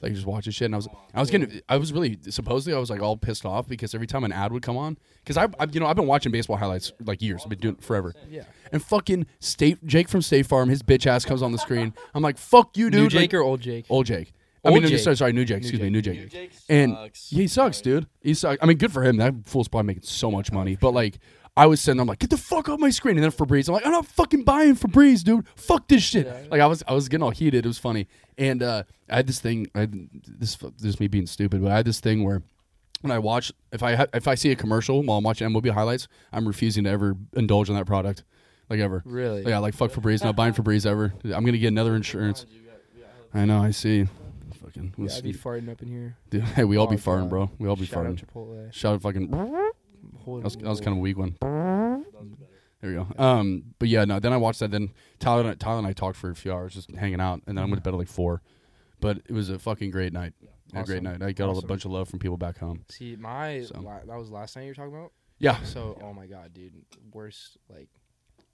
Speaker 1: like just watching shit. And I was, I was getting, I was really supposedly I was like all pissed off because every time an ad would come on, because I, I, you know, I've been watching baseball highlights like years. I've been doing it forever.
Speaker 3: Yeah.
Speaker 1: And fucking State Jake from State Farm, his bitch ass comes on the screen. I'm like, fuck you, dude.
Speaker 3: New Jake
Speaker 1: Like-
Speaker 3: or old Jake?
Speaker 1: Old Jake. I
Speaker 3: Old
Speaker 1: mean, no,
Speaker 3: Jake.
Speaker 1: sorry, sorry, New Jake. excuse me,
Speaker 3: Jake.
Speaker 1: New Jake.
Speaker 2: New Jake
Speaker 1: And
Speaker 2: sucks.
Speaker 1: yeah, he sucks, dude. He sucks. I mean, good for him. That fool's probably making so much money. But like, I was sitting, there, I'm like, get the fuck off my screen. And then Febreze, I'm like, I'm not fucking buying Febreze, dude. Fuck this shit. Like, I was, I was getting all heated. It was funny. And uh, I had this thing. I had, this, this is me being stupid, but I had this thing where. When I watch, if I ha- if I see a commercial while I'm watching MLB highlights, I'm refusing to ever indulge in that product, like ever.
Speaker 3: Really?
Speaker 1: Yeah, like fuck Febreze, not buying Febreze ever. I'm gonna get another insurance. I know, I see. Fucking,
Speaker 3: Yeah, I'd be farting up in here.
Speaker 1: Dude, [LAUGHS] hey, we all be
Speaker 3: Oh,
Speaker 1: farting,
Speaker 3: God.
Speaker 1: bro. We all be
Speaker 3: Shout
Speaker 1: farting.
Speaker 3: out Chipotle.
Speaker 1: Shout out fucking. That
Speaker 3: Holy
Speaker 1: was, that was kind of a weak one. There we go. Um, but yeah, no. Then I watched that. Then Tyler, and I, Tyler and I talked for a few hours, just hanging out, and then I
Speaker 3: Mm-hmm.
Speaker 1: went to bed at like four. But it was a fucking great night. A great
Speaker 3: Awesome.
Speaker 1: night. I got all a
Speaker 3: Awesome.
Speaker 1: bunch of love from people back home.
Speaker 3: See, my
Speaker 1: So.
Speaker 3: la- that was last night you were talking about.
Speaker 1: Yeah.
Speaker 3: So, oh my god, dude, worst like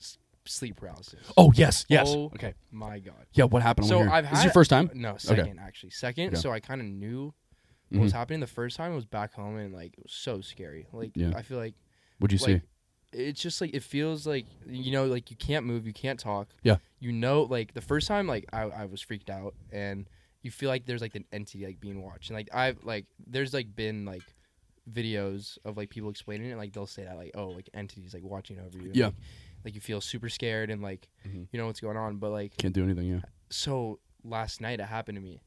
Speaker 3: s- sleep paralysis.
Speaker 1: Oh yes, yes.
Speaker 3: Oh
Speaker 1: okay.
Speaker 3: my god.
Speaker 1: Yeah. What happened? I
Speaker 3: So
Speaker 1: wanna hear.
Speaker 3: I've
Speaker 1: Is this
Speaker 3: had-
Speaker 1: your first time?
Speaker 3: No, second actually, second.
Speaker 1: Okay.
Speaker 3: So I kind of knew what was happening the first time. I was back home and like it was so scary. Like
Speaker 1: Yeah.
Speaker 3: I feel like
Speaker 1: What'd you
Speaker 3: like
Speaker 1: see?
Speaker 3: it's just like it feels like you know like you can't move, you can't talk.
Speaker 1: Yeah.
Speaker 3: You know, like the first time, like I, I was freaked out and you feel like there's like an entity like being watched and like I've like there's like been like videos of like people explaining it like they'll say that like oh like entities like watching over you
Speaker 1: Yeah.
Speaker 3: like, like you feel super scared and like
Speaker 1: Mhm.
Speaker 3: you know what's going on but like
Speaker 1: Can't do anything. Yeah.
Speaker 3: so last night it happened to me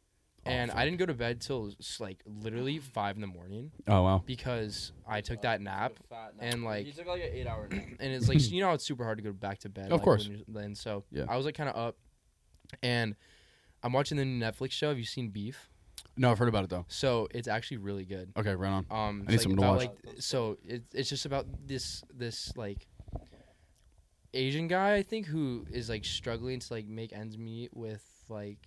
Speaker 1: Oh,
Speaker 3: and
Speaker 1: fuck.
Speaker 3: i didn't go to bed till s- like literally five in the morning
Speaker 1: Oh wow.
Speaker 3: because i took
Speaker 2: uh,
Speaker 3: that nap and, like-
Speaker 2: he took like an eight hour nap.
Speaker 3: and
Speaker 1: [LAUGHS]
Speaker 3: it's like you know how it's super hard to go back to bed
Speaker 1: Of
Speaker 3: like,
Speaker 1: course.
Speaker 3: when you're- then so
Speaker 1: Yeah.
Speaker 3: i was like kind of up and i'm watching the new netflix show have you seen beef
Speaker 1: No, I've heard about it though.
Speaker 3: so it's actually really good
Speaker 1: Okay, right on.
Speaker 3: um
Speaker 1: I need
Speaker 3: it's, like,
Speaker 1: something to
Speaker 3: about,
Speaker 1: watch.
Speaker 3: like, so it, it's just about this this like asian guy i think who is like struggling to like make ends meet with like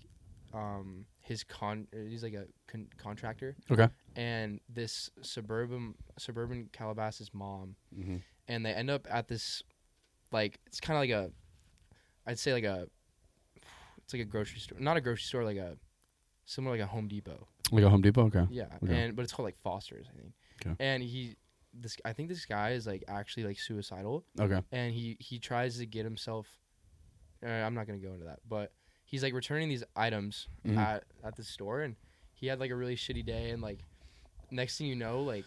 Speaker 3: um his con he's like a con- contractor
Speaker 1: Okay.
Speaker 3: and this suburban suburban calabasas mom
Speaker 1: Mhm.
Speaker 3: and they end up at this like it's kind of like a i'd say like a it's like a grocery store not a grocery store like a similar like a home depot
Speaker 1: Like a Home Depot. Okay.
Speaker 3: yeah,
Speaker 1: Okay.
Speaker 3: and but it's called like Foster's, I think.
Speaker 1: 'Kay.
Speaker 3: And he, this I think this guy is like actually like suicidal,
Speaker 1: Okay.
Speaker 3: and he he tries to get himself. Uh, I'm not gonna go into that, but he's like returning these items
Speaker 1: Mhm.
Speaker 3: at at the store, and he had like a really shitty day, and like next thing you know, like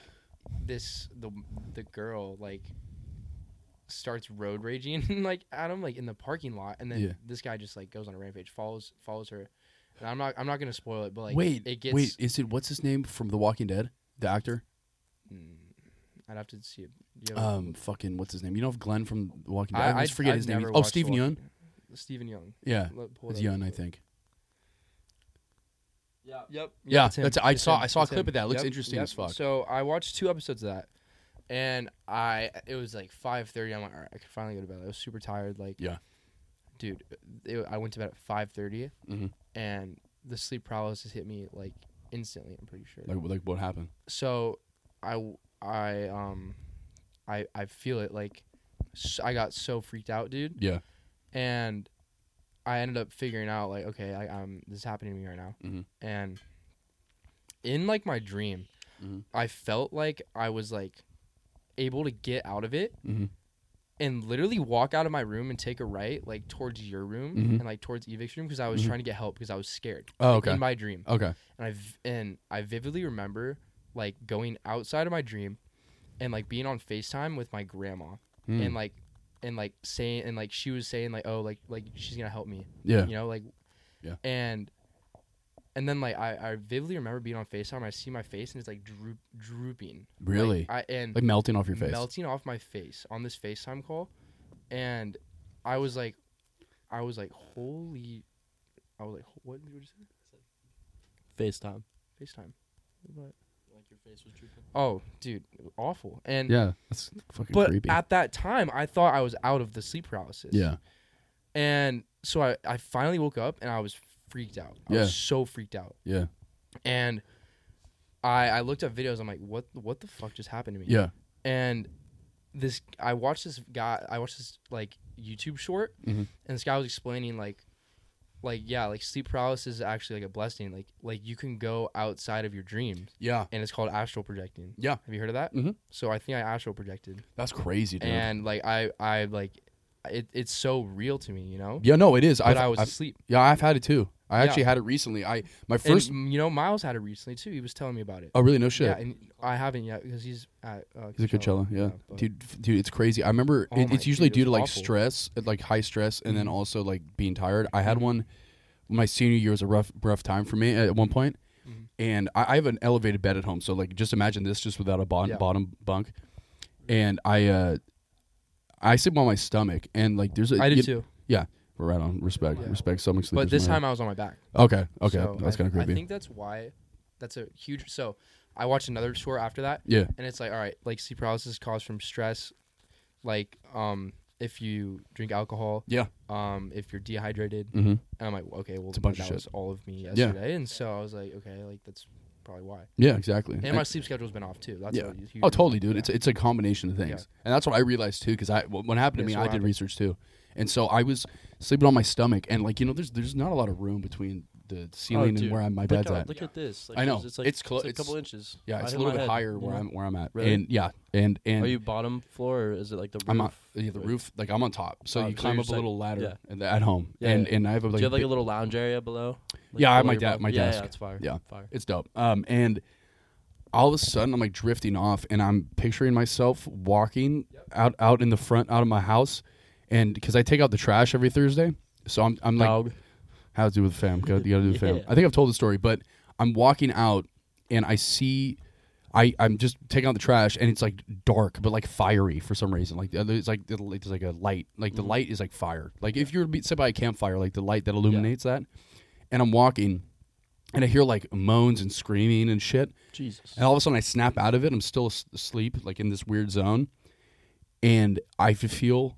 Speaker 3: this the the girl like starts road raging [LAUGHS] like at him like in the parking lot, and then
Speaker 1: Yeah.
Speaker 3: this guy just like goes on a rampage, follows follows her. And I'm not I'm not gonna spoil it, but like
Speaker 1: wait.
Speaker 3: it gets
Speaker 1: wait. Is it what's his name from The Walking Dead? The actor.
Speaker 3: Mm, I'd have to see it. You have-
Speaker 1: um fucking what's his name? You know Glenn from The Walking Dead. I, always forget
Speaker 3: I've
Speaker 1: his name.
Speaker 3: never
Speaker 1: Oh,
Speaker 3: watched
Speaker 1: Stephen
Speaker 3: The
Speaker 1: Yeun.
Speaker 3: Walking Dead. Stephen Young.
Speaker 1: Yeah,
Speaker 3: Let, pull it
Speaker 1: it's
Speaker 3: up.
Speaker 1: Yeun, I think.
Speaker 2: Yeah.
Speaker 3: Yep.
Speaker 1: Yeah,
Speaker 3: it's him.
Speaker 1: that's- I
Speaker 3: It's
Speaker 1: saw-
Speaker 3: him.
Speaker 1: I saw a
Speaker 3: It's
Speaker 1: clip
Speaker 3: him.
Speaker 1: of that. It looks
Speaker 3: Yep,
Speaker 1: interesting
Speaker 3: yep.
Speaker 1: as fuck.
Speaker 3: So I watched two episodes of that, and I it was like five thirty. I'm like, all right, I could finally go to bed. I was super tired. Like,
Speaker 1: Yeah.
Speaker 3: dude, it, I went to bed at five
Speaker 1: Mhm.
Speaker 3: and the sleep paralysis hit me like instantly. I'm pretty sure.
Speaker 1: Like like what happened?
Speaker 3: so I I um I I feel it like s I I got so freaked out, dude.
Speaker 1: Yeah.
Speaker 3: and I ended up figuring out like, okay, I, um, this is happening to me right now,
Speaker 1: Mhm.
Speaker 3: and in like my dream,
Speaker 1: Mhm.
Speaker 3: I felt like I was like able to get out of it
Speaker 1: Mhm.
Speaker 3: and literally walk out of my room and take a right like towards your room
Speaker 1: Mhm.
Speaker 3: and like towards Evic's room because I was
Speaker 1: Mhm.
Speaker 3: trying to get help because I was scared
Speaker 1: Oh,
Speaker 3: like,
Speaker 1: okay.
Speaker 3: in my dream,
Speaker 1: Okay.
Speaker 3: and I v- and I vividly remember like going outside of my dream and like being on Facetime with my grandma
Speaker 1: Mm.
Speaker 3: and like and like saying and like she was saying like oh like like she's gonna help me
Speaker 1: yeah.
Speaker 3: you know like
Speaker 1: Yeah.
Speaker 3: and and then like I, I vividly remember being on FaceTime I see my face and it's like droop, drooping Like,
Speaker 1: Really? Like,
Speaker 3: I and
Speaker 1: melting off your face.
Speaker 3: melting off my face on this FaceTime call and I was like I was like holy I was like what did you just
Speaker 2: FaceTime.
Speaker 3: say FaceTime what?
Speaker 2: Like your face was drooping.
Speaker 3: oh dude awful and
Speaker 1: yeah. That's fucking
Speaker 3: but
Speaker 1: creepy.
Speaker 3: at that time I thought I was out of the sleep paralysis
Speaker 1: yeah.
Speaker 3: And so I, I finally woke up and I was freaked out. I
Speaker 1: Yeah.
Speaker 3: was so freaked out.
Speaker 1: Yeah.
Speaker 3: And I I looked up videos. I'm like, what what the fuck just happened to me?
Speaker 1: Yeah.
Speaker 3: And this I watched this guy I watched this like YouTube short
Speaker 1: Mhm.
Speaker 3: and this guy was explaining like like yeah, like sleep paralysis is actually like a blessing. Like like you can go outside of your dreams
Speaker 1: Yeah,
Speaker 3: and it's called astral projecting.
Speaker 1: Yeah.
Speaker 3: Have you heard of that?
Speaker 1: Mhm.
Speaker 3: So I think I astral projected.
Speaker 1: that's crazy, dude.
Speaker 3: And like I I like it, it's so real to me, you know?
Speaker 1: yeah, no, it is.
Speaker 3: But
Speaker 1: I've-
Speaker 3: I was
Speaker 1: I've-
Speaker 3: asleep.
Speaker 1: yeah, I've had it too. I
Speaker 3: Yeah.
Speaker 1: actually had it recently. I my
Speaker 3: First,
Speaker 1: first.
Speaker 3: you know, Miles had it recently too. He was telling me about it.
Speaker 1: oh, really? No shit.
Speaker 3: Yeah, and I haven't yet because he's at uh,
Speaker 1: He's a Coachella, yeah,
Speaker 3: but-
Speaker 1: dude. f- Dude, it's crazy. I remember
Speaker 3: Oh
Speaker 1: it,
Speaker 3: my
Speaker 1: it's usually
Speaker 3: dude,
Speaker 1: due
Speaker 3: it's
Speaker 1: to like
Speaker 3: awful. Mm-hmm.
Speaker 1: stress, uh, like high stress, and then also like being tired. I had one. My senior year was a rough, rough time for me at one point,
Speaker 3: Mm-hmm.
Speaker 1: and I, I have an elevated bed at home. So like, just imagine this, just without a bon-
Speaker 3: Yeah.
Speaker 1: bottom bunk, and I, uh I sleep on my stomach, and like there's a
Speaker 3: I do
Speaker 1: you-
Speaker 3: too.
Speaker 1: Yeah, right on. Respect,
Speaker 3: Yeah.
Speaker 1: respect. Stomach sleep.
Speaker 3: But
Speaker 1: is
Speaker 3: this
Speaker 1: my-
Speaker 3: time I was on my back.
Speaker 1: okay, okay,
Speaker 3: So
Speaker 1: that's
Speaker 3: I-
Speaker 1: kind of creepy.
Speaker 3: I think that's why. That's a huge. So I watched another short after that,
Speaker 1: yeah,
Speaker 3: and it's like, all right, like sleep paralysis is caused from stress, like um if you drink alcohol,
Speaker 1: yeah,
Speaker 3: um if you're dehydrated.
Speaker 1: hmm
Speaker 3: And I'm like, okay, well
Speaker 1: It's a bunch
Speaker 3: that
Speaker 1: of shit.
Speaker 3: was all of me
Speaker 1: Yeah.
Speaker 3: yesterday, and so I was like, okay, like that's probably why.
Speaker 1: yeah, exactly.
Speaker 3: And
Speaker 1: And-
Speaker 3: my sleep schedule's been off too. That's
Speaker 1: Yeah.
Speaker 3: a huge
Speaker 1: Oh, totally,
Speaker 3: reason.
Speaker 1: dude.
Speaker 3: Yeah.
Speaker 1: It's it's a combination of things, and that's what I realized too. Because I wh- when it happened to
Speaker 3: Yeah,
Speaker 1: me,
Speaker 3: so
Speaker 1: I
Speaker 3: what
Speaker 1: did
Speaker 3: happened?
Speaker 1: research too, and so I was sleeping on my stomach, and like you know, there's there's not a lot of room between the ceiling and
Speaker 2: Oh, dude.
Speaker 1: where I'm, my
Speaker 2: look
Speaker 1: bed's
Speaker 2: out,
Speaker 1: at.
Speaker 2: Look at this. Like,
Speaker 1: I know.
Speaker 2: there's- It's like
Speaker 1: It's clo-
Speaker 2: a
Speaker 1: it's-
Speaker 2: couple inches.
Speaker 1: Yeah,
Speaker 2: Right
Speaker 1: it's a
Speaker 2: in
Speaker 1: little
Speaker 2: my
Speaker 1: bit
Speaker 2: head,
Speaker 1: higher
Speaker 2: you
Speaker 1: where
Speaker 2: know?
Speaker 1: I'm where I'm at,
Speaker 2: Really?
Speaker 1: and yeah, and and
Speaker 2: Are you bottom floor or is it like the roof?
Speaker 1: I'm on yeah, the roof. Like I'm on top, so
Speaker 2: Oh,
Speaker 1: you
Speaker 2: so
Speaker 1: climb
Speaker 2: you're
Speaker 1: up a
Speaker 2: like-
Speaker 1: little ladder
Speaker 2: yeah.
Speaker 1: and at home,
Speaker 2: Yeah,
Speaker 1: and
Speaker 2: yeah.
Speaker 1: and I have like,
Speaker 2: Do you have like
Speaker 1: bi-
Speaker 2: a little lounge area below? Like,
Speaker 1: Yeah, I have
Speaker 2: below
Speaker 1: my
Speaker 2: your
Speaker 1: da-
Speaker 2: bed?
Speaker 1: my
Speaker 2: yeah,
Speaker 1: desk.
Speaker 2: Yeah, it's fire.
Speaker 1: Yeah.
Speaker 2: fire.
Speaker 1: It's dope. Um, and all of a sudden, I'm like drifting off, and I'm picturing myself walking out out in the front, out of my house, and because I take out the trash every Thursday, so I'm I'm like,
Speaker 2: Dog.
Speaker 1: how to do with the fam? Go- You gotta do with the fam.
Speaker 2: [LAUGHS] Yeah.
Speaker 1: I think I've told the story, but I'm walking out, and I see. I, I'm just taking out the trash and it's like dark but like fiery for some reason like the other- it's like there's like a light like
Speaker 2: Mm-hmm.
Speaker 1: the light is like fire like if you're be- sit by a campfire like the light that illuminates that and I'm walking and I hear like moans and screaming and shit.
Speaker 2: Jesus.
Speaker 1: And all of a sudden I snap out of it. I'm still as- asleep, like in this weird zone. And I f- feel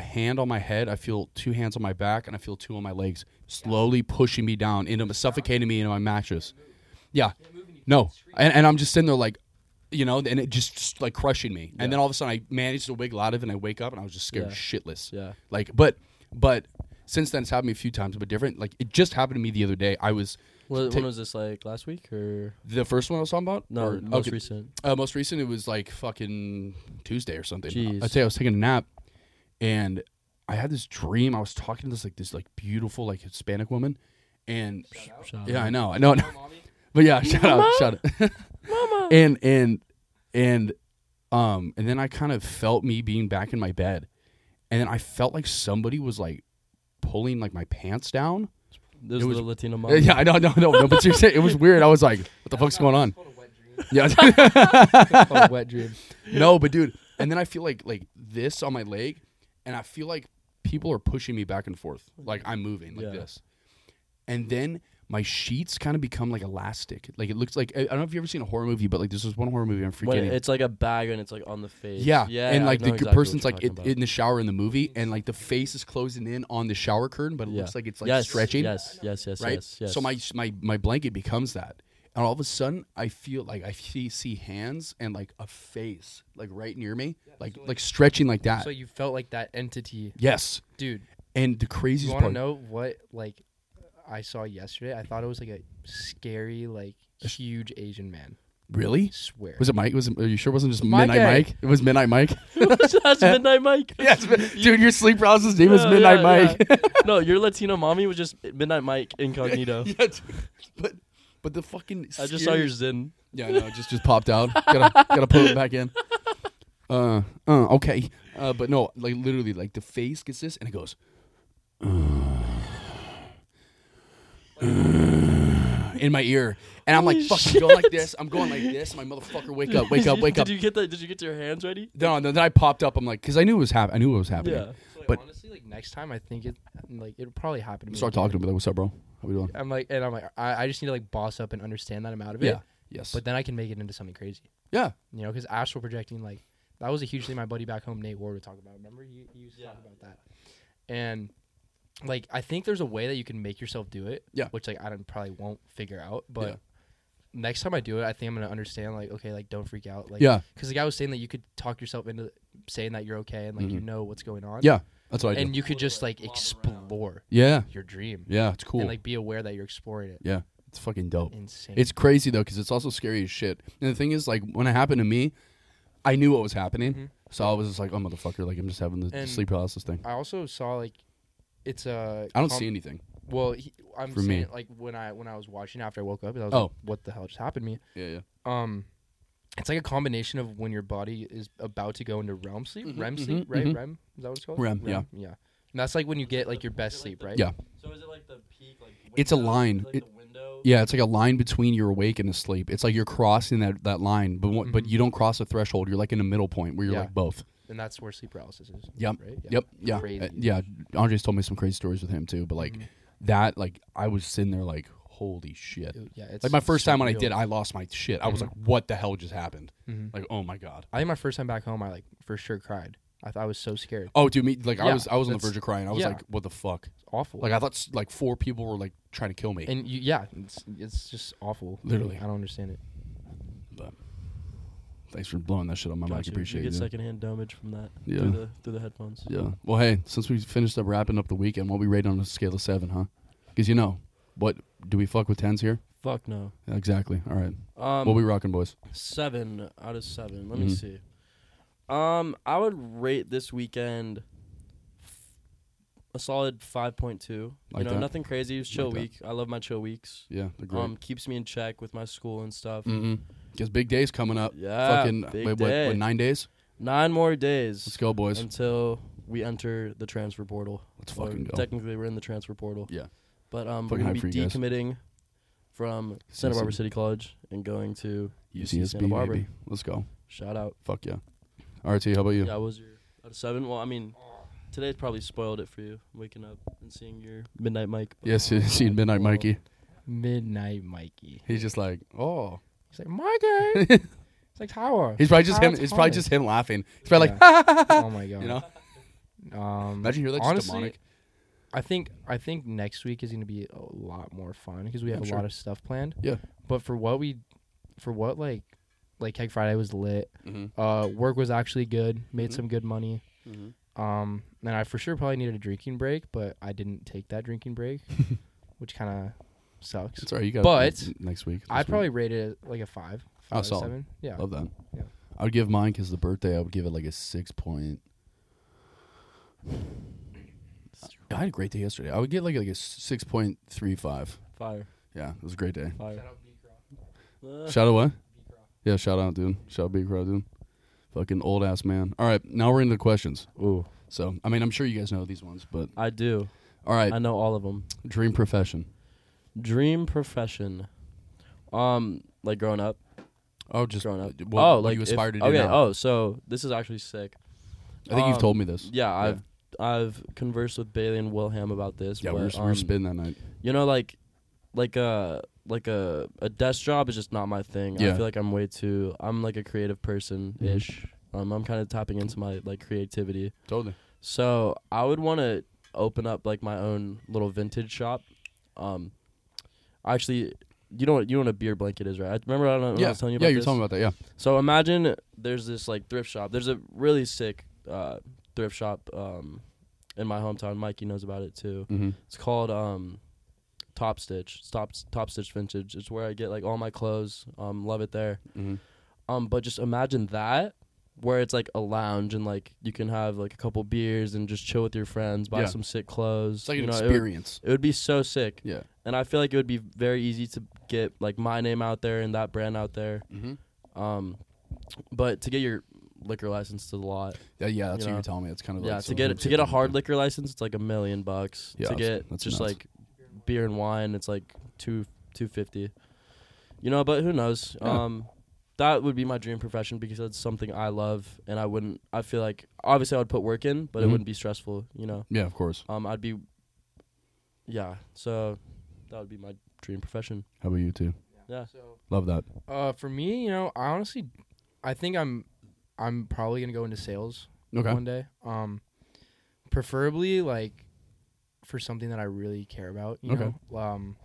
Speaker 1: a hand on my head. I feel two hands on my back and I feel two on my legs, slowly pushing me down into suffocating me into my mattress. Yeah. No. And, and I'm just sitting there like, you know, and it just, just, like crushing me. And then all of a sudden I managed to wiggle out of it and I wake up and I was just scared
Speaker 2: Yeah.
Speaker 1: shitless.
Speaker 2: Yeah.
Speaker 1: Like, but, but since then it's happened to me a few times, but different. Like, it just happened to me the other day. I was
Speaker 2: When,
Speaker 1: take-
Speaker 2: when was this? Like last week or
Speaker 1: the first one I was talking about?
Speaker 2: no?
Speaker 1: Or-
Speaker 2: most
Speaker 1: okay.
Speaker 2: recent.
Speaker 1: Uh, most recent, it was like fucking Tuesday or something.
Speaker 2: Jeez.
Speaker 1: I'd say I was taking a nap, and I had this dream. I was talking to this like this like beautiful like Hispanic woman, and
Speaker 2: Shout
Speaker 1: yeah,
Speaker 2: out.
Speaker 1: I know, I know, I know. [LAUGHS] but yeah, shout out, shout out, [LAUGHS] and and and um, and then I kind of felt me being back in my bed, and then I felt like somebody was like pulling like my pants down.
Speaker 2: There's
Speaker 1: It
Speaker 2: a
Speaker 1: was-
Speaker 2: little Latino
Speaker 1: Yeah,
Speaker 2: mom.
Speaker 1: [LAUGHS] yeah, I know, no, no,
Speaker 3: [LAUGHS]
Speaker 1: no, but you're saying it was weird. I was like, what the fuck's going on?
Speaker 3: It's called a wet dream.
Speaker 1: Yeah. [LAUGHS]
Speaker 3: It's [LAUGHS] called a Oh, wet dream.
Speaker 1: No, but dude, and then I feel like like this on my leg, and I feel like people are pushing me back and forth, like I'm moving like
Speaker 2: Yeah.
Speaker 1: this, and then my sheets kind of become like elastic, like it looks like I I don't know if you have ever seen a horror movie, but like this is one horror movie I'm
Speaker 2: When
Speaker 1: forgetting.
Speaker 2: it's like a bag and it's like on the face.
Speaker 1: yeah,
Speaker 2: yeah.
Speaker 1: and
Speaker 2: I
Speaker 1: like
Speaker 2: know
Speaker 1: the g-
Speaker 2: exactly what
Speaker 1: person's
Speaker 2: you're
Speaker 1: like
Speaker 2: talking
Speaker 1: it,
Speaker 2: about.
Speaker 1: in the shower in the movie, and like the face is closing in on the shower curtain, but it
Speaker 2: Yeah.
Speaker 1: looks like it's like
Speaker 2: yes,
Speaker 1: stretching
Speaker 2: Yes, yes, yes,
Speaker 1: right?
Speaker 2: yes, yes.
Speaker 1: So my my my blanket becomes that, and all of a sudden I feel like I see, see hands and like a face like right near me, like, like stretching like that.
Speaker 3: So you felt like that entity,
Speaker 1: yes,
Speaker 3: dude.
Speaker 1: and the
Speaker 3: You
Speaker 1: craziest
Speaker 3: want to
Speaker 1: part,
Speaker 3: know what like I saw yesterday? I thought it was like a scary, like huge Asian man.
Speaker 1: really.
Speaker 3: swear.
Speaker 1: Was it Mike? Was it, are you sure it wasn't just
Speaker 3: Mike
Speaker 1: Midnight
Speaker 3: A.
Speaker 1: Mike? It was Midnight
Speaker 2: [LAUGHS]
Speaker 1: Mike. [LAUGHS]
Speaker 2: That's Midnight Mike.
Speaker 1: yes, but- dude, your sleep paralysis name is
Speaker 2: Yeah,
Speaker 1: Midnight
Speaker 2: yeah,
Speaker 1: Mike.
Speaker 2: yeah. no, your Latino mommy was just Midnight Mike incognito.
Speaker 1: [LAUGHS] Yeah, dude. but but the fucking
Speaker 2: I just saw your
Speaker 1: scariest-
Speaker 2: Zin.
Speaker 1: Yeah, no, it just just popped out. gotta gotta put it back in. Uh, uh, okay. Uh, but no, like literally, like the face gets this, and it goes. [SIGHS] in my ear, and I'm like
Speaker 2: Holy
Speaker 1: fucking going like this. I'm going like this. My motherfucker, wake
Speaker 2: [LAUGHS]
Speaker 1: up, wake up, wake up.
Speaker 2: Did you get that? Did you get your hands ready?
Speaker 1: No, no, then I popped up. I'm like, because I knew it was happening. I knew what was happening.
Speaker 2: Yeah.
Speaker 1: but-
Speaker 3: honestly, like next time, I think it like it'll probably happen. To me
Speaker 1: Start
Speaker 3: again.
Speaker 1: talking to me like, "What's up, bro? How we doing?"
Speaker 3: I'm like, and I'm like, I, I just need to like boss up and understand that I'm out of it.
Speaker 1: Yeah. Yes.
Speaker 3: But then I can make it into something crazy,
Speaker 1: yeah.
Speaker 3: you know? Because astral projecting, like that was a huge thing. My buddy back home, Nate Ward, would talk about. Remember you, you used to talk about that, and like I think there's a way that you can make yourself do it.
Speaker 1: Yeah.
Speaker 3: Which like I don't, probably won't figure out, but
Speaker 1: Yeah.
Speaker 3: next time I do it, I think I'm gonna understand. Like, okay, like don't freak out. Like,
Speaker 1: Yeah.
Speaker 3: Because the guy was saying that you could talk yourself into saying that you're okay and like you know what's going on.
Speaker 1: Mm-hmm. Yeah, that's what I do.
Speaker 3: And you could just like explore
Speaker 1: yeah,
Speaker 3: your dream
Speaker 1: yeah, it's cool.
Speaker 3: and like be aware that you're exploring it.
Speaker 1: yeah, it's fucking dope.
Speaker 3: Insane.
Speaker 1: It's crazy though because it's also scary as shit. And the thing is, like when it happened to me, I knew what was happening, so I was just like, "Oh motherfucker!" Like I'm just having the
Speaker 3: Mm-hmm. And-
Speaker 1: sleep paralysis thing.
Speaker 3: I also saw like it's a.
Speaker 1: I don't
Speaker 3: com-
Speaker 1: see anything.
Speaker 3: Well, he, I'm
Speaker 1: For
Speaker 3: saying
Speaker 1: me.
Speaker 3: like when I when I was watching after I woke up, I was
Speaker 1: Oh.
Speaker 3: like, what the hell just happened to me?
Speaker 1: Yeah, yeah.
Speaker 3: um it's like a combination of when your body is about to go into REM sleep, REM sleep, right? REM is that what it's called?
Speaker 1: mm-hmm. REM, yeah.
Speaker 3: yeah. And that's like when you get like your best sleep, right?
Speaker 1: Yeah.
Speaker 2: So is it like the peak? Like window?
Speaker 1: It's a line.
Speaker 2: Is it like the window?
Speaker 1: Yeah, it's like a line between your awake and asleep. It's like you're crossing that, that line, but what, but you don't cross a threshold. You're like in a middle point where you're
Speaker 3: Mm-hmm. Yeah.
Speaker 1: like both.
Speaker 3: And that's where sleep paralysis is.
Speaker 1: Yep.
Speaker 3: Right?
Speaker 1: Yep. Yeah.
Speaker 3: Crazy.
Speaker 1: Uh, yeah. Andres told me some crazy stories with him too, but like
Speaker 3: Mm-hmm.
Speaker 1: that, like I was sitting there like, holy shit.
Speaker 3: It- yeah. It's Mm-hmm.
Speaker 1: like my first time when I
Speaker 3: surreal.
Speaker 1: did, I lost my shit. I was like, what the hell just happened?
Speaker 3: Mm-hmm.
Speaker 1: Like, oh my god.
Speaker 3: I think my first time back home, I like for sure cried. I thought I was so scared.
Speaker 1: Oh, dude, me like I
Speaker 3: Yeah,
Speaker 1: was I was on the
Speaker 3: that's-
Speaker 1: verge of crying. I was
Speaker 3: yeah.
Speaker 1: like, what the fuck?
Speaker 3: It's awful.
Speaker 1: Like I thought s- like four people were like trying to kill me.
Speaker 3: and you, yeah, it's, it's just awful.
Speaker 1: Literally.
Speaker 3: I don't understand it.
Speaker 1: but thanks for blowing that shit on my mic.
Speaker 2: Gotcha.
Speaker 1: Appreciate
Speaker 2: you
Speaker 1: it.
Speaker 2: get
Speaker 1: dude.
Speaker 2: secondhand damage from that
Speaker 1: Yeah.
Speaker 2: through the through the headphones.
Speaker 1: Yeah. Well, hey, since we finished up wrapping up the weekend, what we rate on a scale of seven, huh? Because you know, what do we fuck with tens here?
Speaker 2: Fuck no.
Speaker 1: Yeah, exactly. All right.
Speaker 2: Um,
Speaker 1: what we rocking, boys?
Speaker 2: seven out of seven. Let
Speaker 1: Mhm.
Speaker 2: me see. Um, I would rate this weekend f- a solid five point two.
Speaker 1: Like
Speaker 2: you know,
Speaker 1: that.
Speaker 2: nothing crazy. It was chill
Speaker 1: Like that.
Speaker 2: week. I love my chill weeks.
Speaker 1: Yeah, the great.
Speaker 2: Um, keeps me in check with my school and stuff.
Speaker 1: Because big day's coming up.
Speaker 2: Yeah,
Speaker 1: Fucking
Speaker 2: Ah, big
Speaker 1: wait, what,
Speaker 2: day.
Speaker 1: what? Nine days?
Speaker 2: Nine more days.
Speaker 1: Let's go, boys.
Speaker 2: Until we enter the transfer portal.
Speaker 1: Let's
Speaker 2: Or
Speaker 1: fucking go.
Speaker 2: Technically, we're in the transfer portal.
Speaker 1: Yeah.
Speaker 2: But um,
Speaker 1: Fucking
Speaker 2: we're gonna
Speaker 1: hype
Speaker 2: be
Speaker 1: for you guys.
Speaker 2: decommitting from Santa
Speaker 1: CC.
Speaker 2: Barbara City College and going to UC Santa
Speaker 1: UCSB,
Speaker 2: Barbara.
Speaker 1: baby. Let's go.
Speaker 2: Shout out.
Speaker 1: Fuck yeah. RT, how about you?
Speaker 2: Yeah, what was your out of seven? Well, I mean, today's probably spoiled it for you waking up and seeing your midnight mic.
Speaker 1: Yes, [LAUGHS] you seen Midnight Mikey.
Speaker 3: Midnight Mikey.
Speaker 1: He's just like, [LAUGHS] oh.
Speaker 3: He's like, Mikey. it's like,
Speaker 1: [LAUGHS]
Speaker 3: Tower.
Speaker 1: He's probably just him. It's probably just him laughing. He's probably like,
Speaker 3: oh my
Speaker 1: [LAUGHS]
Speaker 3: God.
Speaker 1: you know.
Speaker 3: Um,
Speaker 1: Imagine you're like just
Speaker 3: honestly,
Speaker 1: demonic.
Speaker 3: I think I think next week is going to be a lot more fun because we have
Speaker 1: I'm
Speaker 3: a
Speaker 1: sure.
Speaker 3: lot of stuff planned.
Speaker 1: Yeah.
Speaker 3: But for what we, for what like, like Keg Friday was lit.
Speaker 1: Mhm.
Speaker 3: Uh, work was actually good. Made
Speaker 1: Mhm.
Speaker 3: some good money.
Speaker 1: Mhm.
Speaker 3: Um, and I for sure probably needed a drinking break, but I didn't take that drinking
Speaker 1: [LAUGHS]
Speaker 3: break, which kind of sucks.
Speaker 1: It's all right. You got
Speaker 3: But
Speaker 1: n- next week.
Speaker 3: I'd
Speaker 1: this week.
Speaker 3: probably rate it like a five,
Speaker 1: Oh,
Speaker 3: five or
Speaker 1: solid.
Speaker 3: seven. Yeah.
Speaker 1: Love that.
Speaker 3: Yeah.
Speaker 1: I would give mine because the birthday. I would give it like a six point. I had a great day yesterday. I would get like like a six point three five.
Speaker 2: Fire,
Speaker 1: Yeah, it was a great
Speaker 2: [LAUGHS]
Speaker 1: day.
Speaker 2: fire. Uh,
Speaker 1: Shout out what? Yeah, shout out, dude. Shout out, Big Crow, dude. Fucking old ass man. All right, now we're into the questions.
Speaker 2: Ooh,
Speaker 1: So, I mean, I'm sure you guys know these ones, but
Speaker 2: I do.
Speaker 1: all right,
Speaker 2: I know all of them.
Speaker 1: dream profession.
Speaker 2: Dream profession. Um, like growing up.
Speaker 1: Oh, just
Speaker 2: Growing up.
Speaker 1: what,
Speaker 2: oh,
Speaker 1: what
Speaker 2: like
Speaker 1: you
Speaker 2: if-
Speaker 1: aspire to do
Speaker 2: Okay.
Speaker 1: now.
Speaker 2: Oh, so this is actually sick.
Speaker 1: I think you've
Speaker 2: um,
Speaker 1: told me this.
Speaker 2: Yeah, I've I've conversed with Bailey and Wilhelm about this.
Speaker 1: Yeah,
Speaker 2: but,
Speaker 1: we were, we were
Speaker 2: um,
Speaker 1: spitting that night.
Speaker 2: you know like like a like a a desk job is just not my thing.
Speaker 1: Yeah.
Speaker 2: I feel like I'm way too I'm like a creative person ish.
Speaker 1: Mm-hmm.
Speaker 2: Um I'm kind of tapping into my like creativity.
Speaker 1: Totally.
Speaker 2: So, I would want to open up like my own little vintage shop. Um actually you know what you know what a beer blanket is, right? I remember I, don't, when
Speaker 1: yeah,
Speaker 2: I was telling you
Speaker 1: yeah,
Speaker 2: about
Speaker 1: you're
Speaker 2: this.
Speaker 1: telling me about that. Yeah.
Speaker 2: So imagine there's this like thrift shop. There's a really sick uh, thrift shop um, in my hometown. Mikey knows about it too.
Speaker 1: Mhm.
Speaker 2: It's called um, Top Stitch. It's Top Top Stitch Vintage. It's where I get like all my clothes. Um, love it there.
Speaker 1: Mhm.
Speaker 2: Um, but just imagine that where it's like a lounge and like you can have like a couple beers and just chill with your friends, buy
Speaker 1: Yeah.
Speaker 2: some sick clothes.
Speaker 1: It's like
Speaker 2: you
Speaker 1: an
Speaker 2: know, it would-
Speaker 1: experience.
Speaker 2: it would be so sick.
Speaker 1: yeah.
Speaker 2: And I feel like it would be very easy to get like my name out there and that brand out there.
Speaker 1: Mm-hmm.
Speaker 2: Um, but to get your liquor license to the lot,
Speaker 1: Yeah, yeah, that's
Speaker 2: you
Speaker 1: what you were
Speaker 2: know?
Speaker 1: telling me. It's kind of
Speaker 2: yeah.
Speaker 1: Like
Speaker 2: To get
Speaker 1: something
Speaker 2: to get a hard
Speaker 1: different.
Speaker 2: liquor license, it's like a million bucks.
Speaker 1: Yeah,
Speaker 2: to
Speaker 1: that's-
Speaker 2: get
Speaker 1: that's
Speaker 2: just
Speaker 1: nuts.
Speaker 2: like beer and wine, it's like two two fifty. You know, but who knows?
Speaker 1: Yeah.
Speaker 2: Um, that would be my dream profession because that's something I love, and I wouldn't. I feel like obviously I would put work in, but it
Speaker 1: Mhm.
Speaker 2: wouldn't be stressful. You know,
Speaker 1: Yeah, of course.
Speaker 2: um, I'd be, yeah. So that would be my dream profession.
Speaker 1: How about you too?
Speaker 2: Yeah.
Speaker 1: Love that.
Speaker 3: Uh, for me, you know, I honestly, I think I'm, I'm probably gonna go into sales
Speaker 1: Okay.
Speaker 3: one day. Um, preferably like for something that I really care about. You
Speaker 1: Okay.
Speaker 3: know, um,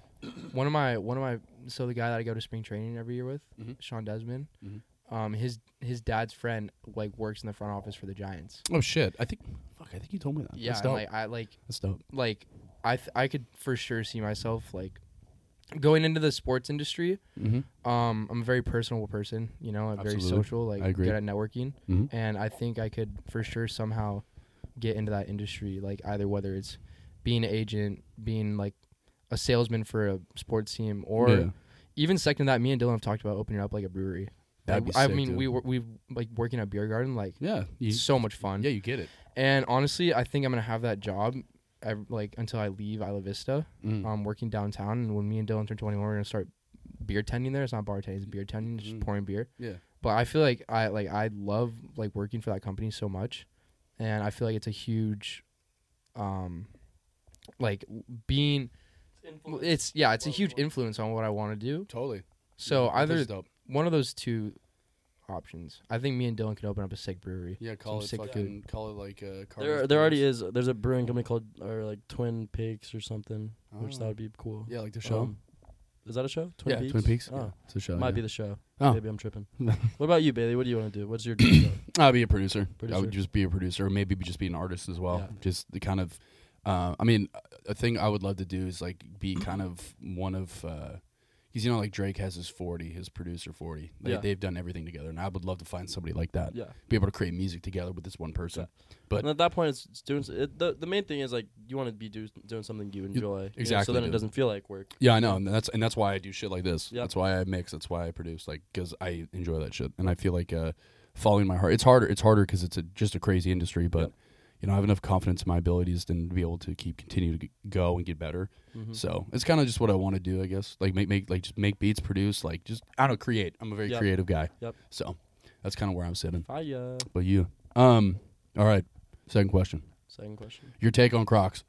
Speaker 3: one of my one of my so the guy that I go to spring training every year with,
Speaker 1: Mhm.
Speaker 3: Sean Desmond,
Speaker 1: Mhm.
Speaker 3: um, his his dad's friend like works in the front office for the Giants.
Speaker 1: Oh shit! I think fuck. I think you told me that.
Speaker 3: Yeah,
Speaker 1: That's
Speaker 3: and,
Speaker 1: dope.
Speaker 3: like I like
Speaker 1: That's dope.
Speaker 3: like I th- I could for sure see myself like going into the sports industry.
Speaker 1: Mm-hmm.
Speaker 3: Um, I'm a very personable person, you know. I'm very
Speaker 1: Absolutely.
Speaker 3: social, like
Speaker 1: I agree.
Speaker 3: good at networking,
Speaker 1: Mhm.
Speaker 3: and I think I could for sure somehow get into that industry. Like either whether it's being an agent, being like a salesman for a sports team, or
Speaker 1: Yeah.
Speaker 3: even second to that, me and Dylan have talked about opening up like a brewery.
Speaker 1: That'd
Speaker 3: Like,
Speaker 1: be
Speaker 3: I
Speaker 1: sick,
Speaker 3: mean,
Speaker 1: dude.
Speaker 3: we were, we like working at beer garden, like
Speaker 1: Yeah. You,
Speaker 3: so much fun.
Speaker 1: yeah, you get it.
Speaker 3: And honestly, I think I'm gonna have that job, ev- like until I leave Isla Vista.
Speaker 1: Mm.
Speaker 3: Um, working downtown, and when me and Dylan turn 21, we're gonna start beer tending there. It's not bartending; it's beer tending, it's just
Speaker 1: Mhm.
Speaker 3: pouring beer.
Speaker 1: Yeah.
Speaker 3: But I feel like I like I love like working for that company so much, and I feel like it's a huge, um, like being. It's yeah, it's a huge influence on what I want to do.
Speaker 1: Totally.
Speaker 3: So
Speaker 1: Yeah,
Speaker 3: either
Speaker 1: that's dope.
Speaker 3: one of those two options. I think me and Dylan could open up a sick brewery.
Speaker 1: Yeah, call it
Speaker 3: sick
Speaker 1: fucking call it like uh
Speaker 2: There, there already is. There's a brewing company called or like Twin Peaks or something, which that
Speaker 1: Oh.
Speaker 2: would be cool.
Speaker 1: Yeah, like the show.
Speaker 2: Um, is that a show? Twin
Speaker 1: yeah,
Speaker 2: Peaks.
Speaker 1: Twin Peaks.
Speaker 2: Oh,
Speaker 1: Yeah, it's a show.
Speaker 2: might
Speaker 1: yeah.
Speaker 2: be the show.
Speaker 1: Oh.
Speaker 2: Maybe
Speaker 1: [LAUGHS]
Speaker 2: I'm tripping. what about you, Bailey? What do you want to do?
Speaker 1: [COUGHS]
Speaker 2: What's your dream job?
Speaker 1: I'd be a producer. I
Speaker 2: Producer.
Speaker 1: would just be a producer, or maybe be- just be an artist as well.
Speaker 2: Yeah.
Speaker 1: Just the kind of, uh, I mean, a thing I would love to do is like be kind of one of, because you know, like Drake has his forty, his producer forty. They,
Speaker 2: Yeah.
Speaker 1: They've done everything together, and I would love to find somebody like that.
Speaker 2: Yeah.
Speaker 1: Be able to create music together with this one person. But
Speaker 2: and at that point, it's, it's doing. s- It, the the main thing is like you want to be do, doing something you enjoy. you know, so
Speaker 1: exactly,
Speaker 2: then it
Speaker 1: dude.
Speaker 2: doesn't feel like work.
Speaker 1: yeah, I know, and that's and that's why I do shit like this.
Speaker 2: Yep.
Speaker 1: That's why I mix. That's why I produce, like, because I enjoy that shit, and I feel like uh, following my heart. It's harder. It's harder because it's a, just a crazy industry, but.
Speaker 2: Yep.
Speaker 1: You know, I have enough confidence in my abilities and to be able to keep continue to g- go and get better.
Speaker 2: Mhm.
Speaker 1: So it's kind of just what I want to do, I guess. Like make make like just make beats, produce, like just I don't know, create. I'm a very
Speaker 2: Yep.
Speaker 1: creative guy.
Speaker 2: Yep.
Speaker 1: So that's kind of where I'm sitting.
Speaker 2: Hiya.
Speaker 1: But you, um, all right. Second question:
Speaker 2: Second question.
Speaker 1: Your take on Crocs?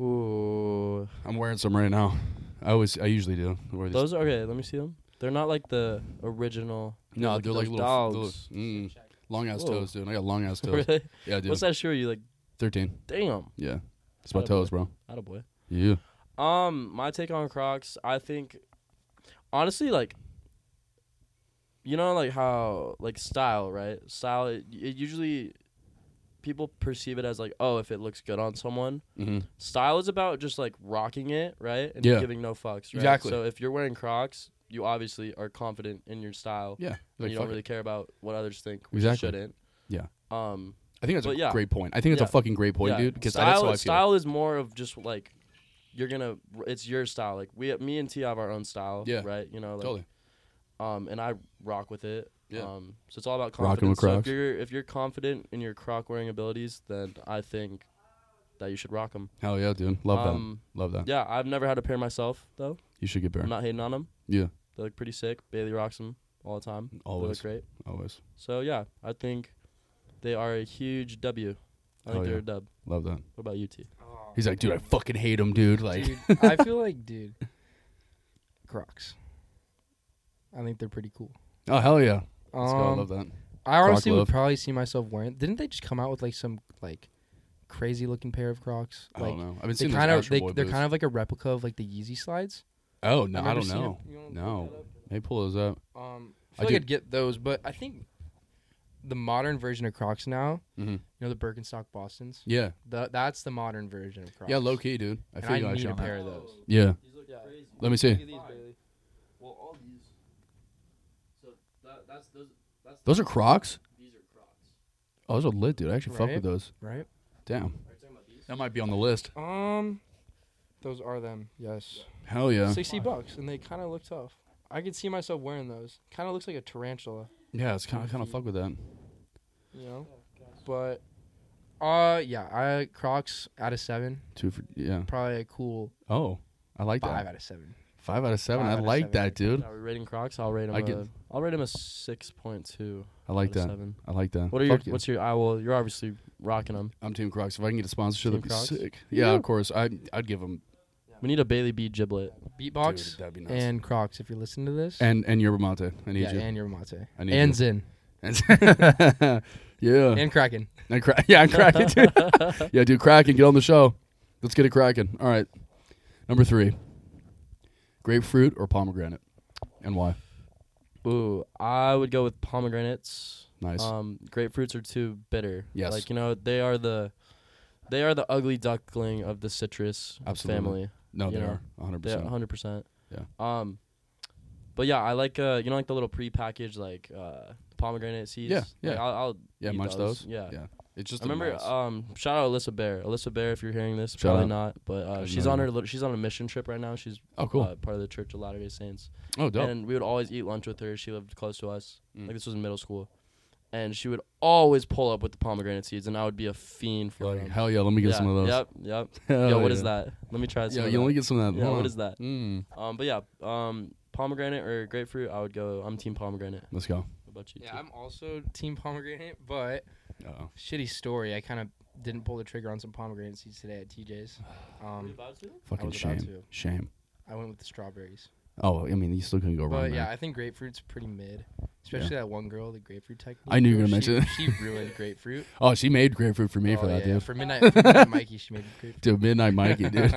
Speaker 2: Ooh,
Speaker 1: I'm wearing some right now. I always, I usually do. I wear these-
Speaker 2: those are okay. Let me see them. They're not like the original.
Speaker 1: no, they're like
Speaker 2: those
Speaker 1: little,
Speaker 2: dogs.
Speaker 1: little- mm, long ass
Speaker 2: Whoa.
Speaker 1: toes, dude. I got
Speaker 2: [LAUGHS]
Speaker 1: long ass toes.
Speaker 2: really?
Speaker 1: Yeah, dude.
Speaker 2: What's that Oh, shoe? You like?
Speaker 1: Thirteen.
Speaker 2: Damn.
Speaker 1: Yeah, it's my
Speaker 2: Atta boy.
Speaker 1: toes, bro.
Speaker 2: Out of boy.
Speaker 1: Yeah.
Speaker 2: Um, my take on Crocs, I think, honestly, like, you know, like how like style, right? Style. It, it usually people perceive it as like, oh, if it looks good on someone.
Speaker 1: Mm-hmm.
Speaker 2: Style is about just like rocking it, right? And
Speaker 1: Yeah.
Speaker 2: giving no fucks, right?
Speaker 1: Exactly.
Speaker 2: So if you're wearing Crocs, you obviously are confident in your style.
Speaker 1: Yeah.
Speaker 2: and
Speaker 1: Like,
Speaker 2: you don't
Speaker 1: fuck it.
Speaker 2: really care about what others think. Which you
Speaker 1: Exactly.
Speaker 2: shouldn't.
Speaker 1: Yeah.
Speaker 2: Um.
Speaker 1: I think that's a
Speaker 2: but yeah.
Speaker 1: great point. I think it's
Speaker 2: Yeah.
Speaker 1: a fucking great point, dude. Because
Speaker 2: style,
Speaker 1: that's how I feel.
Speaker 2: style is more of just like you're gonna. It's your style. Like we, me and T have our own style.
Speaker 1: Yeah.
Speaker 2: Right. You know. Like,
Speaker 1: Totally.
Speaker 2: Um, and I rock with it.
Speaker 1: Yeah.
Speaker 2: Um, so it's all about
Speaker 1: Rocking with
Speaker 2: confidence. So if
Speaker 1: Crocs.
Speaker 2: you're if you're confident in your croc wearing abilities, then I think that you should rock them.
Speaker 1: Hell yeah, dude. Love
Speaker 2: Um,
Speaker 1: that. Love that.
Speaker 2: Yeah. I've never had a pair myself though.
Speaker 1: You should get better.
Speaker 2: I'm not hating on them.
Speaker 1: Yeah.
Speaker 2: They look pretty sick. Bailey rocks them all the time.
Speaker 1: Always.
Speaker 2: They look great.
Speaker 1: Always.
Speaker 2: So yeah, I think they are a huge W. I think
Speaker 1: Hell
Speaker 2: they're
Speaker 1: yeah.
Speaker 2: a dub.
Speaker 1: Love that.
Speaker 2: What about you, T?
Speaker 3: [LAUGHS]
Speaker 1: He's like, dude, I fucking hate him, dude. Like,
Speaker 3: Dude, I feel like, dude, Crocs. I think they're pretty cool.
Speaker 1: oh hell yeah,
Speaker 3: Um,
Speaker 1: let's go. I love that.
Speaker 3: I honestly
Speaker 1: Croc
Speaker 3: would
Speaker 1: love.
Speaker 3: probably see myself wearing. Didn't they just come out with like some like crazy looking pair of Crocs?
Speaker 1: I
Speaker 3: Like
Speaker 1: don't know. I've been
Speaker 3: they
Speaker 1: seeing
Speaker 3: kind of they,
Speaker 1: Boy
Speaker 3: they're
Speaker 1: boots.
Speaker 3: kind of like a replica of like the Yeezy slides.
Speaker 1: Oh no, I,
Speaker 3: remember
Speaker 1: don't
Speaker 3: seeing it.
Speaker 1: know.
Speaker 3: You wanna look
Speaker 1: No,
Speaker 3: that up?
Speaker 1: maybe pull those up.
Speaker 3: Um, I
Speaker 1: I
Speaker 3: feel like
Speaker 1: do-
Speaker 3: I'd get those, but I think the modern version of Crocs now,
Speaker 1: Mhm.
Speaker 3: you know, the Birkenstock Bostons,
Speaker 1: Yeah,
Speaker 3: the, that's the modern version of Crocs.
Speaker 1: yeah, low key, dude. I
Speaker 3: And
Speaker 1: feel
Speaker 3: I
Speaker 1: you
Speaker 3: need
Speaker 1: actually.
Speaker 3: a
Speaker 1: on that.
Speaker 3: pair of those.
Speaker 1: Yeah,
Speaker 2: These look crazy.
Speaker 1: let me see.
Speaker 2: these, Bailey. Well, all these. So that, that's those. That's
Speaker 1: Those are Crocs.
Speaker 2: These are Crocs.
Speaker 1: Oh, those are lit, dude. I actually fuck
Speaker 3: Right?
Speaker 1: with those.
Speaker 3: Right.
Speaker 1: Damn,
Speaker 2: Are you talking about these?
Speaker 1: that might be on the list.
Speaker 3: Um, those are them. Yes.
Speaker 1: Hell yeah.
Speaker 3: Sixty bucks, and they kind of look tough. I could see myself wearing those. Kind of looks like a tarantula,
Speaker 1: Yeah, it's kind of kind of fuck with that.
Speaker 3: you know. But, uh, yeah, I Crocs out of seven,
Speaker 1: Two for yeah.
Speaker 3: probably a cool
Speaker 1: Oh, I like
Speaker 3: five
Speaker 1: that.
Speaker 3: out of seven.
Speaker 1: Five out of seven.
Speaker 3: Five
Speaker 1: I
Speaker 3: out of
Speaker 1: like
Speaker 3: seven.
Speaker 1: that, dude.
Speaker 2: Are we rating Crocs? I'll rate them.
Speaker 1: I get-
Speaker 2: a, I'll rate them a six point two.
Speaker 1: I like
Speaker 2: out of
Speaker 1: that.
Speaker 2: Seven.
Speaker 1: I like that.
Speaker 2: What are your?
Speaker 1: Fuck yeah.
Speaker 2: What's your? I will. You're obviously rocking them.
Speaker 1: I'm Team Crocs. If I can get a sponsorship,
Speaker 2: Team
Speaker 1: that'd be
Speaker 2: Crocs?
Speaker 1: sick. Yeah, of course. I I'd give them.
Speaker 2: We need a Bailey B giblet.
Speaker 3: Beatbox
Speaker 1: Dude, that'd be nice.
Speaker 3: and Crocs. If you're listening to this,
Speaker 1: And and yerba mate. I need
Speaker 3: yeah,
Speaker 1: you.
Speaker 3: and your mate,
Speaker 1: I need
Speaker 3: and
Speaker 1: you.
Speaker 3: Zin,
Speaker 1: [LAUGHS] yeah.
Speaker 3: and Kraken.
Speaker 1: And cra- yeah, Kraken,
Speaker 3: [LAUGHS]
Speaker 1: dude. yeah, dude, Kraken, get on the show. Let's get it cracking. All right. Number three. grapefruit or pomegranate, and why?
Speaker 2: Ooh, I would go with pomegranates.
Speaker 1: Nice.
Speaker 2: Um, grapefruits are too bitter.
Speaker 1: Yes.
Speaker 2: Like you know, they are the, they are the ugly duckling of the citrus
Speaker 1: Absolutely.
Speaker 2: family.
Speaker 1: no, they
Speaker 2: yeah.
Speaker 1: are 100.
Speaker 2: Yeah,
Speaker 1: percent
Speaker 2: hundred percent.
Speaker 1: Yeah.
Speaker 2: Um, but yeah, I like uh, you know, like the little pre-packaged like uh pomegranate seeds.
Speaker 1: Yeah,
Speaker 2: Like,
Speaker 1: yeah.
Speaker 2: I'll, I'll
Speaker 1: Yeah,
Speaker 2: eat
Speaker 1: munch those.
Speaker 2: Yeah.
Speaker 1: Yeah. It's just
Speaker 2: I remember.
Speaker 1: A mess.
Speaker 2: Um, shout out Alyssa Bear. Alyssa Bear, if you're hearing this,
Speaker 1: Shout
Speaker 2: probably
Speaker 1: out.
Speaker 2: not, but uh,
Speaker 1: Good
Speaker 2: she's
Speaker 1: memory.
Speaker 2: on her. Little, she's on a mission trip right now. She's
Speaker 1: oh, cool.
Speaker 2: uh, part of the Church of Latter Day Saints.
Speaker 1: oh, dope.
Speaker 2: And we would always eat lunch with her. She lived close to us.
Speaker 1: Mm.
Speaker 2: Like this was in middle school, and she would always pull up with the pomegranate seeds, and I would be a fiend
Speaker 1: You're
Speaker 2: for
Speaker 1: like,
Speaker 2: them.
Speaker 1: hell Oh, yeah, let me get
Speaker 2: yeah,
Speaker 1: some of those.
Speaker 2: Yep, yep.
Speaker 1: [LAUGHS] Hell
Speaker 2: Yo, what is
Speaker 1: yeah.
Speaker 2: that? Let me try some.
Speaker 1: Yeah,
Speaker 2: of
Speaker 1: you
Speaker 2: that.
Speaker 1: only get some of that.
Speaker 2: Yeah,
Speaker 1: Hold
Speaker 2: what
Speaker 1: on.
Speaker 2: is that?
Speaker 1: Mm.
Speaker 2: Um, but yeah, um, pomegranate or grapefruit, I would go. I'm team pomegranate.
Speaker 1: Let's go.
Speaker 2: What about you?
Speaker 3: Yeah,
Speaker 2: team?
Speaker 3: I'm also team pomegranate, but
Speaker 1: Uh-oh.
Speaker 3: shitty story. I kind of didn't pull the trigger on some pomegranate seeds today at TJ's.
Speaker 1: [SIGHS]
Speaker 3: Um,
Speaker 1: Fucking
Speaker 3: was about
Speaker 1: shame.
Speaker 3: to.
Speaker 1: Shame.
Speaker 3: I went with the strawberries.
Speaker 1: Oh, I mean, you still couldn't go wrong.
Speaker 3: But
Speaker 1: there.
Speaker 3: yeah, I think grapefruit's pretty mid, especially that one girl, the grapefruit technique.
Speaker 1: I knew you were
Speaker 3: girl,
Speaker 1: gonna
Speaker 3: she-
Speaker 1: mention [LAUGHS]
Speaker 3: She ruined grapefruit.
Speaker 1: Oh, she made grapefruit for me
Speaker 3: Oh,
Speaker 1: for that,
Speaker 3: yeah,
Speaker 1: dude.
Speaker 3: For [LAUGHS] midnight, for midnight Mikey, she made grapefruit.
Speaker 1: Dude, Midnight Mikey,
Speaker 2: [LAUGHS]
Speaker 1: dude. [LAUGHS]
Speaker 3: [LAUGHS]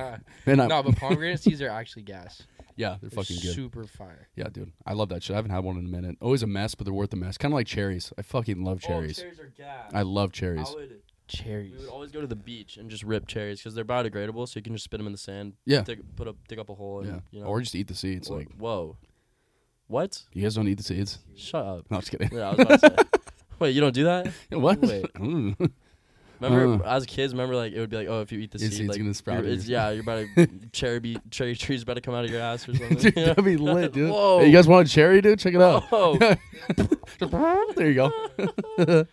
Speaker 1: Midnight.
Speaker 3: no, but pomegranate seeds are actually gas.
Speaker 1: [LAUGHS] yeah, [LAUGHS] they're
Speaker 3: They're
Speaker 1: fucking good.
Speaker 3: super fire.
Speaker 1: Yeah, dude. I love that shit. I haven't had one in a minute. Always a mess, but they're worth a mess. Kind of like cherries. I fucking love
Speaker 2: Oh,
Speaker 1: cherries.
Speaker 2: are gas.
Speaker 1: I love cherries.
Speaker 2: would.
Speaker 3: Cherries. [LAUGHS]
Speaker 2: We would always go to the beach and just rip cherries because they're biodegradable, so you can just spit them in the sand.
Speaker 1: Yeah.
Speaker 2: Dig, put up, dig up a hole, and
Speaker 1: yeah.
Speaker 2: you know.
Speaker 1: Or just eat the seeds.
Speaker 2: or-
Speaker 1: Like,
Speaker 2: whoa, what?
Speaker 1: you guys don't eat the
Speaker 2: [LAUGHS]
Speaker 1: seeds?
Speaker 2: Shut up.
Speaker 1: No, I'm just kidding.
Speaker 2: Yeah, I was about to
Speaker 1: [LAUGHS]
Speaker 2: say. Wait, you don't do that?
Speaker 1: what?
Speaker 2: Wait.
Speaker 1: [LAUGHS] Mm.
Speaker 2: Remember
Speaker 1: Uh.
Speaker 2: as kids, remember like it would be like, oh, if you eat the
Speaker 1: Your
Speaker 2: seed,
Speaker 1: seed's
Speaker 2: like,
Speaker 1: gonna sprout
Speaker 2: you're-
Speaker 1: in
Speaker 2: It's,
Speaker 1: your-
Speaker 2: yeah, you're about to
Speaker 1: [LAUGHS]
Speaker 2: cherry be, cherry trees about to come out of your ass or something.
Speaker 1: dude, that'd
Speaker 2: [LAUGHS]
Speaker 1: be lit, dude.
Speaker 2: Whoa.
Speaker 1: Hey, you guys want a cherry, dude? Check it out.
Speaker 2: Whoa.
Speaker 1: [LAUGHS] there you go. [LAUGHS] um,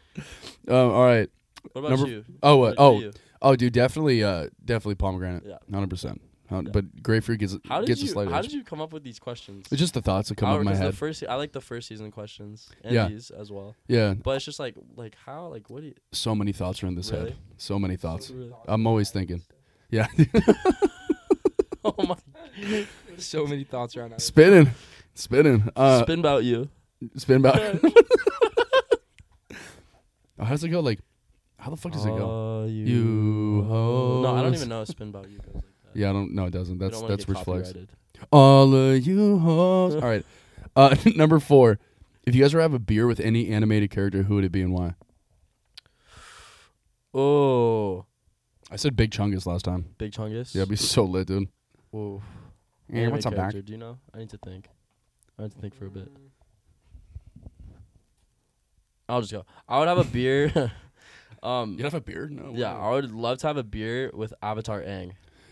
Speaker 1: all right.
Speaker 2: What about
Speaker 1: Number-
Speaker 2: you?
Speaker 1: Oh,
Speaker 2: What
Speaker 1: uh,
Speaker 2: about
Speaker 1: oh,
Speaker 2: you?
Speaker 1: oh, dude, definitely, uh, definitely pomegranate.
Speaker 2: Yeah.
Speaker 1: hundred percent. But grapefruit gets
Speaker 2: How did
Speaker 1: gets
Speaker 2: you?
Speaker 1: a slight
Speaker 2: how
Speaker 1: edge.
Speaker 2: did you come up with these questions?
Speaker 1: It's just the thoughts that come
Speaker 2: How-
Speaker 1: up in my
Speaker 2: 'cause the
Speaker 1: head.
Speaker 2: first, se- I like the first season questions and
Speaker 1: Yeah.
Speaker 2: these as well.
Speaker 1: yeah,
Speaker 2: But it's just like, like how, like what do you?
Speaker 1: so many thoughts are in this head.
Speaker 2: Really?
Speaker 1: So many thoughts.
Speaker 2: Really?
Speaker 1: I'm always thinking. Yeah, [LAUGHS]
Speaker 2: Oh my!
Speaker 3: So many thoughts around that.
Speaker 1: spinning, spinning. Uh,
Speaker 2: Spin about you.
Speaker 1: spin about. [LAUGHS] how does it go? Like, how the fuck does it go?
Speaker 2: All You.
Speaker 1: You hoes.
Speaker 2: Uh, No, I don't even know. if Spin about you. Goes like that.
Speaker 1: Yeah, I don't. No, it doesn't.
Speaker 2: We
Speaker 1: That's
Speaker 2: don't wanna
Speaker 1: that's
Speaker 2: get
Speaker 1: Rich Flex.
Speaker 2: copyrighted.
Speaker 1: All of you hoes. All right. Uh, [LAUGHS] number four. If you guys were to have a beer with any animated character, who would it be and why?
Speaker 2: Oh,
Speaker 1: I said Big Chungus last time.
Speaker 2: Big Chungus.
Speaker 1: Yeah, it'd be so lit, dude.
Speaker 2: Whoa.
Speaker 1: Yeah, what's up,
Speaker 2: Anime
Speaker 1: Mac?
Speaker 2: character, Do you know? I need to think. I need to think for a bit. I'll just go. I would have a beer. [LAUGHS] um.
Speaker 1: have a beer? No.
Speaker 2: Yeah, I would love to have a beer with Avatar Aang.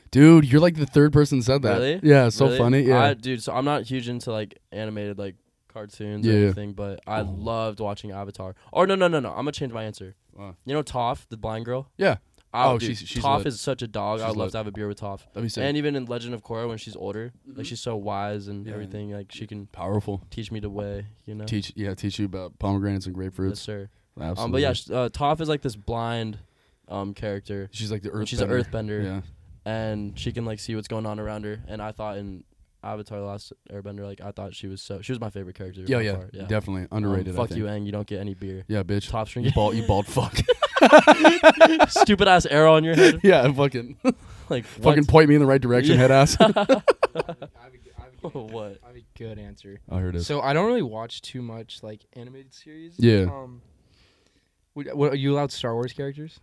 Speaker 1: Dude, you're like the third person that said that.
Speaker 2: Really?
Speaker 1: Yeah, so
Speaker 2: Really?
Speaker 1: funny. Yeah.
Speaker 2: I, dude. So I'm not huge into like animated like cartoons
Speaker 1: Yeah.
Speaker 2: or anything, but I loved watching Avatar. Or no, no, no, no. I'm gonna change my answer.
Speaker 1: Wow.
Speaker 2: You know Toph, the blind girl.
Speaker 1: yeah.
Speaker 2: Oh,
Speaker 1: Oh,
Speaker 2: dude,
Speaker 1: she's- she's
Speaker 2: Toph
Speaker 1: lit.
Speaker 2: is such a dog. I
Speaker 1: She's
Speaker 2: would love
Speaker 1: lit.
Speaker 2: to have a beer with Toph.
Speaker 1: Let me see.
Speaker 2: And even in Legend of Korra, when she's older, like she's so wise and
Speaker 1: Mm-hmm. Yeah.
Speaker 2: everything. Like she can
Speaker 1: Powerful.
Speaker 2: teach me the way. You know.
Speaker 1: Teach yeah, teach you about pomegranates and
Speaker 2: Yes,
Speaker 1: grapefruits.
Speaker 2: sir.
Speaker 1: Absolutely.
Speaker 2: Um, but yeah, sh- uh, Toph is like this blind um character,
Speaker 1: she's like the earth.
Speaker 2: she's an earthbender.
Speaker 1: Yeah.
Speaker 2: and she can like see what's going on around her. And I thought in Avatar: The Last Airbender, like I thought she was so she was my favorite character.
Speaker 1: Yeah,
Speaker 2: by
Speaker 1: yeah.
Speaker 2: far, yeah.
Speaker 1: Definitely
Speaker 2: Um,
Speaker 1: underrated. I
Speaker 2: fuck you,
Speaker 1: think.
Speaker 2: Aang. You don't get any beer.
Speaker 1: Yeah, bitch.
Speaker 2: Top string.
Speaker 1: You
Speaker 2: [LAUGHS]
Speaker 1: bald you bald fuck.
Speaker 2: Stupid ass arrow
Speaker 3: [LAUGHS]
Speaker 2: on
Speaker 1: [LAUGHS]
Speaker 2: your head.
Speaker 1: yeah, fucking
Speaker 2: Like [LAUGHS]
Speaker 1: fucking [LAUGHS] point me in the right direction,
Speaker 2: Yeah.
Speaker 1: head
Speaker 3: [LAUGHS]
Speaker 1: ass. oh,
Speaker 3: I have a good- I [LAUGHS] have a
Speaker 2: what?
Speaker 3: good answer.
Speaker 2: what?
Speaker 3: I have a good answer.
Speaker 1: Oh, here it is.
Speaker 3: So I don't really watch too much like animated series.
Speaker 1: Yeah.
Speaker 3: Um, would, what, are you allowed Star Wars characters?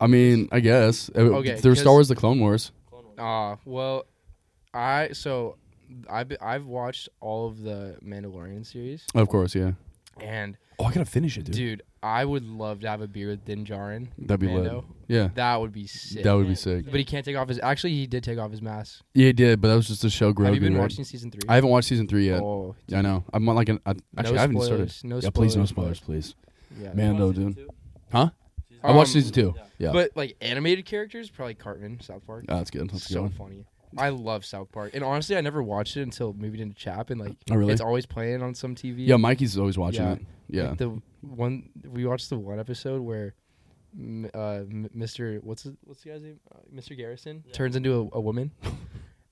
Speaker 1: I mean, I guess. Uh, There's
Speaker 3: Okay,
Speaker 1: Star
Speaker 3: 'cause-
Speaker 1: Wars The Clone Wars.
Speaker 3: Ah, well, I so I've been- I've watched all of the Mandalorian series,
Speaker 1: Of course, yeah.
Speaker 3: and
Speaker 1: Oh, I gotta finish it,
Speaker 3: dude, I would love to have a beer with Din Djarin.
Speaker 1: That'd be lit.
Speaker 3: Mando.
Speaker 1: Yeah.
Speaker 3: That would be sick.
Speaker 1: That would be sick.
Speaker 3: but he can't take off his. Actually, he did take off his mask.
Speaker 1: Yeah, it did, but that was just a show Grogu.
Speaker 3: Have you been
Speaker 1: right?
Speaker 3: watching season three?
Speaker 1: I haven't watched season three yet.
Speaker 3: Oh,
Speaker 1: I know. I'm on like an. I, actually, I haven't started.
Speaker 3: spoilers, No
Speaker 1: yeah, please no
Speaker 3: spoilers,
Speaker 1: spoilers, please.
Speaker 3: but- Yeah.
Speaker 1: Mando, dude. Huh? I
Speaker 3: Um,
Speaker 1: watched season two. Yeah.
Speaker 3: But like animated characters, probably Cartman, South Park.
Speaker 1: Ah, that's good. That's a good.
Speaker 3: so
Speaker 1: one.
Speaker 3: funny. I love South Park, and honestly, I never watched it until moving into Chap, and like
Speaker 1: Oh, really?
Speaker 3: it's always playing on some TV.
Speaker 1: Yeah, Mikey's always watching
Speaker 3: Yeah.
Speaker 1: it. Yeah.
Speaker 3: Like, the one we watched the one episode where. m- Uh, m- Mr. What's his, what's the guy's name? Uh, Mr. Garrison turns into a, a woman,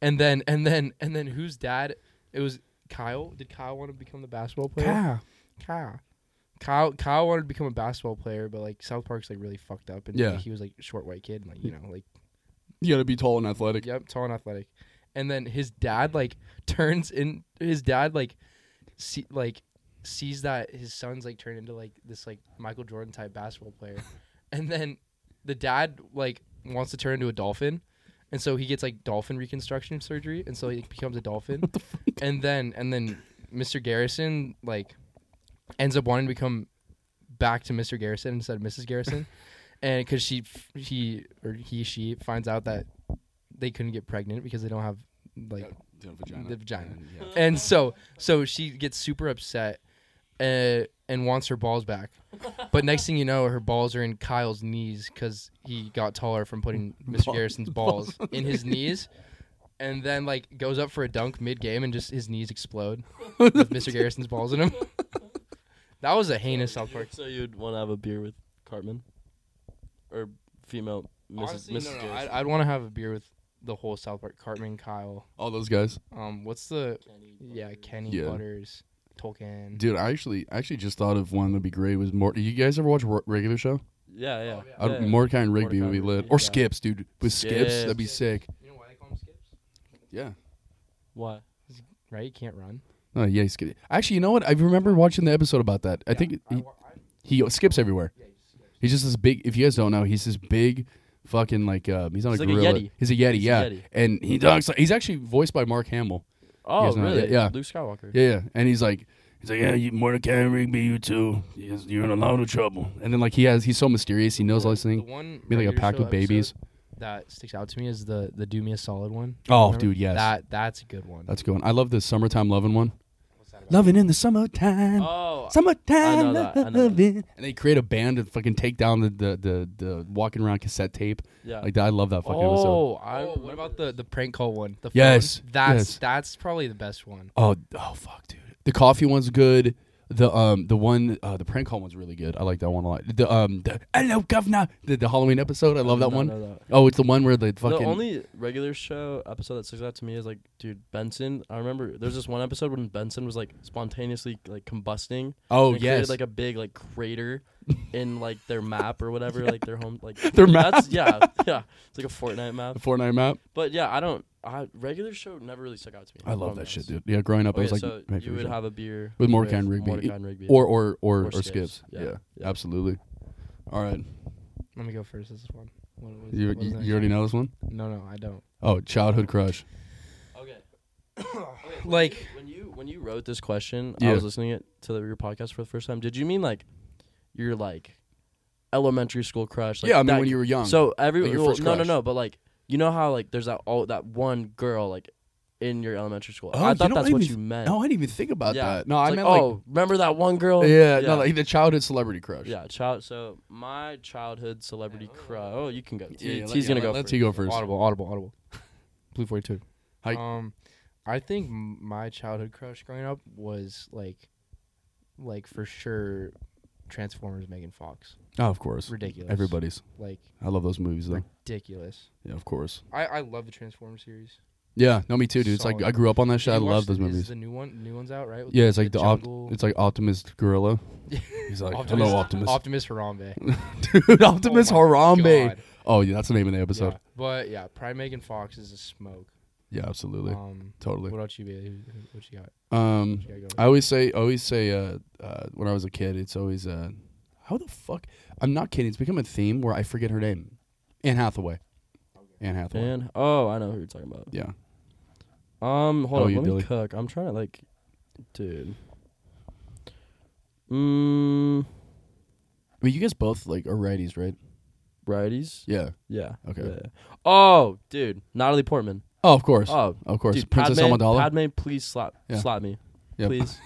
Speaker 3: and then and then and then whose dad? It was Kyle. Did Kyle want to become the basketball player? Kyle. Kyle Kyle wanted to become a basketball player, but like South Park's like really fucked up, and
Speaker 1: Yeah.
Speaker 3: like, he was like a short white kid, and, like you know, like
Speaker 1: You gotta be tall and athletic.
Speaker 3: yep, tall and athletic, and then his dad like [LAUGHS] turns in. His dad like, see like, sees that his son's like turned into like this like Michael Jordan type basketball player, and then the dad like wants to turn into a dolphin. And so he gets like dolphin reconstruction surgery, and so he becomes a dolphin. and then and then Mr. Garrison like ends up wanting to become back to Mr. Garrison instead of Mrs. Garrison, and because she f- he or he she finds out that they couldn't get pregnant because they don't have like
Speaker 1: The vagina.
Speaker 3: The vagina.
Speaker 1: And, yeah.
Speaker 3: and so so she gets super upset uh, and wants her balls back. But next thing you know, her balls are in Kyle's knees because he got taller from putting Mr. [LAUGHS] Garrison's balls in his knees. And then like goes up for a dunk mid game and just his knees explode with [LAUGHS] Mr. Garrison's balls in him. that was a heinous South Park.
Speaker 2: So you'd want to have a beer with Cartman, or female Mrs.
Speaker 3: Honestly,
Speaker 2: Mrs.
Speaker 3: no, no,
Speaker 2: Garrison.
Speaker 3: I'd, I'd want to have a beer with the whole South Park. Cartman, Kyle.
Speaker 1: All those guys.
Speaker 3: Um, what's the yeah Kenny
Speaker 1: Yeah.
Speaker 3: Butters, Tolkien.
Speaker 1: Dude, I actually I actually just thought of one that'd be great was Mort. You guys ever watch Ro- regular show?
Speaker 2: yeah, yeah.
Speaker 1: I
Speaker 3: Oh,
Speaker 2: yeah.
Speaker 1: don't Mordecai and Rigby
Speaker 2: Mordecai
Speaker 1: would be
Speaker 2: and
Speaker 1: lit,
Speaker 2: Rigby,
Speaker 1: or
Speaker 2: yeah.
Speaker 1: Skips, dude. With Skips, that'd be
Speaker 2: Skips.
Speaker 1: sick.
Speaker 3: You know why they call him Skips?
Speaker 1: Yeah.
Speaker 2: Why?
Speaker 3: Right, you can't run.
Speaker 1: Oh yeah, Skips. Actually, you know what? I remember watching the episode about that. I think he, he skips everywhere. He's just this big. If you guys don't know, he's this big, fucking like um, he's not
Speaker 2: He's
Speaker 1: a
Speaker 2: like a
Speaker 1: gorilla.
Speaker 2: Yeti.
Speaker 1: He's a yeti,
Speaker 2: He's a
Speaker 1: yeah.
Speaker 2: Yeti.
Speaker 1: And he talks. Like, he's actually voiced by Mark Hamill.
Speaker 2: Oh,
Speaker 1: guys know that?
Speaker 2: really?
Speaker 1: Yeah.
Speaker 2: Luke Skywalker.
Speaker 1: Yeah, yeah. And he's like, he's like, yeah, you, Mordecai and Rigby, you too. Yes, You're in a lot of trouble. And then like he has, he's so mysterious. He knows all this
Speaker 3: The
Speaker 1: thing.
Speaker 3: one
Speaker 1: Be like a
Speaker 3: regular
Speaker 1: pack
Speaker 3: show
Speaker 1: of babies.
Speaker 3: episode That sticks out to me is the the do me a solid one.
Speaker 1: Oh, dude, yes.
Speaker 3: That that's a good one.
Speaker 1: That's going. I love the summertime loving one. Loving in the summertime.
Speaker 2: Oh,
Speaker 1: Summertime
Speaker 2: I know that, I know that.
Speaker 1: loving. And they create a band and fucking take down the the, the, the walking around cassette tape.
Speaker 2: Yeah.
Speaker 1: Like that. I love that fucking episode.
Speaker 2: oh, I.
Speaker 3: oh, what about the the prank call one? The phone?
Speaker 1: Yes,
Speaker 3: that's
Speaker 1: yes.
Speaker 3: that's probably the best one.
Speaker 1: Oh, oh fuck, dude. The coffee one's good. The um the one uh, the prank call one's really good. I like that one a lot. The um the hello governor the, the Halloween episode. I love that
Speaker 2: not
Speaker 1: one.
Speaker 2: know that.
Speaker 1: Oh, it's the one where they fucking
Speaker 2: The only regular show episode that sticks out to me is like, dude, Benson. I remember there's this one episode when Benson was like spontaneously like combusting.
Speaker 1: Oh,
Speaker 2: and it created,
Speaker 1: yes.
Speaker 2: like a big like
Speaker 1: [LAUGHS]
Speaker 2: crater in like their map or whatever, like their home, like
Speaker 1: Their map.
Speaker 2: That's, yeah,
Speaker 1: [LAUGHS]
Speaker 2: yeah. It's like a Fortnite map.
Speaker 1: the Fortnite map.
Speaker 2: But yeah, I don't. I, regular show never really stuck out to me.
Speaker 1: I love
Speaker 2: I'll
Speaker 1: that
Speaker 2: be
Speaker 1: shit,
Speaker 2: honest.
Speaker 1: dude. Yeah, growing up, I
Speaker 2: Okay,
Speaker 1: was like
Speaker 2: Oh, so
Speaker 1: my
Speaker 2: you would
Speaker 1: favorite
Speaker 2: have a beer
Speaker 1: with Mordecai and Rigby,
Speaker 2: Mordecai and Rigby.
Speaker 1: or or or, or,
Speaker 2: Or
Speaker 1: skips.
Speaker 2: Skips.
Speaker 1: Yeah.
Speaker 2: Yeah. Yeah.
Speaker 1: absolutely. All right,
Speaker 3: Let me go first. This is one. What, what is-
Speaker 1: you
Speaker 3: what is
Speaker 1: you,
Speaker 3: the
Speaker 1: you
Speaker 3: next
Speaker 1: already know this one.
Speaker 3: one? No, no, I don't.
Speaker 1: Oh, childhood crush.
Speaker 2: okay.
Speaker 3: Like
Speaker 2: When you when you wrote this question,
Speaker 1: Yeah.
Speaker 2: I was listening it to the, your podcast for the first time. Did you mean like your like elementary school crush? Like
Speaker 1: yeah, I mean
Speaker 2: that-
Speaker 1: when you were young.
Speaker 2: So every
Speaker 1: Like your
Speaker 2: well,
Speaker 1: first
Speaker 2: no no
Speaker 1: crush.
Speaker 2: no, but like you know how like there's that all that one girl like in your elementary school.
Speaker 1: Oh,
Speaker 2: I
Speaker 1: you
Speaker 2: thought
Speaker 1: don't
Speaker 2: that's what
Speaker 1: even-
Speaker 2: you meant.
Speaker 1: no, I didn't even think about
Speaker 2: Yeah.
Speaker 1: that. No, I
Speaker 2: It's
Speaker 1: meant
Speaker 2: like,
Speaker 1: like,
Speaker 2: oh, remember that one girl?
Speaker 1: yeah, no, like the childhood celebrity crush.
Speaker 2: yeah, child. So my childhood celebrity crush. Oh, you can go. T,
Speaker 1: yeah,
Speaker 2: T's
Speaker 1: yeah,
Speaker 2: gonna go.
Speaker 1: Let's
Speaker 2: first.
Speaker 1: you go first.
Speaker 3: audible, audible, audible. Blue forty two.
Speaker 1: Hi.
Speaker 3: Um, I think m- my childhood crush growing up was like, like for sure, Transformers Megan Fox.
Speaker 1: Oh, of course.
Speaker 3: Ridiculous.
Speaker 1: Everybody's.
Speaker 3: Like
Speaker 1: I love those movies though.
Speaker 3: ridiculous.
Speaker 1: Yeah, of course.
Speaker 3: I, I love the Transformers series.
Speaker 1: Yeah, no, me too, dude. It's like
Speaker 3: Solid.
Speaker 1: I grew up on that shit.
Speaker 3: You
Speaker 1: I
Speaker 3: watched
Speaker 1: love those
Speaker 3: the- is
Speaker 1: movies.
Speaker 3: The new one, new one's out, right? With
Speaker 1: Yeah, it's like the,
Speaker 3: jungle-
Speaker 1: op- it's like Optimus Gorilla. He's like, hello, Optimus.
Speaker 3: Optimus Harambe.
Speaker 1: [LAUGHS]
Speaker 3: Oh
Speaker 1: dude, Optimus
Speaker 3: my
Speaker 1: Harambe.
Speaker 3: God.
Speaker 1: Oh yeah, that's the name of the
Speaker 3: yeah.
Speaker 1: episode.
Speaker 3: But yeah, Prime Megan Fox is a smoke.
Speaker 1: Yeah, absolutely,
Speaker 3: Um, what
Speaker 1: totally.
Speaker 3: else you be? What you got?
Speaker 1: Um,
Speaker 3: What you got
Speaker 1: I
Speaker 3: going?
Speaker 1: always say, always say, uh, uh, when I was a kid, it's always, uh, how the fuck? I'm not kidding. It's become a theme where I forget her name, Anne Hathaway. Anne Hathaway.
Speaker 2: And oh, I know who you're talking about.
Speaker 1: Yeah.
Speaker 2: Um, hold
Speaker 1: How are
Speaker 2: on,
Speaker 1: you,
Speaker 2: let
Speaker 1: Billy?
Speaker 2: me cook. I'm trying to like, dude. Mm,
Speaker 1: But you guys both like are righties, right?
Speaker 2: righties.
Speaker 1: Yeah.
Speaker 2: Yeah.
Speaker 1: Okay.
Speaker 2: yeah. Oh, dude, Natalie Portman.
Speaker 1: Oh, of course.
Speaker 2: Oh,
Speaker 1: of course.
Speaker 2: dude,
Speaker 1: Princess
Speaker 2: Padme,
Speaker 1: Amidala.
Speaker 2: Padme, please slap,
Speaker 1: Yeah.
Speaker 2: slap me,
Speaker 1: Yeah. [LAUGHS]
Speaker 2: please,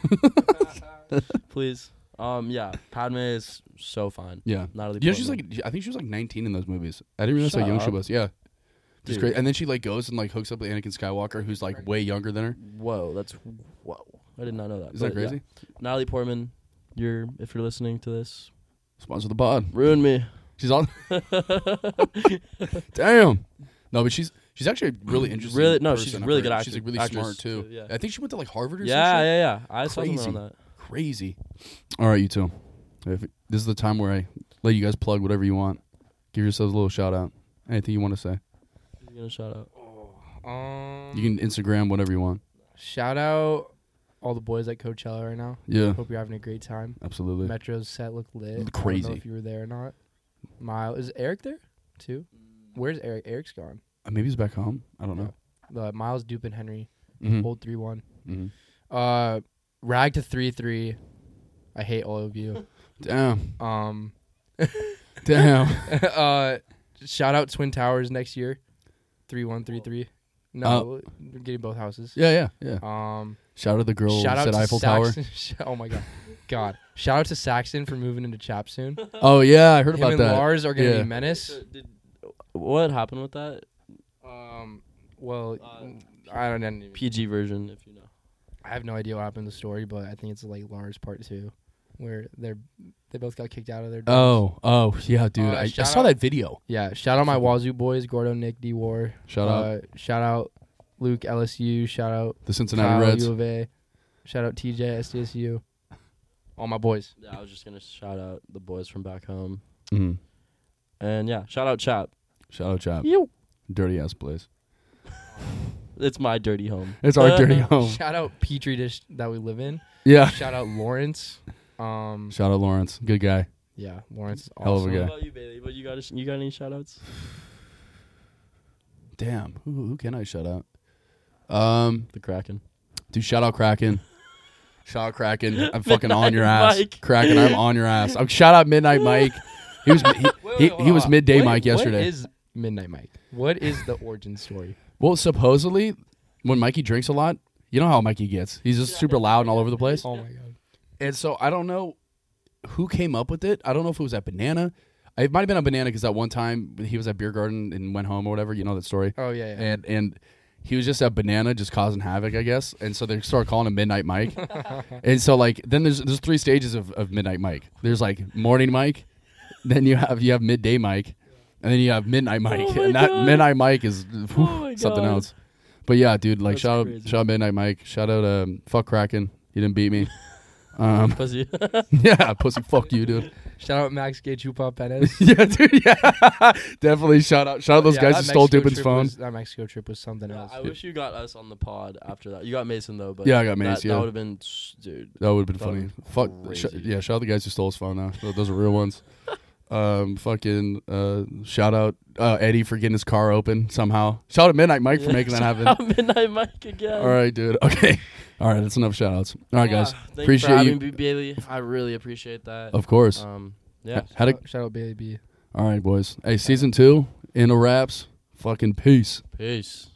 Speaker 2: [LAUGHS] please. Um, yeah, Padme is so fine.
Speaker 1: Yeah.
Speaker 2: Natalie.
Speaker 1: Yeah, she's like.
Speaker 2: Portman.
Speaker 1: I think she was like 19 in those movies. I didn't realize how
Speaker 2: Shut
Speaker 1: young she
Speaker 2: up.
Speaker 1: was. Yeah. Just
Speaker 2: Dude.
Speaker 1: great. And then she like goes and like hooks up with Anakin Skywalker, who's like way younger than her.
Speaker 2: whoa, that's whoa. I did not know that.
Speaker 1: Is that
Speaker 2: but yeah.
Speaker 1: crazy?
Speaker 2: Natalie Portman, you're if you're listening to this,
Speaker 1: Sponsor the pod.
Speaker 2: ruin me. [LAUGHS]
Speaker 1: She's all. Damn. No, but she's she's actually a
Speaker 3: Mm,
Speaker 1: really interesting.
Speaker 2: Really- no, she's
Speaker 1: person,
Speaker 2: a
Speaker 1: I've
Speaker 2: really
Speaker 1: heard.
Speaker 2: good
Speaker 1: She's
Speaker 2: actor-
Speaker 1: like really
Speaker 2: actress,
Speaker 1: smart too.
Speaker 2: too, yeah.
Speaker 1: I think she went to like Harvard or
Speaker 2: Yeah,
Speaker 1: something.
Speaker 2: yeah, yeah. I saw
Speaker 1: Crazy.
Speaker 2: something on that.
Speaker 1: Crazy. All right, you two. If, this is the time where I let you guys plug whatever you want. Give yourselves a little shout out. Anything you want to say?
Speaker 2: You're gonna shout out.
Speaker 3: Um,
Speaker 1: You can Instagram whatever you want.
Speaker 3: shout out all the boys at Coachella right now.
Speaker 1: Yeah,
Speaker 3: Hope you're having a great time.
Speaker 1: absolutely.
Speaker 3: Metro's set looked lit. I don't know
Speaker 1: Crazy.
Speaker 3: if you were there or not. Mile is Eric there too? Where's Eric? Eric's gone.
Speaker 1: Uh, Maybe he's back home. I don't know.
Speaker 3: Uh, Miles Dupe and Henry
Speaker 1: Mhm.
Speaker 3: hold three one.
Speaker 1: Mhm.
Speaker 3: Uh, rag to three three. I hate all of you.
Speaker 1: Damn,
Speaker 3: um, [LAUGHS]
Speaker 1: damn.
Speaker 3: uh, shout out Twin Towers next year. Three one three three. No, we're getting both houses.
Speaker 1: Uh, yeah, yeah, yeah.
Speaker 3: Um,
Speaker 1: Shout out the girl
Speaker 3: shout
Speaker 1: who
Speaker 3: out
Speaker 1: said
Speaker 3: to
Speaker 1: Eiffel
Speaker 3: Saxon. [LAUGHS] Oh my god, God! Shout out to Saxon for moving into Chap soon.
Speaker 1: Tower. Oh yeah, I heard
Speaker 3: Him
Speaker 1: about
Speaker 3: and
Speaker 1: that.
Speaker 3: Lars are gonna
Speaker 1: Yeah.
Speaker 3: be menace.
Speaker 2: So did, what happened with that
Speaker 3: Um, well,
Speaker 2: Uh,
Speaker 3: I don't know.
Speaker 2: PG version? If you know,
Speaker 3: I have no idea what happened in the story, but I think it's like Lars part two, where they're they both got kicked out of their. dorms.
Speaker 1: Oh, oh yeah, dude.
Speaker 3: Uh,
Speaker 1: I, I
Speaker 3: shout
Speaker 1: saw
Speaker 3: out-
Speaker 1: that video.
Speaker 3: yeah! Shout out my Wazoo boys, Gordo, Nick, D War.
Speaker 1: Shout out
Speaker 3: Uh, shout out Luke, LSU. Shout out
Speaker 1: the Cincinnati
Speaker 3: Kyle,
Speaker 1: Reds.
Speaker 3: U of A. Shout out TJ, SDSU. All my boys.
Speaker 2: yeah, I was just gonna shout out the boys from back home,
Speaker 1: Mhm.
Speaker 2: and yeah, shout out Chap.
Speaker 1: Shout out, Chop. [LAUGHS]
Speaker 2: You.
Speaker 1: Dirty ass place.
Speaker 2: It's my dirty home.
Speaker 1: It's our dirty home.
Speaker 3: Shout out Petri dish that we live in.
Speaker 1: Yeah.
Speaker 3: Shout out Lawrence.
Speaker 1: [LAUGHS]
Speaker 3: Um,
Speaker 1: Shout out Lawrence. Good guy.
Speaker 3: yeah, Lawrence is
Speaker 1: Hell of a
Speaker 3: awesome.
Speaker 1: guy.
Speaker 2: What about you, Bailey? But you got a sh- you got any shout outs?
Speaker 1: Damn. Who, who can I shout out? Um,
Speaker 2: The Kraken.
Speaker 1: dude, shout out Kraken. Shout out Kraken. I'm fucking on your
Speaker 2: Midnight
Speaker 1: ass.
Speaker 2: Mike.
Speaker 1: Kraken, I'm on your ass. I'm shout out Midnight Mike. He was he, he, he was midday
Speaker 3: What-
Speaker 1: Mike yesterday.
Speaker 3: What is Midnight Mike? What is the origin story?
Speaker 1: well, supposedly when Mikey drinks a lot, you know how Mikey gets. He's just super loud and all over the place.
Speaker 3: Oh my god.
Speaker 1: And so I don't know who came up with it. I don't know if it was at Banana. It might have been a Banana because that one time he was at Beer Garden and went home or whatever. You know that story.
Speaker 3: Oh yeah, yeah.
Speaker 1: and and he was just a banana just causing havoc i guess and so they start calling him midnight
Speaker 2: [LAUGHS]
Speaker 1: mike and so like then there's there's three stages of, of midnight mike there's like morning mike then you have you have midday mike and then you have midnight mike
Speaker 2: Oh my
Speaker 1: and that
Speaker 2: God. Oh
Speaker 1: midnight mike is whew,
Speaker 2: my
Speaker 1: something
Speaker 2: God.
Speaker 1: else but yeah dude like
Speaker 2: That's
Speaker 1: shout out,
Speaker 2: crazy.
Speaker 1: shout out midnight mike shout out um fuck kraken he didn't beat me um
Speaker 2: [LAUGHS] Pussy.
Speaker 1: [LAUGHS] yeah pussy fuck you dude
Speaker 3: Shout out Max Gay Chupa Perez.
Speaker 1: yeah dude yeah [LAUGHS] definitely shout out shout out [LAUGHS] those
Speaker 3: Yeah,
Speaker 1: guys
Speaker 3: that
Speaker 1: who stole
Speaker 3: Mexico
Speaker 1: dupin's
Speaker 3: trip
Speaker 1: phone
Speaker 3: was- that Mexico trip was something
Speaker 2: Yeah,
Speaker 3: else.
Speaker 2: I wish you got us on the pod after that. You got Mason though, but
Speaker 1: Yeah, I got Mace,
Speaker 2: That,
Speaker 1: yeah.
Speaker 2: that would have been, s- dude.
Speaker 1: That would have been
Speaker 2: That
Speaker 1: funny.
Speaker 2: would've
Speaker 1: Fuck.
Speaker 2: been
Speaker 1: Sh-
Speaker 2: crazy.
Speaker 1: yeah, shout out the guys who stole his phone now. Th- Those are real ones. Um, fucking uh, shout out uh, Eddie for getting his car open somehow. Shout out Midnight Mike for
Speaker 2: [LAUGHS]
Speaker 1: making that happen. All
Speaker 2: Midnight Mike again.
Speaker 1: right, dude. [LAUGHS] Okay. All right, that's enough shout outs. All right,
Speaker 2: Yeah,
Speaker 1: guys.
Speaker 2: thanks
Speaker 1: Appreciate
Speaker 2: for
Speaker 1: you.
Speaker 2: having me, Bailey. I really appreciate that.
Speaker 1: Of course.
Speaker 2: Um, yeah.
Speaker 1: Had a-
Speaker 3: Shout out- shout out Bailey B.
Speaker 1: all right, boys. Hey, season two in the wraps. Fucking peace.
Speaker 2: Peace.